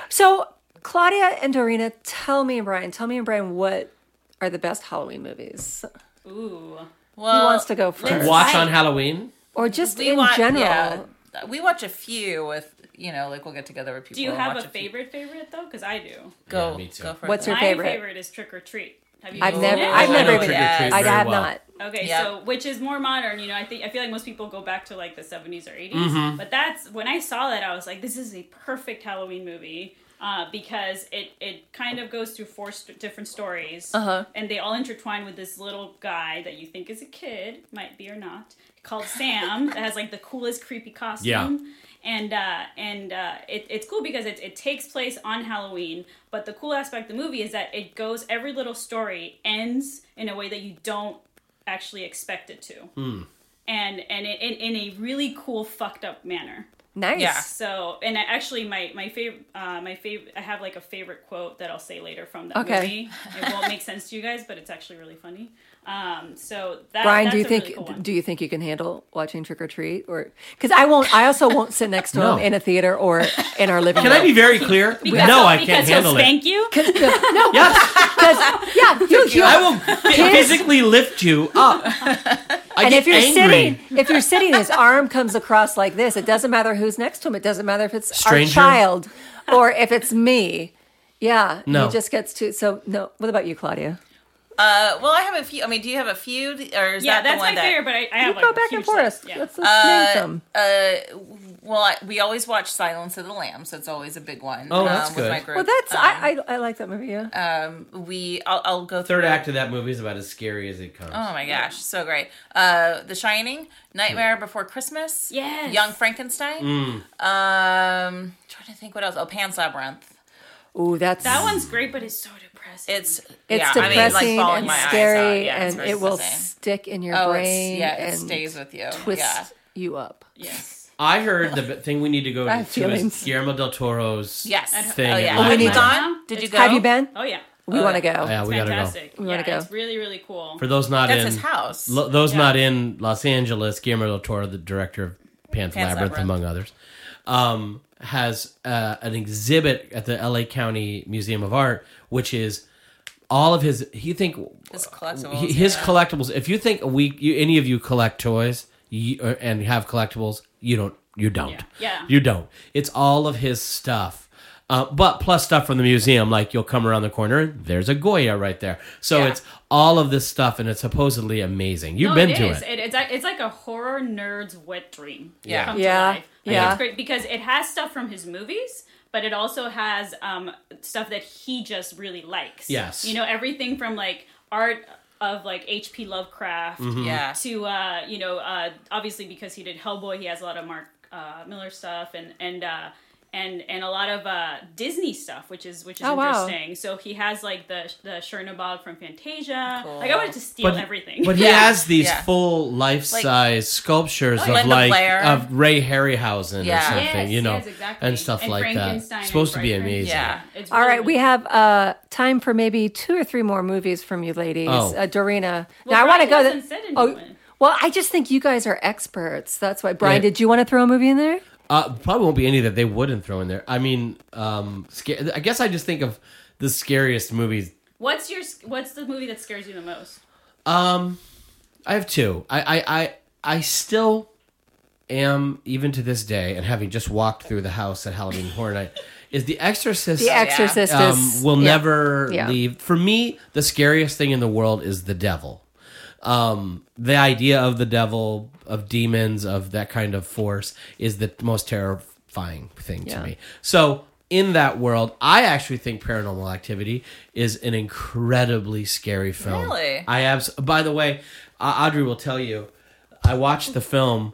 [SPEAKER 1] So, Claudia and Dorina, tell me and Brian, tell me and Brian, what are the best Halloween movies?
[SPEAKER 4] Ooh.
[SPEAKER 2] well,
[SPEAKER 1] Who wants to go first?
[SPEAKER 3] Watch on Halloween.
[SPEAKER 1] Or just
[SPEAKER 2] we
[SPEAKER 1] in
[SPEAKER 2] want-
[SPEAKER 1] general?
[SPEAKER 2] yeah, we watch a few with you know, like we'll get together with people.
[SPEAKER 4] Do you
[SPEAKER 2] and
[SPEAKER 4] have
[SPEAKER 2] watch
[SPEAKER 4] a
[SPEAKER 2] few-
[SPEAKER 4] favorite favorite though? Because I do.
[SPEAKER 2] Go,
[SPEAKER 3] Yeah, me too.
[SPEAKER 2] go for
[SPEAKER 1] What's
[SPEAKER 2] it.
[SPEAKER 1] your
[SPEAKER 4] My
[SPEAKER 1] favorite?
[SPEAKER 4] favorite. is Trick or Treat. Have you
[SPEAKER 1] I've
[SPEAKER 4] seen
[SPEAKER 1] never,
[SPEAKER 4] it?
[SPEAKER 1] I've
[SPEAKER 3] I
[SPEAKER 1] never
[SPEAKER 3] know
[SPEAKER 1] even,
[SPEAKER 3] Trick or Treat
[SPEAKER 1] I
[SPEAKER 3] very
[SPEAKER 1] have
[SPEAKER 3] well.
[SPEAKER 1] not.
[SPEAKER 4] Okay,
[SPEAKER 2] Yeah.
[SPEAKER 4] so which is more modern, you know, I think I feel like most people go back to like the 70s or 80s, but that's when I saw that I was like this is a perfect Halloween movie. Uh, because it, it kind of goes through four st- different stories,
[SPEAKER 1] Uh-huh.
[SPEAKER 4] and they all intertwine with this little guy that you think is a kid, might be or not, called Sam, that has like the coolest creepy costume.
[SPEAKER 3] Yeah.
[SPEAKER 4] And uh, and uh, it, it's cool because it, it takes place on Halloween, but the cool aspect of the movie is that it goes every little story ends in a way that you don't actually expect it to,
[SPEAKER 3] Hmm.
[SPEAKER 4] and and it, in, in a really cool fucked up manner.
[SPEAKER 1] Nice.
[SPEAKER 2] Yeah.
[SPEAKER 4] So and I, actually my my favorite uh, my favorite I have like a favorite quote that I'll say later from that
[SPEAKER 1] Okay.
[SPEAKER 4] movie. It won't make sense to you guys, but it's actually really funny. Um, so that,
[SPEAKER 1] Brian,
[SPEAKER 4] that's
[SPEAKER 1] do you
[SPEAKER 4] a
[SPEAKER 1] think
[SPEAKER 4] really cool one.
[SPEAKER 1] do you think you can handle watching Trick or Treat or because I won't I also won't sit next to
[SPEAKER 3] No.
[SPEAKER 1] him in a theater or in our living
[SPEAKER 3] Can
[SPEAKER 1] room.
[SPEAKER 3] I be very clear?
[SPEAKER 4] Because
[SPEAKER 3] no,
[SPEAKER 4] he'll-
[SPEAKER 3] I can't
[SPEAKER 4] because he'll
[SPEAKER 3] handle it.
[SPEAKER 4] spank you.
[SPEAKER 1] no,
[SPEAKER 3] Yes,
[SPEAKER 1] because yeah, you, you,
[SPEAKER 3] I will phy- physically lift you up. I
[SPEAKER 1] and
[SPEAKER 3] get
[SPEAKER 1] if you're
[SPEAKER 3] angry.
[SPEAKER 1] sitting, if you're sitting, his arm comes across like this. It doesn't matter who's next to him. It doesn't matter if it's
[SPEAKER 3] Stranger?
[SPEAKER 1] our child or if it's me. Yeah,
[SPEAKER 3] No.
[SPEAKER 1] he just gets to. So no. What about you, Claudia?
[SPEAKER 2] Uh, well, I have a few. I mean, do you have a few, or is that
[SPEAKER 4] yeah, that's
[SPEAKER 2] the one
[SPEAKER 4] my
[SPEAKER 2] that?
[SPEAKER 4] favorite. But I, I have
[SPEAKER 1] Go
[SPEAKER 4] like, a
[SPEAKER 1] back and
[SPEAKER 4] huge
[SPEAKER 1] forth.
[SPEAKER 4] list. Yeah.
[SPEAKER 1] Let's, let's name
[SPEAKER 2] Uh,
[SPEAKER 1] them.
[SPEAKER 2] uh, well, I, we always watch Silence of the Lambs. That's always a big one. um,
[SPEAKER 3] Oh, that's
[SPEAKER 2] With my
[SPEAKER 3] good.
[SPEAKER 2] group.
[SPEAKER 1] Well, that's
[SPEAKER 2] Um,
[SPEAKER 1] I,
[SPEAKER 4] uh,
[SPEAKER 1] I I like that movie. Yeah.
[SPEAKER 2] um, we. I'll, I'll go
[SPEAKER 3] Third
[SPEAKER 2] through.
[SPEAKER 3] act of that movie is about as scary as it comes.
[SPEAKER 2] Oh my gosh, so great! Uh, The Shining,
[SPEAKER 3] Mm.
[SPEAKER 2] Nightmare Before Christmas,
[SPEAKER 4] Yes.
[SPEAKER 2] Young Frankenstein. Um, trying to think what else. Oh, Pan's Labyrinth.
[SPEAKER 1] Ooh, that's
[SPEAKER 4] That one's great, but it's so depressing.
[SPEAKER 2] It's
[SPEAKER 1] It's
[SPEAKER 2] yeah, I mean,
[SPEAKER 1] depressing
[SPEAKER 2] like, bawling
[SPEAKER 1] and
[SPEAKER 2] my eyes out.
[SPEAKER 1] scary,
[SPEAKER 2] Yeah, it's
[SPEAKER 1] and
[SPEAKER 2] very
[SPEAKER 1] it will
[SPEAKER 2] depressing.
[SPEAKER 1] stick in your
[SPEAKER 2] Oh, it's-
[SPEAKER 1] brain
[SPEAKER 2] yeah, it
[SPEAKER 1] and
[SPEAKER 2] stays with you.
[SPEAKER 1] twist
[SPEAKER 2] Yeah.
[SPEAKER 1] you up.
[SPEAKER 4] yes.
[SPEAKER 3] I heard the b- thing we need to go
[SPEAKER 1] I
[SPEAKER 3] to
[SPEAKER 1] have
[SPEAKER 3] is
[SPEAKER 1] feelings.
[SPEAKER 3] Guillermo del Toro's
[SPEAKER 2] Yes.
[SPEAKER 3] thing.
[SPEAKER 2] Oh,
[SPEAKER 3] at
[SPEAKER 2] yeah.
[SPEAKER 3] Live
[SPEAKER 1] We need
[SPEAKER 3] Aid.
[SPEAKER 1] to-
[SPEAKER 2] gone? Did you go?
[SPEAKER 1] Have you been?
[SPEAKER 4] Oh yeah.
[SPEAKER 1] We want to go.
[SPEAKER 3] Yeah, we gotta go.
[SPEAKER 4] Fantastic.
[SPEAKER 1] We wanna
[SPEAKER 4] yeah, It's
[SPEAKER 1] go.
[SPEAKER 4] really really cool.
[SPEAKER 3] For those not
[SPEAKER 2] That's
[SPEAKER 3] in
[SPEAKER 2] his house.
[SPEAKER 3] lo- those
[SPEAKER 4] Yeah.
[SPEAKER 3] not in Los Angeles, Guillermo del Toro, the director of Pan's, Labyrinth,
[SPEAKER 2] Labyrinth.
[SPEAKER 3] among others, um, has uh, an exhibit at the L.A. County Museum of Art, which is all of his. He think
[SPEAKER 2] His collectibles,
[SPEAKER 3] he- his
[SPEAKER 2] yeah.
[SPEAKER 3] collectibles. If you think we, you, any of you collect toys you, or, and have collectibles, you don't. You don't.
[SPEAKER 4] Yeah.
[SPEAKER 3] You don't. It's all of his stuff. Uh, but plus stuff from the museum, like you'll come around the corner and there's a Goya right there. So
[SPEAKER 2] Yeah.
[SPEAKER 3] it's all of this stuff and it's supposedly amazing. You've
[SPEAKER 4] No,
[SPEAKER 3] been
[SPEAKER 4] it
[SPEAKER 3] to
[SPEAKER 4] is.
[SPEAKER 3] it.
[SPEAKER 4] It's like- it's like a horror nerd's wet dream.
[SPEAKER 3] Yeah.
[SPEAKER 4] come to
[SPEAKER 1] Yeah.
[SPEAKER 4] life. Like,
[SPEAKER 1] Yeah.
[SPEAKER 4] it's great because it has stuff from his movies, but it also has um, stuff that he just really likes.
[SPEAKER 3] Yes.
[SPEAKER 4] you know everything from like art of like H.P. Lovecraft
[SPEAKER 3] Mm-hmm.
[SPEAKER 2] yeah.
[SPEAKER 4] to uh, you know uh, obviously because he did Hellboy, he has a lot of Mark uh, Miller stuff and and uh, and and a lot of uh, Disney stuff, which is which is
[SPEAKER 1] Oh, wow.
[SPEAKER 4] interesting. So he has like the the Chernobog from Fantasia.
[SPEAKER 2] Cool.
[SPEAKER 4] Like I wanted to steal
[SPEAKER 3] But,
[SPEAKER 4] everything.
[SPEAKER 3] but he
[SPEAKER 2] Yeah.
[SPEAKER 3] has these
[SPEAKER 2] Yeah.
[SPEAKER 3] full life size sculptures of
[SPEAKER 2] Linda
[SPEAKER 3] like
[SPEAKER 2] Blair.
[SPEAKER 3] of Ray Harryhausen
[SPEAKER 2] Yeah.
[SPEAKER 3] or something,
[SPEAKER 4] Yes,
[SPEAKER 3] you know,
[SPEAKER 4] yes, exactly.
[SPEAKER 3] and stuff
[SPEAKER 4] And
[SPEAKER 3] like that.
[SPEAKER 4] Frankenstein
[SPEAKER 3] It's supposed
[SPEAKER 4] and
[SPEAKER 3] to be
[SPEAKER 4] Bride Frankenstein.
[SPEAKER 3] amazing.
[SPEAKER 2] Yeah.
[SPEAKER 4] It's
[SPEAKER 1] All
[SPEAKER 4] really-
[SPEAKER 1] right, we have uh, time for maybe two or three more movies from you ladies.
[SPEAKER 3] Oh.
[SPEAKER 1] Uh, Dorina,
[SPEAKER 4] Well,
[SPEAKER 1] now I want to oh.
[SPEAKER 4] Brian
[SPEAKER 1] go.
[SPEAKER 4] hasn't said anyone.
[SPEAKER 1] well, I just think you guys are experts. That's why, Brian,
[SPEAKER 3] Yeah.
[SPEAKER 1] did you want to throw a movie in there?
[SPEAKER 3] Uh, probably won't be any that they wouldn't throw in there. I mean, um, sca- I guess I just think of the scariest movies
[SPEAKER 4] What's your What's the movie that scares you the most?
[SPEAKER 3] Um, I have two. I, I, I, I still am even to this day, and having just walked through the house at Halloween Horror Night, is The Exorcist.
[SPEAKER 1] The Exorcist
[SPEAKER 3] um,
[SPEAKER 1] is
[SPEAKER 3] will
[SPEAKER 1] yeah.
[SPEAKER 3] never
[SPEAKER 1] Yeah.
[SPEAKER 3] leave. For me, the scariest thing in the world is the devil. Um, the idea of the devil, of demons, of that kind of force is the most terrifying thing to
[SPEAKER 1] Yeah.
[SPEAKER 3] me. So, in that world, I actually think Paranormal Activity is an incredibly scary film.
[SPEAKER 2] Really?
[SPEAKER 3] I abs. By the way, uh, Audrey will tell you. I watched the film,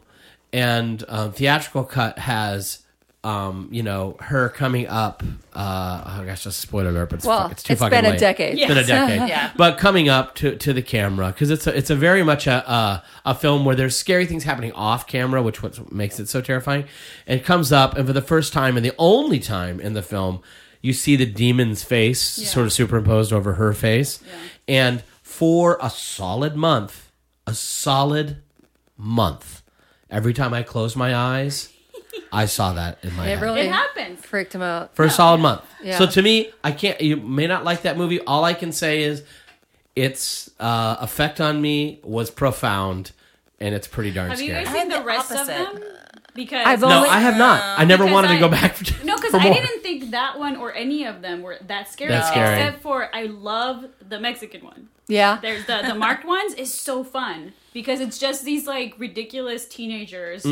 [SPEAKER 3] and um, theatrical cut has, um, you know, her coming up. Uh, oh gosh, just spoiler alert, but it's,
[SPEAKER 1] Well,
[SPEAKER 3] fuck- it's too
[SPEAKER 1] it's
[SPEAKER 3] fucking
[SPEAKER 1] been a
[SPEAKER 3] late.
[SPEAKER 1] decade.
[SPEAKER 3] It's been a
[SPEAKER 4] Yes.
[SPEAKER 3] decade.
[SPEAKER 2] Yeah.
[SPEAKER 3] But coming up to, to the camera because it's a, it's a very much a, a a film where there's scary things happening off camera, which what makes it so terrifying. And it comes up, and for the first time and the only time in the film, you see the demon's face sort of superimposed over her face, and for a solid month, a solid month, every time I closed my eyes, I saw that in my
[SPEAKER 1] It
[SPEAKER 3] head
[SPEAKER 1] really
[SPEAKER 4] It happens.
[SPEAKER 1] freaked him out.
[SPEAKER 3] for a solid month.
[SPEAKER 1] Yeah.
[SPEAKER 3] So to me, I can't. You may not like that movie. All I can say is, its uh, effect on me was profound, and it's pretty darn
[SPEAKER 4] Have you
[SPEAKER 3] scary.
[SPEAKER 4] guys
[SPEAKER 2] I
[SPEAKER 4] seen
[SPEAKER 2] had
[SPEAKER 4] the,
[SPEAKER 2] the
[SPEAKER 4] rest
[SPEAKER 2] opposite.
[SPEAKER 4] of them? Because
[SPEAKER 1] I've
[SPEAKER 3] no,
[SPEAKER 1] only-
[SPEAKER 3] I have not. I never
[SPEAKER 4] Because
[SPEAKER 3] wanted to
[SPEAKER 4] I-
[SPEAKER 3] go back. For,
[SPEAKER 4] no, because
[SPEAKER 3] for
[SPEAKER 4] I
[SPEAKER 3] more.
[SPEAKER 4] didn't think that one or any of them were that scary,
[SPEAKER 3] That's scary.
[SPEAKER 4] except for I love the Mexican one.
[SPEAKER 1] Yeah.
[SPEAKER 4] There's the the marked ones is so fun because it's just these like ridiculous teenagers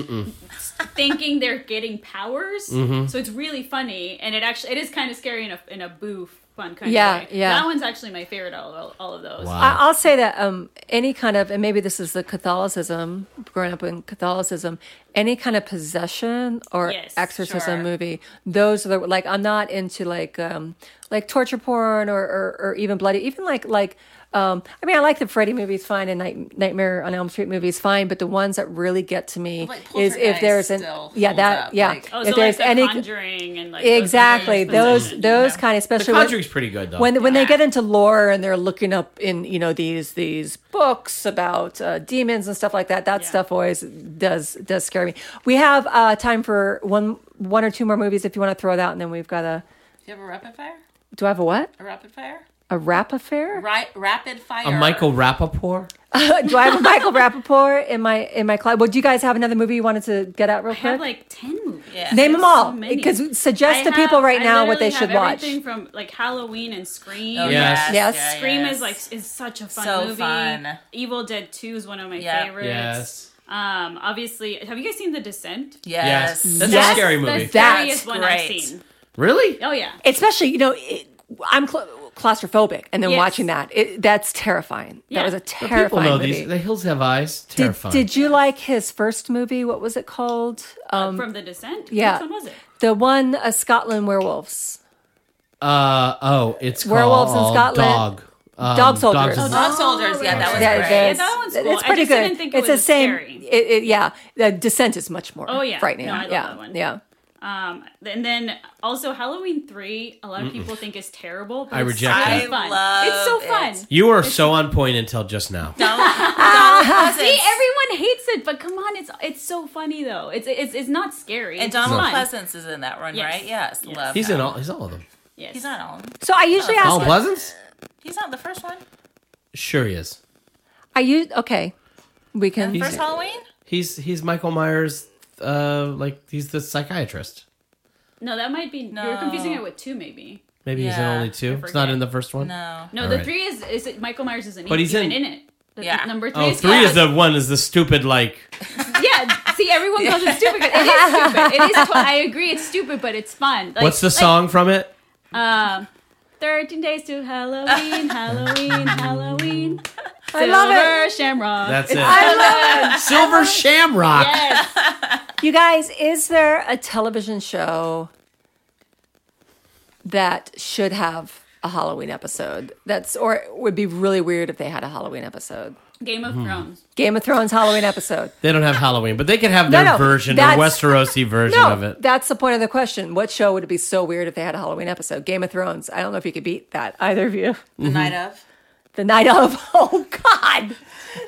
[SPEAKER 4] thinking they're getting powers.
[SPEAKER 3] Mm-hmm.
[SPEAKER 4] So it's really funny, and it actually it is kind of scary in a in a boo fun kind
[SPEAKER 1] Yeah,
[SPEAKER 4] of way.
[SPEAKER 1] yeah.
[SPEAKER 4] That one's actually my favorite out of all, all of those.
[SPEAKER 3] Wow.
[SPEAKER 2] Uh,
[SPEAKER 1] I- I'll say that um, any kind of, and maybe this is the Catholicism, growing up in Catholicism, any kind of possession or
[SPEAKER 4] Yes,
[SPEAKER 1] exorcism
[SPEAKER 2] sure.
[SPEAKER 1] movie, those are the, like, I'm not into like, um, like torture porn or, or, or even bloody, even like, like, um, I mean, I like the Freddy movies fine and Night, Nightmare on Elm Street movies fine, but the ones that really get to me
[SPEAKER 2] Like
[SPEAKER 1] is if
[SPEAKER 2] Poltergeist
[SPEAKER 1] there's an,
[SPEAKER 2] still
[SPEAKER 1] yeah,
[SPEAKER 2] holds
[SPEAKER 1] that,
[SPEAKER 2] up,
[SPEAKER 1] yeah,
[SPEAKER 2] like-
[SPEAKER 4] Oh,
[SPEAKER 1] if
[SPEAKER 4] so like
[SPEAKER 1] there's
[SPEAKER 4] the
[SPEAKER 1] any,
[SPEAKER 4] Conjuring and like those-
[SPEAKER 1] exactly, those,
[SPEAKER 4] possession,
[SPEAKER 1] those kind of,
[SPEAKER 3] The
[SPEAKER 1] especially when-
[SPEAKER 3] Conjuring's pretty good though.
[SPEAKER 1] when
[SPEAKER 4] Oh,
[SPEAKER 1] when they get into lore and they're looking up in you know these these books about uh, demons and stuff like that, that stuff always does does scare me. We have uh, time for one one or two more movies if you want to throw it out, and then we've got a.
[SPEAKER 2] Do you have a rapid fire?
[SPEAKER 1] Do I have a what?
[SPEAKER 2] A rapid fire?
[SPEAKER 1] A rap affair?
[SPEAKER 2] Ri- rapid fire.
[SPEAKER 3] A Michael Rappaport?
[SPEAKER 1] do I have a Michael Rappaport in my in my closet? Well, do you guys have another movie you wanted to get at real
[SPEAKER 4] I
[SPEAKER 1] quick?
[SPEAKER 4] have like ten movies.
[SPEAKER 2] Yeah.
[SPEAKER 1] Name them
[SPEAKER 4] There's so
[SPEAKER 1] all
[SPEAKER 4] many.
[SPEAKER 1] because suggest
[SPEAKER 4] I
[SPEAKER 1] to people
[SPEAKER 4] have-
[SPEAKER 1] right
[SPEAKER 4] I
[SPEAKER 1] now what they
[SPEAKER 4] literally
[SPEAKER 1] should
[SPEAKER 4] have
[SPEAKER 1] watch.
[SPEAKER 4] Everything from like Halloween and Scream.
[SPEAKER 2] Oh,
[SPEAKER 3] Yes.
[SPEAKER 1] Yes.
[SPEAKER 2] Yeah,
[SPEAKER 4] Scream
[SPEAKER 2] yes.
[SPEAKER 4] is like is such a fun
[SPEAKER 2] So
[SPEAKER 4] movie.
[SPEAKER 2] fun.
[SPEAKER 4] Evil Dead Two is one of my
[SPEAKER 2] Yeah.
[SPEAKER 4] favorites.
[SPEAKER 3] Yes.
[SPEAKER 4] Um, obviously, have you guys seen The Descent?
[SPEAKER 2] Yes.
[SPEAKER 3] That's
[SPEAKER 1] Yes.
[SPEAKER 3] a scary
[SPEAKER 4] The
[SPEAKER 3] movie.
[SPEAKER 1] That's
[SPEAKER 4] scariest one
[SPEAKER 2] great.
[SPEAKER 4] I've seen.
[SPEAKER 3] really?
[SPEAKER 4] Oh yeah.
[SPEAKER 1] Especially, you know, it, I'm cla claustrophobic, and then
[SPEAKER 4] Yes.
[SPEAKER 1] watching that, it, that's terrifying.
[SPEAKER 4] Yeah.
[SPEAKER 1] That was a
[SPEAKER 4] But
[SPEAKER 1] terrifying
[SPEAKER 3] People know
[SPEAKER 1] movie.
[SPEAKER 3] these. The Hills Have Eyes.
[SPEAKER 1] did,
[SPEAKER 3] Terrifying.
[SPEAKER 1] did you like his first movie? What was it called? Um,
[SPEAKER 4] From The Descent.
[SPEAKER 1] yeah.
[SPEAKER 4] Which one was it?
[SPEAKER 1] the one, uh, Scotland Werewolves.
[SPEAKER 3] Uh oh, it's
[SPEAKER 1] Werewolves in
[SPEAKER 3] called
[SPEAKER 1] Scotland.
[SPEAKER 3] Dog. Um,
[SPEAKER 1] Dog Soldiers.
[SPEAKER 3] Dogs
[SPEAKER 1] Oh,
[SPEAKER 3] in-
[SPEAKER 2] Dog Soldiers. Yeah, that was
[SPEAKER 1] Yeah,
[SPEAKER 2] great.
[SPEAKER 1] the-
[SPEAKER 4] Yeah, that one's cool.
[SPEAKER 1] It's
[SPEAKER 4] I
[SPEAKER 1] pretty
[SPEAKER 4] just
[SPEAKER 1] good.
[SPEAKER 4] didn't think it
[SPEAKER 1] it's
[SPEAKER 4] was
[SPEAKER 1] the same.
[SPEAKER 4] scary.
[SPEAKER 1] It, it, yeah, the Descent is much more.
[SPEAKER 4] Oh, yeah.
[SPEAKER 1] frightening.
[SPEAKER 4] No, I love
[SPEAKER 1] yeah,
[SPEAKER 4] that one.
[SPEAKER 1] yeah.
[SPEAKER 4] Um, and then also Halloween three. A lot of people think is terrible. But
[SPEAKER 3] I
[SPEAKER 4] it's
[SPEAKER 3] reject
[SPEAKER 4] so
[SPEAKER 3] that.
[SPEAKER 2] I
[SPEAKER 4] Fun.
[SPEAKER 2] love
[SPEAKER 4] it's so
[SPEAKER 2] it.
[SPEAKER 4] fun.
[SPEAKER 3] You were so on point until just now.
[SPEAKER 4] See, everyone hates it, but come on, it's it's so funny though. It's it's it's not scary.
[SPEAKER 2] And
[SPEAKER 4] it's
[SPEAKER 2] Donald
[SPEAKER 4] fun.
[SPEAKER 2] Pleasance is in that one,
[SPEAKER 4] Yes.
[SPEAKER 2] right? Yes.
[SPEAKER 4] Yes.
[SPEAKER 2] Love.
[SPEAKER 3] He's
[SPEAKER 2] that.
[SPEAKER 3] in all. He's all of them.
[SPEAKER 4] Yes.
[SPEAKER 2] He's not on.
[SPEAKER 1] So I usually
[SPEAKER 4] Uh,
[SPEAKER 1] ask.
[SPEAKER 3] Donald Pleasance?
[SPEAKER 2] He's not the first one.
[SPEAKER 3] Sure he is.
[SPEAKER 1] I use okay. We can.
[SPEAKER 2] First Halloween.
[SPEAKER 3] He's he's Michael Myers. Uh, like he's the psychiatrist.
[SPEAKER 4] No, that might be. You're confusing it with two, maybe.
[SPEAKER 3] Maybe he's in
[SPEAKER 2] Yeah,
[SPEAKER 3] only
[SPEAKER 4] I
[SPEAKER 3] two. It's
[SPEAKER 4] forget.
[SPEAKER 3] not in the first one.
[SPEAKER 2] No.
[SPEAKER 4] No,
[SPEAKER 3] All
[SPEAKER 4] the
[SPEAKER 3] right.
[SPEAKER 4] three is is it Michael Myers isn't
[SPEAKER 3] But
[SPEAKER 4] even
[SPEAKER 3] he's in-
[SPEAKER 4] it. The
[SPEAKER 2] Yeah.
[SPEAKER 4] number three
[SPEAKER 3] Oh,
[SPEAKER 4] is,
[SPEAKER 3] three is
[SPEAKER 4] yeah.
[SPEAKER 3] the one. Is the stupid like?
[SPEAKER 4] yeah. See, everyone calls it stupid. But it is stupid. It is. Tw- I agree, it's stupid, but it's fun. Like,
[SPEAKER 3] What's the song from it?
[SPEAKER 4] Um, thirteen days to Halloween, Halloween, Halloween.
[SPEAKER 1] I love it.
[SPEAKER 4] Silver Shamrock.
[SPEAKER 3] That's it. Silver Shamrock.
[SPEAKER 4] yes.
[SPEAKER 1] You guys, is there a television show that should have a Halloween episode? That's or it would be really weird if they had a Halloween episode.
[SPEAKER 4] Game
[SPEAKER 3] Hmm.
[SPEAKER 4] of Thrones.
[SPEAKER 1] Game of Thrones Halloween episode.
[SPEAKER 3] They don't have Halloween, but they could have
[SPEAKER 1] No,
[SPEAKER 3] their
[SPEAKER 1] no,
[SPEAKER 3] version, their
[SPEAKER 1] that's-
[SPEAKER 3] Westerosi version of
[SPEAKER 1] No,
[SPEAKER 3] it.
[SPEAKER 1] that's the point of the question. What show would it be so weird if they had a Halloween episode? Game of Thrones. I don't know if you could beat that either of you.
[SPEAKER 2] The night of.
[SPEAKER 1] The night of. Oh God,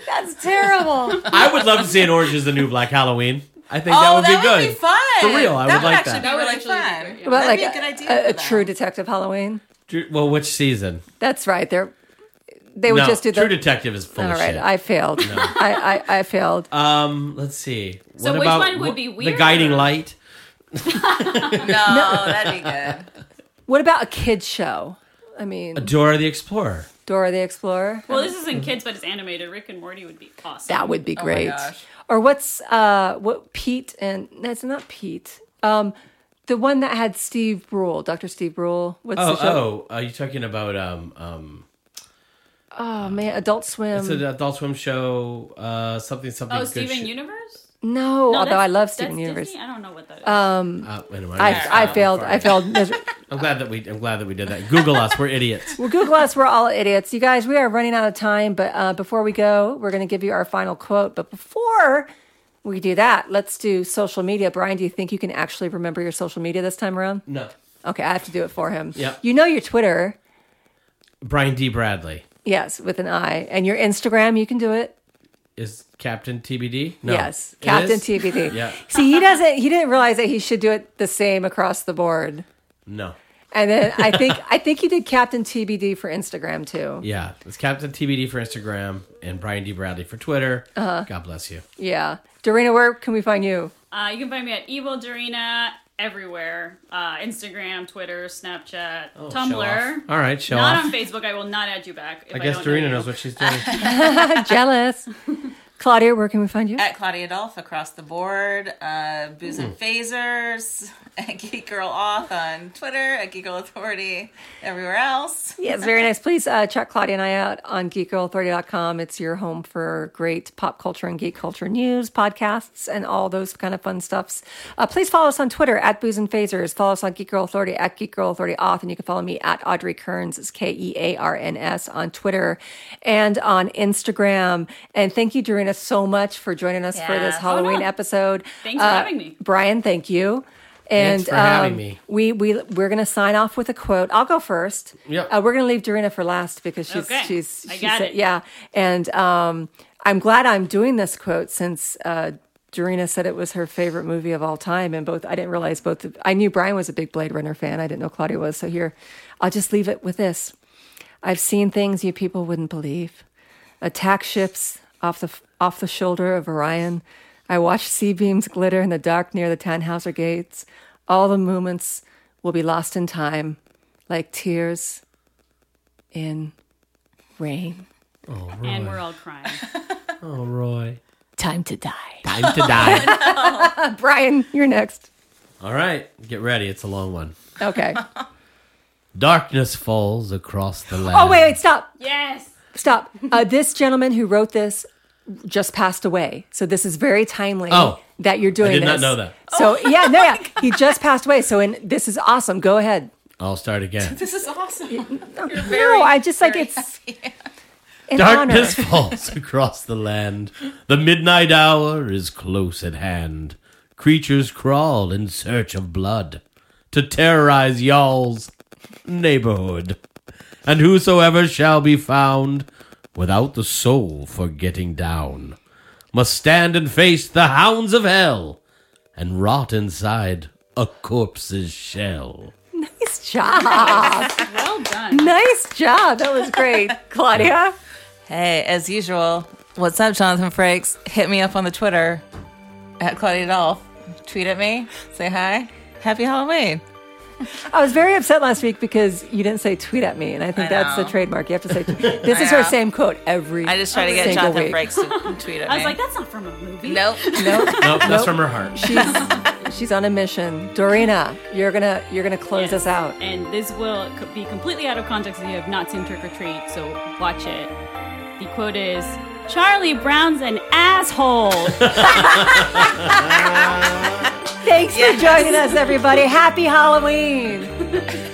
[SPEAKER 1] that's terrible.
[SPEAKER 3] I would love to see an Orange Is the New Black Halloween. I think that
[SPEAKER 2] oh,
[SPEAKER 3] would
[SPEAKER 2] that
[SPEAKER 3] be
[SPEAKER 2] would
[SPEAKER 3] good.
[SPEAKER 2] be fun.
[SPEAKER 3] For real, I would
[SPEAKER 2] that
[SPEAKER 3] like
[SPEAKER 2] actually
[SPEAKER 3] that.
[SPEAKER 2] Be
[SPEAKER 4] That would
[SPEAKER 2] really
[SPEAKER 4] actually be
[SPEAKER 2] fun.
[SPEAKER 4] great, yeah.
[SPEAKER 1] But
[SPEAKER 2] That'd
[SPEAKER 1] like
[SPEAKER 2] be a
[SPEAKER 1] a,
[SPEAKER 2] good idea
[SPEAKER 1] a-
[SPEAKER 2] for
[SPEAKER 1] a
[SPEAKER 2] that.
[SPEAKER 1] True Detective Halloween.
[SPEAKER 3] Drew- Well, which season?
[SPEAKER 1] That's right. They're they would
[SPEAKER 3] no,
[SPEAKER 1] just do the
[SPEAKER 3] True Detective is full
[SPEAKER 1] All
[SPEAKER 3] of
[SPEAKER 1] right,
[SPEAKER 3] shit.
[SPEAKER 1] I failed. I, I I failed.
[SPEAKER 3] um, let's see.
[SPEAKER 4] So
[SPEAKER 3] what
[SPEAKER 4] which
[SPEAKER 3] about
[SPEAKER 4] one would
[SPEAKER 3] wh-
[SPEAKER 4] be
[SPEAKER 3] The
[SPEAKER 4] weirder?
[SPEAKER 3] Guiding Light.
[SPEAKER 2] No, Oh, that'd be good.
[SPEAKER 1] what about a kids show? I mean,
[SPEAKER 3] Dora the Explorer.
[SPEAKER 1] Dora the Explorer.
[SPEAKER 4] Well, this isn't kids, but it's animated. Rick and Morty would be awesome.
[SPEAKER 1] that would be great.
[SPEAKER 2] gosh.
[SPEAKER 1] Or what's uh what Pete and that's not Pete. Um, the one that had Steve Brule, Doctor Steve Brule. What's
[SPEAKER 3] Oh,
[SPEAKER 1] the show?
[SPEAKER 3] oh, are you talking about um um?
[SPEAKER 1] Oh. man, Adult Swim.
[SPEAKER 3] It's an Adult Swim show. Uh, something something.
[SPEAKER 4] Oh,
[SPEAKER 3] good
[SPEAKER 4] Steven
[SPEAKER 3] shit.
[SPEAKER 4] Universe.
[SPEAKER 1] no,
[SPEAKER 4] No,
[SPEAKER 1] although
[SPEAKER 4] that's-
[SPEAKER 1] I love
[SPEAKER 4] that's
[SPEAKER 1] Steven Universe.
[SPEAKER 4] Disney? I don't know what that is.
[SPEAKER 3] Uh, anyway,
[SPEAKER 1] I, I failed. I failed. miser-
[SPEAKER 3] I'm glad that we. I'm glad that we did that. Google us. We're idiots.
[SPEAKER 1] Well, Google us. We're all idiots. You guys, we are running out of time, but uh, before we go, we're going to give you our final quote. But before we do that, let's do social media. Brian, do you think you can actually remember your social media this time around?
[SPEAKER 3] No,
[SPEAKER 1] Okay, I have to do it for him.
[SPEAKER 3] Yep.
[SPEAKER 1] You know your Twitter,
[SPEAKER 3] Brian D. Bradley
[SPEAKER 1] yes, with an I, and your Instagram, you can do it.
[SPEAKER 3] is Captain TBD. No,
[SPEAKER 1] yes,
[SPEAKER 3] It
[SPEAKER 1] Captain
[SPEAKER 3] is?
[SPEAKER 1] TBD.
[SPEAKER 3] Yeah.
[SPEAKER 1] See, he doesn't. He didn't realize that he should do it the same across the board.
[SPEAKER 3] No.
[SPEAKER 1] And then I think I think he did Captain TBD for Instagram too.
[SPEAKER 3] Yeah, it's Captain TBD for Instagram and Brian D. Bradley for Twitter. God bless you.
[SPEAKER 1] Yeah. Dorina, where can we find you?
[SPEAKER 4] Uh, you can find me at Evil Dorina everywhere uh, Instagram, Twitter, Snapchat, Tumblr.
[SPEAKER 3] Oh, All right, show
[SPEAKER 4] Not
[SPEAKER 3] off.
[SPEAKER 4] on Facebook. I will not add you back. If
[SPEAKER 3] I guess
[SPEAKER 4] don't
[SPEAKER 3] Dorina
[SPEAKER 4] know you.
[SPEAKER 3] knows what she's doing.
[SPEAKER 1] jealous. Claudia, where can we find you?
[SPEAKER 2] At Claudia Adolph across the board, uh, Booze and Phasers, at Geek Girl Auth on Twitter, at Geek Girl Authority, everywhere else.
[SPEAKER 1] Yes, very nice. Please uh, check Claudia and I out on geekgirlauthority.com. It's your home for great pop culture and geek culture news, podcasts, and all those kind of fun stuffs. Uh, please follow us on Twitter at Booze and Phasers. Follow us on Geek Girl Authority at Geek Girl Authority Auth. And you can follow me at Audrey Kearns, it's K E A R N S, on Twitter and on Instagram. And thank you, Dorina, so much for joining us for this
[SPEAKER 2] Yes. Oh,
[SPEAKER 1] Halloween
[SPEAKER 4] no.
[SPEAKER 1] episode. Uh,
[SPEAKER 4] Thanks for having me.
[SPEAKER 1] Brian, thank you. And um,
[SPEAKER 3] Thanks for having me.
[SPEAKER 1] we we we're gonna sign off with a quote. I'll go first.
[SPEAKER 3] Yep.
[SPEAKER 1] Uh, we're gonna leave Dorina for last because she's
[SPEAKER 4] Okay.
[SPEAKER 1] she's
[SPEAKER 4] I
[SPEAKER 1] she
[SPEAKER 4] got
[SPEAKER 1] said-
[SPEAKER 4] it.
[SPEAKER 1] yeah. And um, I'm glad I'm doing this quote since uh, Dorina said it was her favorite movie of all time, and both I didn't realize both. Of, I knew Brian was a big Blade Runner fan. I didn't know Claudia was. So here, I'll just leave it with this. I've seen things you people wouldn't believe. Attack ships off the off the shoulder of Orion. I watched sea beams glitter in the dark near the Tannhauser gates. All the movements will be lost in time, like tears in rain.
[SPEAKER 4] and we're all crying.
[SPEAKER 3] Oh, Roy.
[SPEAKER 5] Time to die.
[SPEAKER 3] Time to die.
[SPEAKER 1] Uh, Brian, you're next.
[SPEAKER 3] All right, get ready. It's a long one.
[SPEAKER 1] Okay.
[SPEAKER 3] Darkness falls across the land.
[SPEAKER 1] Oh wait, wait, stop,
[SPEAKER 4] Yes.
[SPEAKER 1] stop. Uh, this gentleman who wrote this just passed away, so this is very timely.
[SPEAKER 3] Oh.
[SPEAKER 1] that you're doing.
[SPEAKER 3] I did not
[SPEAKER 1] this.
[SPEAKER 3] know that. Oh
[SPEAKER 1] So yeah, no, yeah, he just passed away. So and this is awesome. Go ahead.
[SPEAKER 3] I'll start again.
[SPEAKER 2] This is awesome.
[SPEAKER 1] no, I just like it's an
[SPEAKER 3] Darkness
[SPEAKER 1] honor.
[SPEAKER 3] falls across the land. The midnight hour is close at hand. Creatures crawl in search of blood to terrorize y'all's neighborhood. And whosoever shall be found without the soul for getting down must stand and face the hounds of hell and rot inside a corpse's shell.
[SPEAKER 1] Nice job.
[SPEAKER 4] Well done.
[SPEAKER 1] nice job. That was great, Claudia.
[SPEAKER 2] hey, as usual, what's up, Jonathan Frakes? Hit me up on the Twitter at Claudia Dolph. Tweet at me. Say hi. Happy Halloween.
[SPEAKER 1] I was very upset last week because you didn't say tweet at me, and I think
[SPEAKER 2] I
[SPEAKER 1] that's the
[SPEAKER 2] know.
[SPEAKER 1] trademark. You have to say tweet. this is her
[SPEAKER 2] know.
[SPEAKER 1] same quote every.
[SPEAKER 2] I just try to get
[SPEAKER 1] single
[SPEAKER 2] Jonathan
[SPEAKER 1] week.
[SPEAKER 2] Frakes to tweet at me.
[SPEAKER 4] I was like, that's not from a movie.
[SPEAKER 2] nope.
[SPEAKER 1] Nope.
[SPEAKER 3] No, that's from her heart.
[SPEAKER 1] She's she's on a mission. Dorina, you're gonna you're gonna close us
[SPEAKER 4] Yes.
[SPEAKER 1] out.
[SPEAKER 4] And this will co- be completely out of context if you have not seen Trick or Treat, so watch it. The quote is Charlie Brown's an asshole.
[SPEAKER 1] Thanks for joining us, everybody. Happy Halloween.